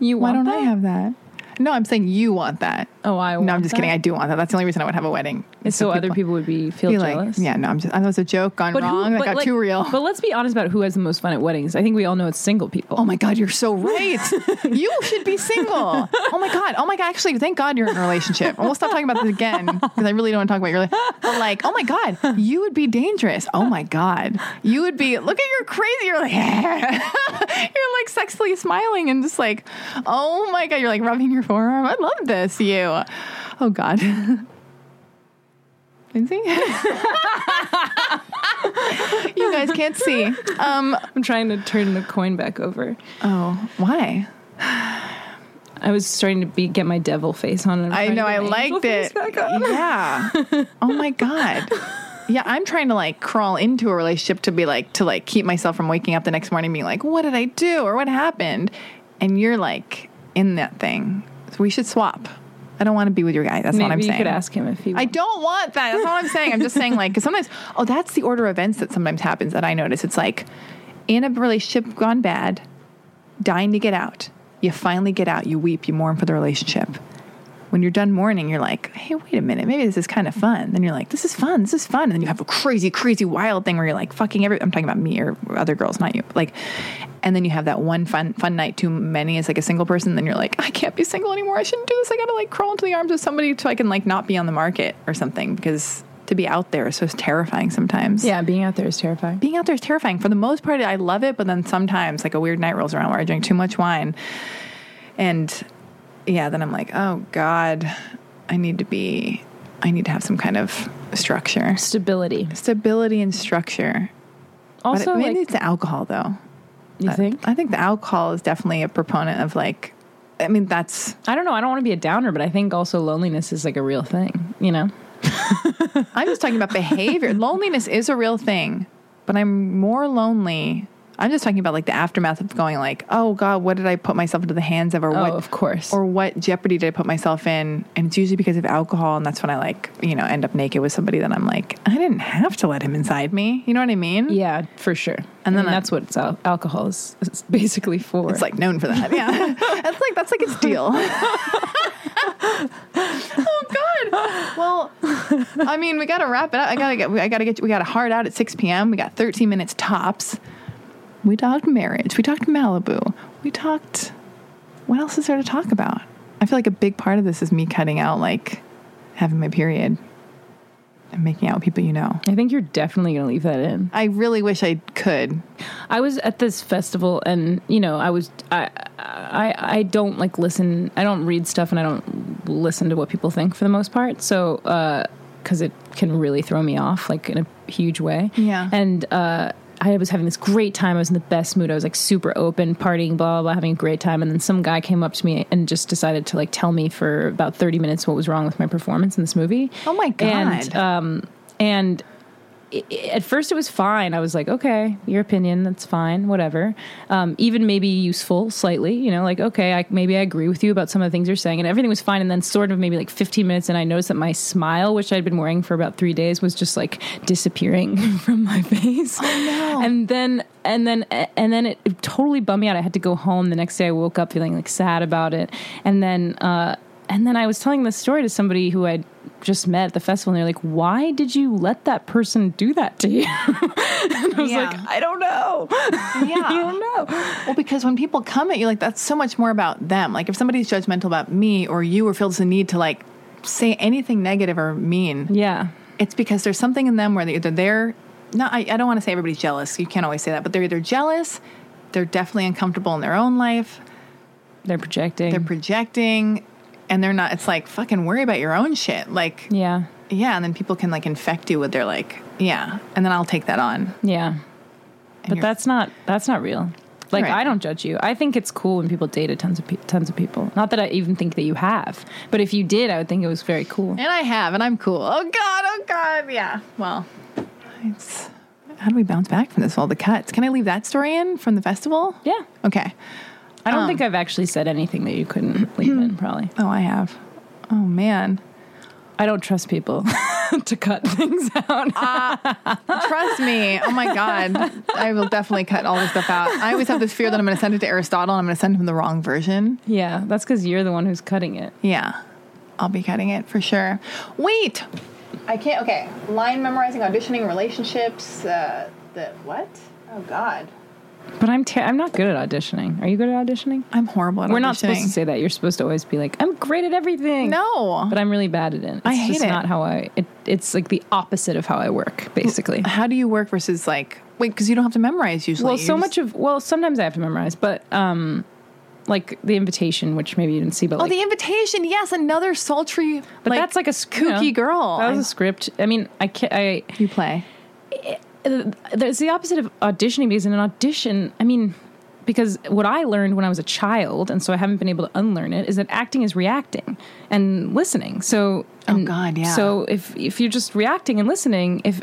Speaker 4: You
Speaker 3: Why
Speaker 4: want
Speaker 3: don't I
Speaker 4: that?
Speaker 3: have that? No, I'm saying you want that.
Speaker 4: Oh, I want
Speaker 3: No, I'm just
Speaker 4: that?
Speaker 3: kidding. I do want that. That's the only reason I would have a wedding.
Speaker 4: And so other people would be feel
Speaker 3: be like,
Speaker 4: jealous.
Speaker 3: yeah, no, I'm just, I thought it was a joke gone wrong. that
Speaker 4: but,
Speaker 3: got
Speaker 4: like-
Speaker 3: too real.
Speaker 4: But let's be honest about who has the most fun at weddings. I think we all know it's single people.
Speaker 3: Oh my God, you're so right. you should be single. Oh my God. Oh my God. Actually, thank God you're in a relationship. And we'll stop talking about this again because I really don't want to talk about your relationship. But like, oh my God, you would be dangerous. Oh my God. You would be, look at your crazy. You're like, you're like sexily smiling and just like, oh my God. You're like rubbing your forearm. I love this, you. Oh God. Lindsay? you guys can't see. Um,
Speaker 4: I'm trying to turn the coin back over.
Speaker 3: oh, why?
Speaker 4: I was starting to be, get my devil face on. and I'm
Speaker 3: I
Speaker 4: trying to
Speaker 3: know. I
Speaker 4: get my angel
Speaker 3: liked
Speaker 4: face
Speaker 3: it.
Speaker 4: back on.
Speaker 3: Yeah. oh my god. Yeah, I'm trying to like crawl into a relationship to be like to like keep myself from waking up the next morning being like, what did I do or what happened? And you're like in that thing. So we should swap. I don't want to be with your guy. That's
Speaker 4: Maybe
Speaker 3: what I'm
Speaker 4: you
Speaker 3: saying.
Speaker 4: could ask him if he.
Speaker 3: I
Speaker 4: wants.
Speaker 3: don't want that. That's all I'm saying. I'm just saying, like, because sometimes, oh, that's the order of events that sometimes happens that I notice. It's like in a relationship gone bad, dying to get out. You finally get out. You weep. You mourn for the relationship. When you're done mourning, you're like, hey, wait a minute. Maybe this is kind of fun. Then you're like, this is fun. This is fun. And then you have a crazy, crazy, wild thing where you're like, fucking every. I'm talking about me or other girls, not you. Like, and then you have that one fun, fun night too many as like a single person. Then you're like, I can't be single anymore. I shouldn't do this. I gotta like crawl into the arms of somebody so I can like not be on the market or something because to be out there is so terrifying sometimes
Speaker 4: Yeah, being out there is terrifying.
Speaker 3: being out there is terrifying. For the most part, I love it, but then sometimes like a weird night rolls around where I drink too much wine. And yeah, then I'm like, oh God, I need to be, I need to have some kind of structure,
Speaker 4: Stability.
Speaker 3: stability and structure.
Speaker 4: Also,
Speaker 3: but it, maybe
Speaker 4: like,
Speaker 3: it's the alcohol though.
Speaker 4: you
Speaker 3: I-
Speaker 4: think?
Speaker 3: I think the alcohol is definitely a proponent of like, I mean, that's,
Speaker 4: I don't know. I don't want to be a downer, but I think also loneliness is like a real thing. You know,
Speaker 3: Mm-hmm. I'm just talking about behavior. Loneliness is a real thing, but I'm more lonely. I'm just talking about like the aftermath of going like, oh God, what did I put myself into the hands of, or
Speaker 4: Oh,
Speaker 3: what,
Speaker 4: of course.
Speaker 3: or what jeopardy did I put myself in? And it's usually because of alcohol, and that's when I like, you know, end up naked with somebody that I'm like, I didn't have to let him inside me. You know what I mean?
Speaker 4: yeah, for sure. And
Speaker 3: And
Speaker 4: then
Speaker 3: then I-
Speaker 4: that's what it's al- alcohol is, is basically for.
Speaker 3: It's like known for that. Yeah. that's like that's like its deal. oh god. Well, I mean, we got to wrap it up. I got to get I got to get we got a hard out at 6 p.m. We got 13 minutes tops. We talked marriage. We talked Malibu. We talked what else is there to talk about? I feel like a big part of this is me cutting out like having my period and making out with people you know.
Speaker 4: I think you're definitely going to leave that in.
Speaker 3: I really wish I could.
Speaker 4: I was at this festival, and you know, I was I I I don't like listen. I don't read stuff, and I don't listen to what people think for the most part. So because it can really throw me off, like in a huge way.
Speaker 3: Yeah.
Speaker 4: And uh, I was having this great time. I was in the best mood. I was like super open, partying, blah blah, blah having a great time. And then some guy came up to me and just decided to like tell me for about thirty minutes what was wrong with my performance in this movie.
Speaker 3: Oh my God.
Speaker 4: And um, and i- i- at first it was fine. I was like, okay, your opinion, that's fine, whatever. Um, even maybe useful slightly, you know, like, okay, I, maybe I agree with you about some of the things you're saying. And everything was fine. And then, sort of, maybe like 15 minutes, and I noticed that my smile, which I'd been wearing for about three days, was just like disappearing from my face. Oh, no. And then, and then, and then it, it totally bummed me out. I had to go home. The next day, I woke up feeling like sad about it. And then, uh, and then I was telling this story to somebody who I'd just met at the festival, and they're like, "Why did you let that person do that to you?" and I was like,
Speaker 3: Yeah.
Speaker 4: "I don't know. I
Speaker 3: Yeah.
Speaker 4: don't know."
Speaker 3: Well, because when people come at you, like that's so much more about them. Like if somebody's judgmental about me or you or feels the need to like say anything negative or mean,
Speaker 4: Yeah,
Speaker 3: it's because there's something in them where they- either they're not, I, I don't want to say everybody's jealous. You can't always say that, but they're either jealous, they're definitely uncomfortable in their own life,
Speaker 4: they're projecting.
Speaker 3: they're projecting, and they're not, it's like fucking worry about your own shit. Like,
Speaker 4: yeah,
Speaker 3: yeah. And then people can like infect you with their like, yeah. And then I'll take that on.
Speaker 4: yeah, but
Speaker 3: you're-
Speaker 4: that's not that's not real. Like
Speaker 3: Right.
Speaker 4: I don't judge you. I think it's cool when people dated tons of pe- tons of people. Not that I even think that you have, but if you did, I would think it was very cool.
Speaker 3: And I have, and I'm cool. Oh God, oh God, yeah. Well, it's how do we bounce back from this? All the cuts. Can I leave that story in from the festival?
Speaker 4: Yeah,
Speaker 3: Okay.
Speaker 4: I don't
Speaker 3: Um,
Speaker 4: think I've actually said anything that you couldn't leave in. Probably.
Speaker 3: Oh, I have. Oh man.
Speaker 4: I don't trust people to cut things out.
Speaker 3: Uh, Trust me. Oh my God. I will definitely cut all this stuff out. I always have this fear that I'm going to send it to Aristotle and I'm going to send him the wrong version.
Speaker 4: Yeah, that's because you're the one who's cutting it.
Speaker 3: Yeah. I'll be cutting it for sure. Wait. I can't. Okay. Line memorizing, auditioning, relationships. Uh, the what? Oh God.
Speaker 4: But I'm ter- I'm not good at auditioning. Are you good at auditioning?
Speaker 3: I'm horrible at
Speaker 4: We're not supposed
Speaker 3: auditioning.
Speaker 4: to say that. You're supposed to always be like, I'm great at everything.
Speaker 3: No.
Speaker 4: But I'm really bad at it. It's
Speaker 3: I hate
Speaker 4: just
Speaker 3: it.
Speaker 4: not how I it, it's like the opposite of how I work, basically.
Speaker 3: how do you work versus like wait because you don't have to memorize usually
Speaker 4: Well,
Speaker 3: You
Speaker 4: so
Speaker 3: just-
Speaker 4: much of well, sometimes I have to memorize, but um like the invitation, which maybe you didn't see, but
Speaker 3: oh
Speaker 4: like
Speaker 3: the invitation yes another sultry
Speaker 4: but that's like a s- you know,
Speaker 3: kooky girl
Speaker 4: That was
Speaker 3: I-
Speaker 4: a script. I mean, I can I
Speaker 3: you play
Speaker 4: it's the opposite of auditioning because in an audition, I mean, because what I learned when I was a child, and so I haven't been able to unlearn it, is that acting is reacting and listening. So,
Speaker 3: Oh,
Speaker 4: and
Speaker 3: God, yeah.
Speaker 4: So if if you're just reacting and listening, if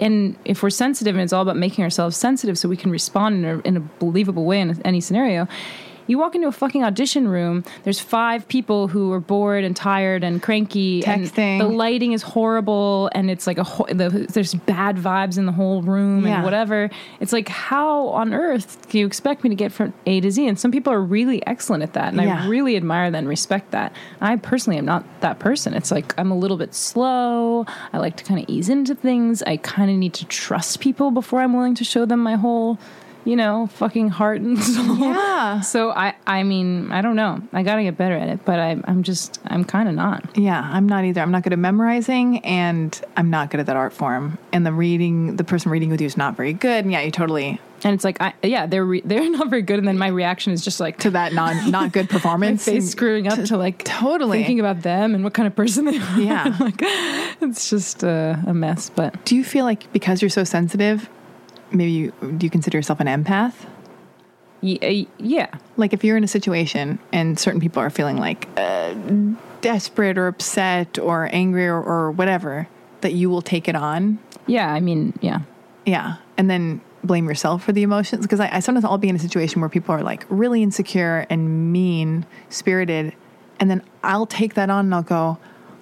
Speaker 4: and if we're sensitive, and it's all about making ourselves sensitive so we can respond in a, in a believable way in any scenario. You walk into a fucking audition room. There's five people who are bored and tired and cranky,
Speaker 3: Texting.
Speaker 4: and the lighting is horrible and it's like a ho- the, there's bad vibes in the whole room
Speaker 3: Yeah.
Speaker 4: and whatever it's like how on earth do you expect me to get from a to z and some people are really excellent at that and
Speaker 3: Yeah.
Speaker 4: i really admire that and respect that i personally am not that person it's like i'm a little bit slow i like to kind of ease into things i kind of need to trust people before i'm willing to show them my whole you know fucking heart and soul
Speaker 3: Yeah.
Speaker 4: so i i mean i don't know i gotta get better at it but I, i'm just i'm kind of not
Speaker 3: yeah i'm not either i'm not good at memorizing and i'm not good at that art form and the reading the person reading with you is not very good and yeah you totally
Speaker 4: And it's like, I, yeah, they're re- they're not very good. And then my reaction is just like
Speaker 3: to that non not good performance
Speaker 4: face
Speaker 3: and-
Speaker 4: screwing up to like
Speaker 3: totally.
Speaker 4: thinking about them and what kind of person they are.
Speaker 3: Yeah.
Speaker 4: like it's just uh, a mess. But
Speaker 3: do you feel like because you're so sensitive maybe you do you consider yourself an empath
Speaker 4: y- uh, yeah,
Speaker 3: like if you're in a situation and certain people are feeling like uh, desperate or upset or angry or, or whatever that you will take it on
Speaker 4: yeah. I mean, yeah,
Speaker 3: yeah and then blame yourself for the emotions because I, I sometimes i'll be in a situation where people are like really insecure and mean spirited and then i'll take that on and i'll go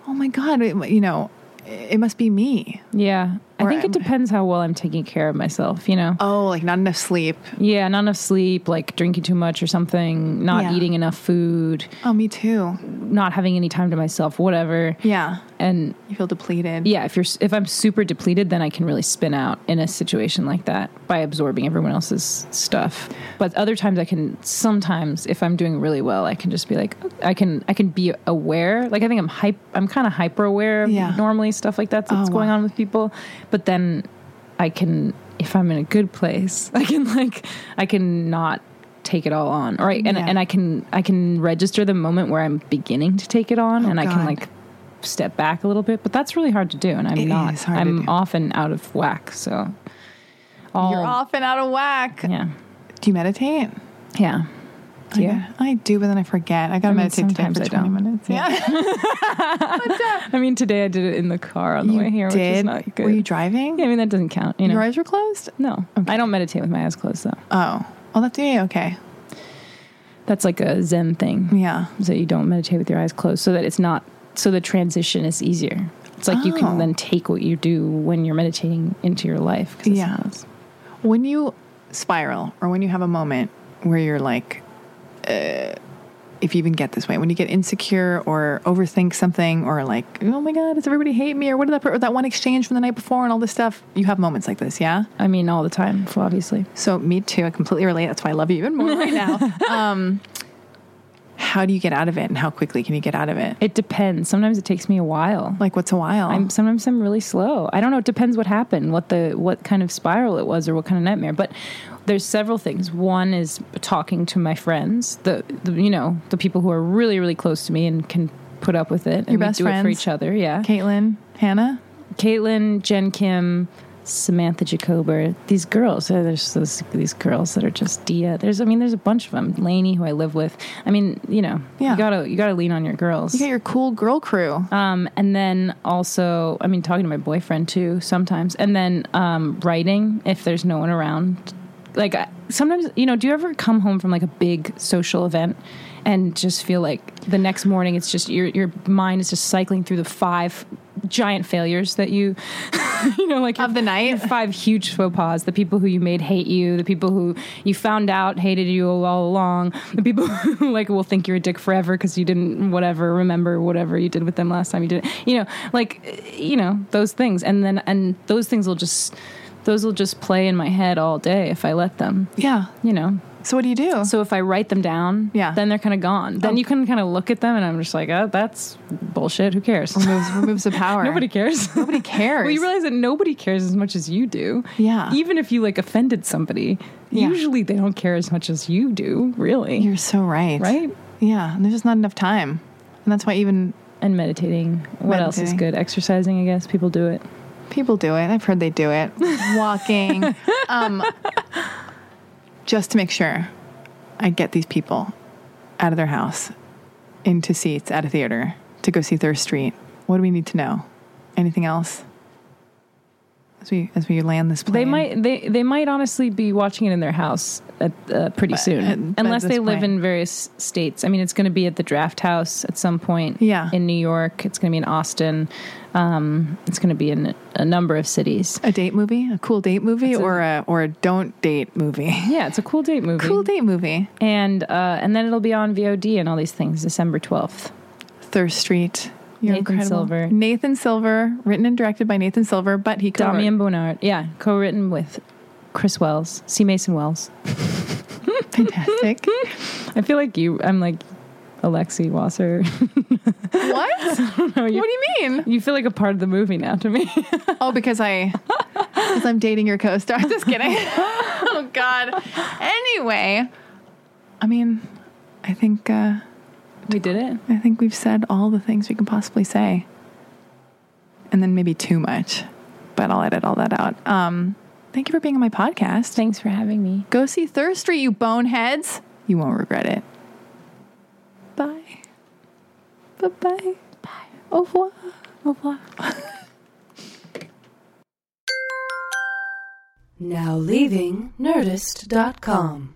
Speaker 3: oh my god it, you know it must be me
Speaker 4: yeah. I
Speaker 3: Or
Speaker 4: think it
Speaker 3: am-
Speaker 4: depends how well I'm taking care of myself, you know?
Speaker 3: Oh, like not enough sleep.
Speaker 4: Yeah, not enough sleep, like drinking too much or something, not
Speaker 3: Yeah.
Speaker 4: eating enough food,
Speaker 3: Oh, me too.
Speaker 4: not having any time to myself, whatever.
Speaker 3: Yeah.
Speaker 4: And
Speaker 3: You feel depleted.
Speaker 4: yeah, if you're if I'm super depleted, then I can really spin out in a situation like that by absorbing everyone else's stuff. But other times I can sometimes if I'm doing really well, I can just be like I can I can be aware. Like I think I'm hype I'm kind of hyper aware of
Speaker 3: Yeah.
Speaker 4: normally stuff like that that's
Speaker 3: Oh,
Speaker 4: going
Speaker 3: wow.
Speaker 4: on with people, but then I can if I'm in a good place, I can like I can not take it all on. All right. And
Speaker 3: Yeah.
Speaker 4: and I can I can register the moment where I'm beginning to take it on
Speaker 3: Oh,
Speaker 4: and I can
Speaker 3: God.
Speaker 4: like step back a little bit, but that's really hard to do, and I'm
Speaker 3: It
Speaker 4: not.
Speaker 3: is hard to
Speaker 4: I'm
Speaker 3: do.
Speaker 4: often out of whack, so all
Speaker 3: You're often out of whack.
Speaker 4: yeah,
Speaker 3: Do you meditate?
Speaker 4: yeah, Do you?
Speaker 3: Yeah. I do, but then I forget. I
Speaker 4: I
Speaker 3: got to
Speaker 4: mean,
Speaker 3: meditate today
Speaker 4: sometimes
Speaker 3: for
Speaker 4: I
Speaker 3: 20
Speaker 4: don't.
Speaker 3: minutes. Yeah.
Speaker 4: I mean, today I did it in the car on the
Speaker 3: You
Speaker 4: way here, which is
Speaker 3: did?
Speaker 4: not good.
Speaker 3: Were you driving?
Speaker 4: yeah, I mean, that doesn't count. You know,
Speaker 3: Your eyes were closed?
Speaker 4: no, I don't meditate with my eyes closed though.
Speaker 3: Oh. Well, that's yeah, okay.
Speaker 4: That's like a Zen thing.
Speaker 3: Yeah.
Speaker 4: So you don't meditate with your eyes closed, so that it's not. So the transition is easier. It's like you
Speaker 3: Oh.
Speaker 4: can then take what you do when you're meditating into your life. 'cause it's
Speaker 3: Yeah.
Speaker 4: not-
Speaker 3: When you spiral or when you have a moment where you're like, uh, if you even get this way, when you get insecure or overthink something or like, oh my God, does everybody hate me? Or what did that, per- that one exchange from the night before and all this stuff? You have moments like this, yeah?
Speaker 4: I mean, all the time, obviously.
Speaker 3: So, me too. I completely relate. That's why I love you even more right now. Um, how do you get out of it and how quickly can you get out of it?
Speaker 4: It depends. Sometimes it takes me a while.
Speaker 3: Like, what's a while?
Speaker 4: I'm sometimes I'm really slow. I don't know. It depends what happened, what the what kind of spiral it was, or what kind of nightmare. But there's several things. One is talking to my friends, the, the you know the people who are really really close to me and can put up with it. and
Speaker 3: Your
Speaker 4: we
Speaker 3: best
Speaker 4: do it for
Speaker 3: friends?
Speaker 4: each other. Yeah,
Speaker 3: Caitlin, Hannah?
Speaker 4: Caitlin, Jen Kim. Samantha Jacober, these girls, uh, there's those, these girls that are just Dia. There's, I mean, there's a bunch of them. Lainey, who I live with. I mean, you know,
Speaker 3: Yeah.
Speaker 4: you gotta, you gotta lean on your girls.
Speaker 3: You got your cool girl crew.
Speaker 4: Um, and then also, I mean, talking to my boyfriend too sometimes. And then um, writing if there's no one around. Like I- sometimes, you know, do you ever come home from like a big social event and just feel like the next morning it's just your your mind is just cycling through the five giant failures that you you know like
Speaker 3: Of the night?
Speaker 4: your five huge faux pas the people who you made hate you the people who you found out hated you all along the people who like will think you're a dick forever because you didn't whatever remember whatever you did with them last time you did it you know like eh, you know those things and then and those things will just those will just play in my head all day if i let them
Speaker 3: Yeah.
Speaker 4: you know
Speaker 3: So, what do you do?
Speaker 4: so if i write them down
Speaker 3: Yeah. Oh.
Speaker 4: then they're kind of gone then you can kind of look at them and i'm just like oh that's bullshit who cares
Speaker 3: removes, removes the power.
Speaker 4: nobody cares
Speaker 3: Nobody cares.
Speaker 4: Well, you realize that nobody cares as much as you do.
Speaker 3: Yeah.
Speaker 4: Even if you like offended somebody,
Speaker 3: Yeah.
Speaker 4: usually they don't care as much as you do, really.
Speaker 3: You're so right.
Speaker 4: right?
Speaker 3: Yeah. And there's just not enough time. And that's why even
Speaker 4: And meditating. What else is
Speaker 3: Meditating.
Speaker 4: good? Exercising, I guess. People do it.
Speaker 3: people do it. I've heard they do it. Walking. um, just to make sure I get these people out of their house, into seats, at a theater, to go see Thirst Street. What do we need to know? Anything else? As we, as we land this plane.
Speaker 4: They might they they might honestly be watching it in their house at, uh, pretty soon,
Speaker 3: at- at
Speaker 4: unless
Speaker 3: this
Speaker 4: they live
Speaker 3: point.
Speaker 4: in various states. I mean, it's going to be at the Draft House at some point.
Speaker 3: Yeah.
Speaker 4: in New York, it's going to be in Austin. Um, it's going to be in a number of cities.
Speaker 3: A date movie? A cool date movie? or, a, or a don't date movie?
Speaker 4: Yeah, it's a cool date movie.
Speaker 3: cool date movie.
Speaker 4: and uh, and then it'll be on VOD and all these things December twelfth.
Speaker 3: Thirst Street. You're
Speaker 4: Nathan Silver.
Speaker 3: Nathan Silver, written and directed by Nathan Silver, but he co-wrote-
Speaker 4: Damian Bonnard, yeah, co-written with Chris Wells, C. Mason Wells.
Speaker 3: fantastic.
Speaker 4: I feel like you. I'm like Alexi Wasser.
Speaker 3: what?
Speaker 4: No, you,
Speaker 3: What do you mean?
Speaker 4: you feel like a part of the movie now to me.
Speaker 3: Oh, because I, because I'm dating your co-star. Just kidding. oh God. Anyway, I mean, I think uh,
Speaker 4: we did it.
Speaker 3: I think we've said all the things we can possibly say, and then maybe too much, but I'll edit all that out. Um, thank you for being on my podcast.
Speaker 4: Thanks for having me.
Speaker 3: Go see Thirst Street, you boneheads. You won't regret it. Bye. Bye bye. Bye. Au revoir. Au revoir.
Speaker 2: Now leaving Nerdist.com.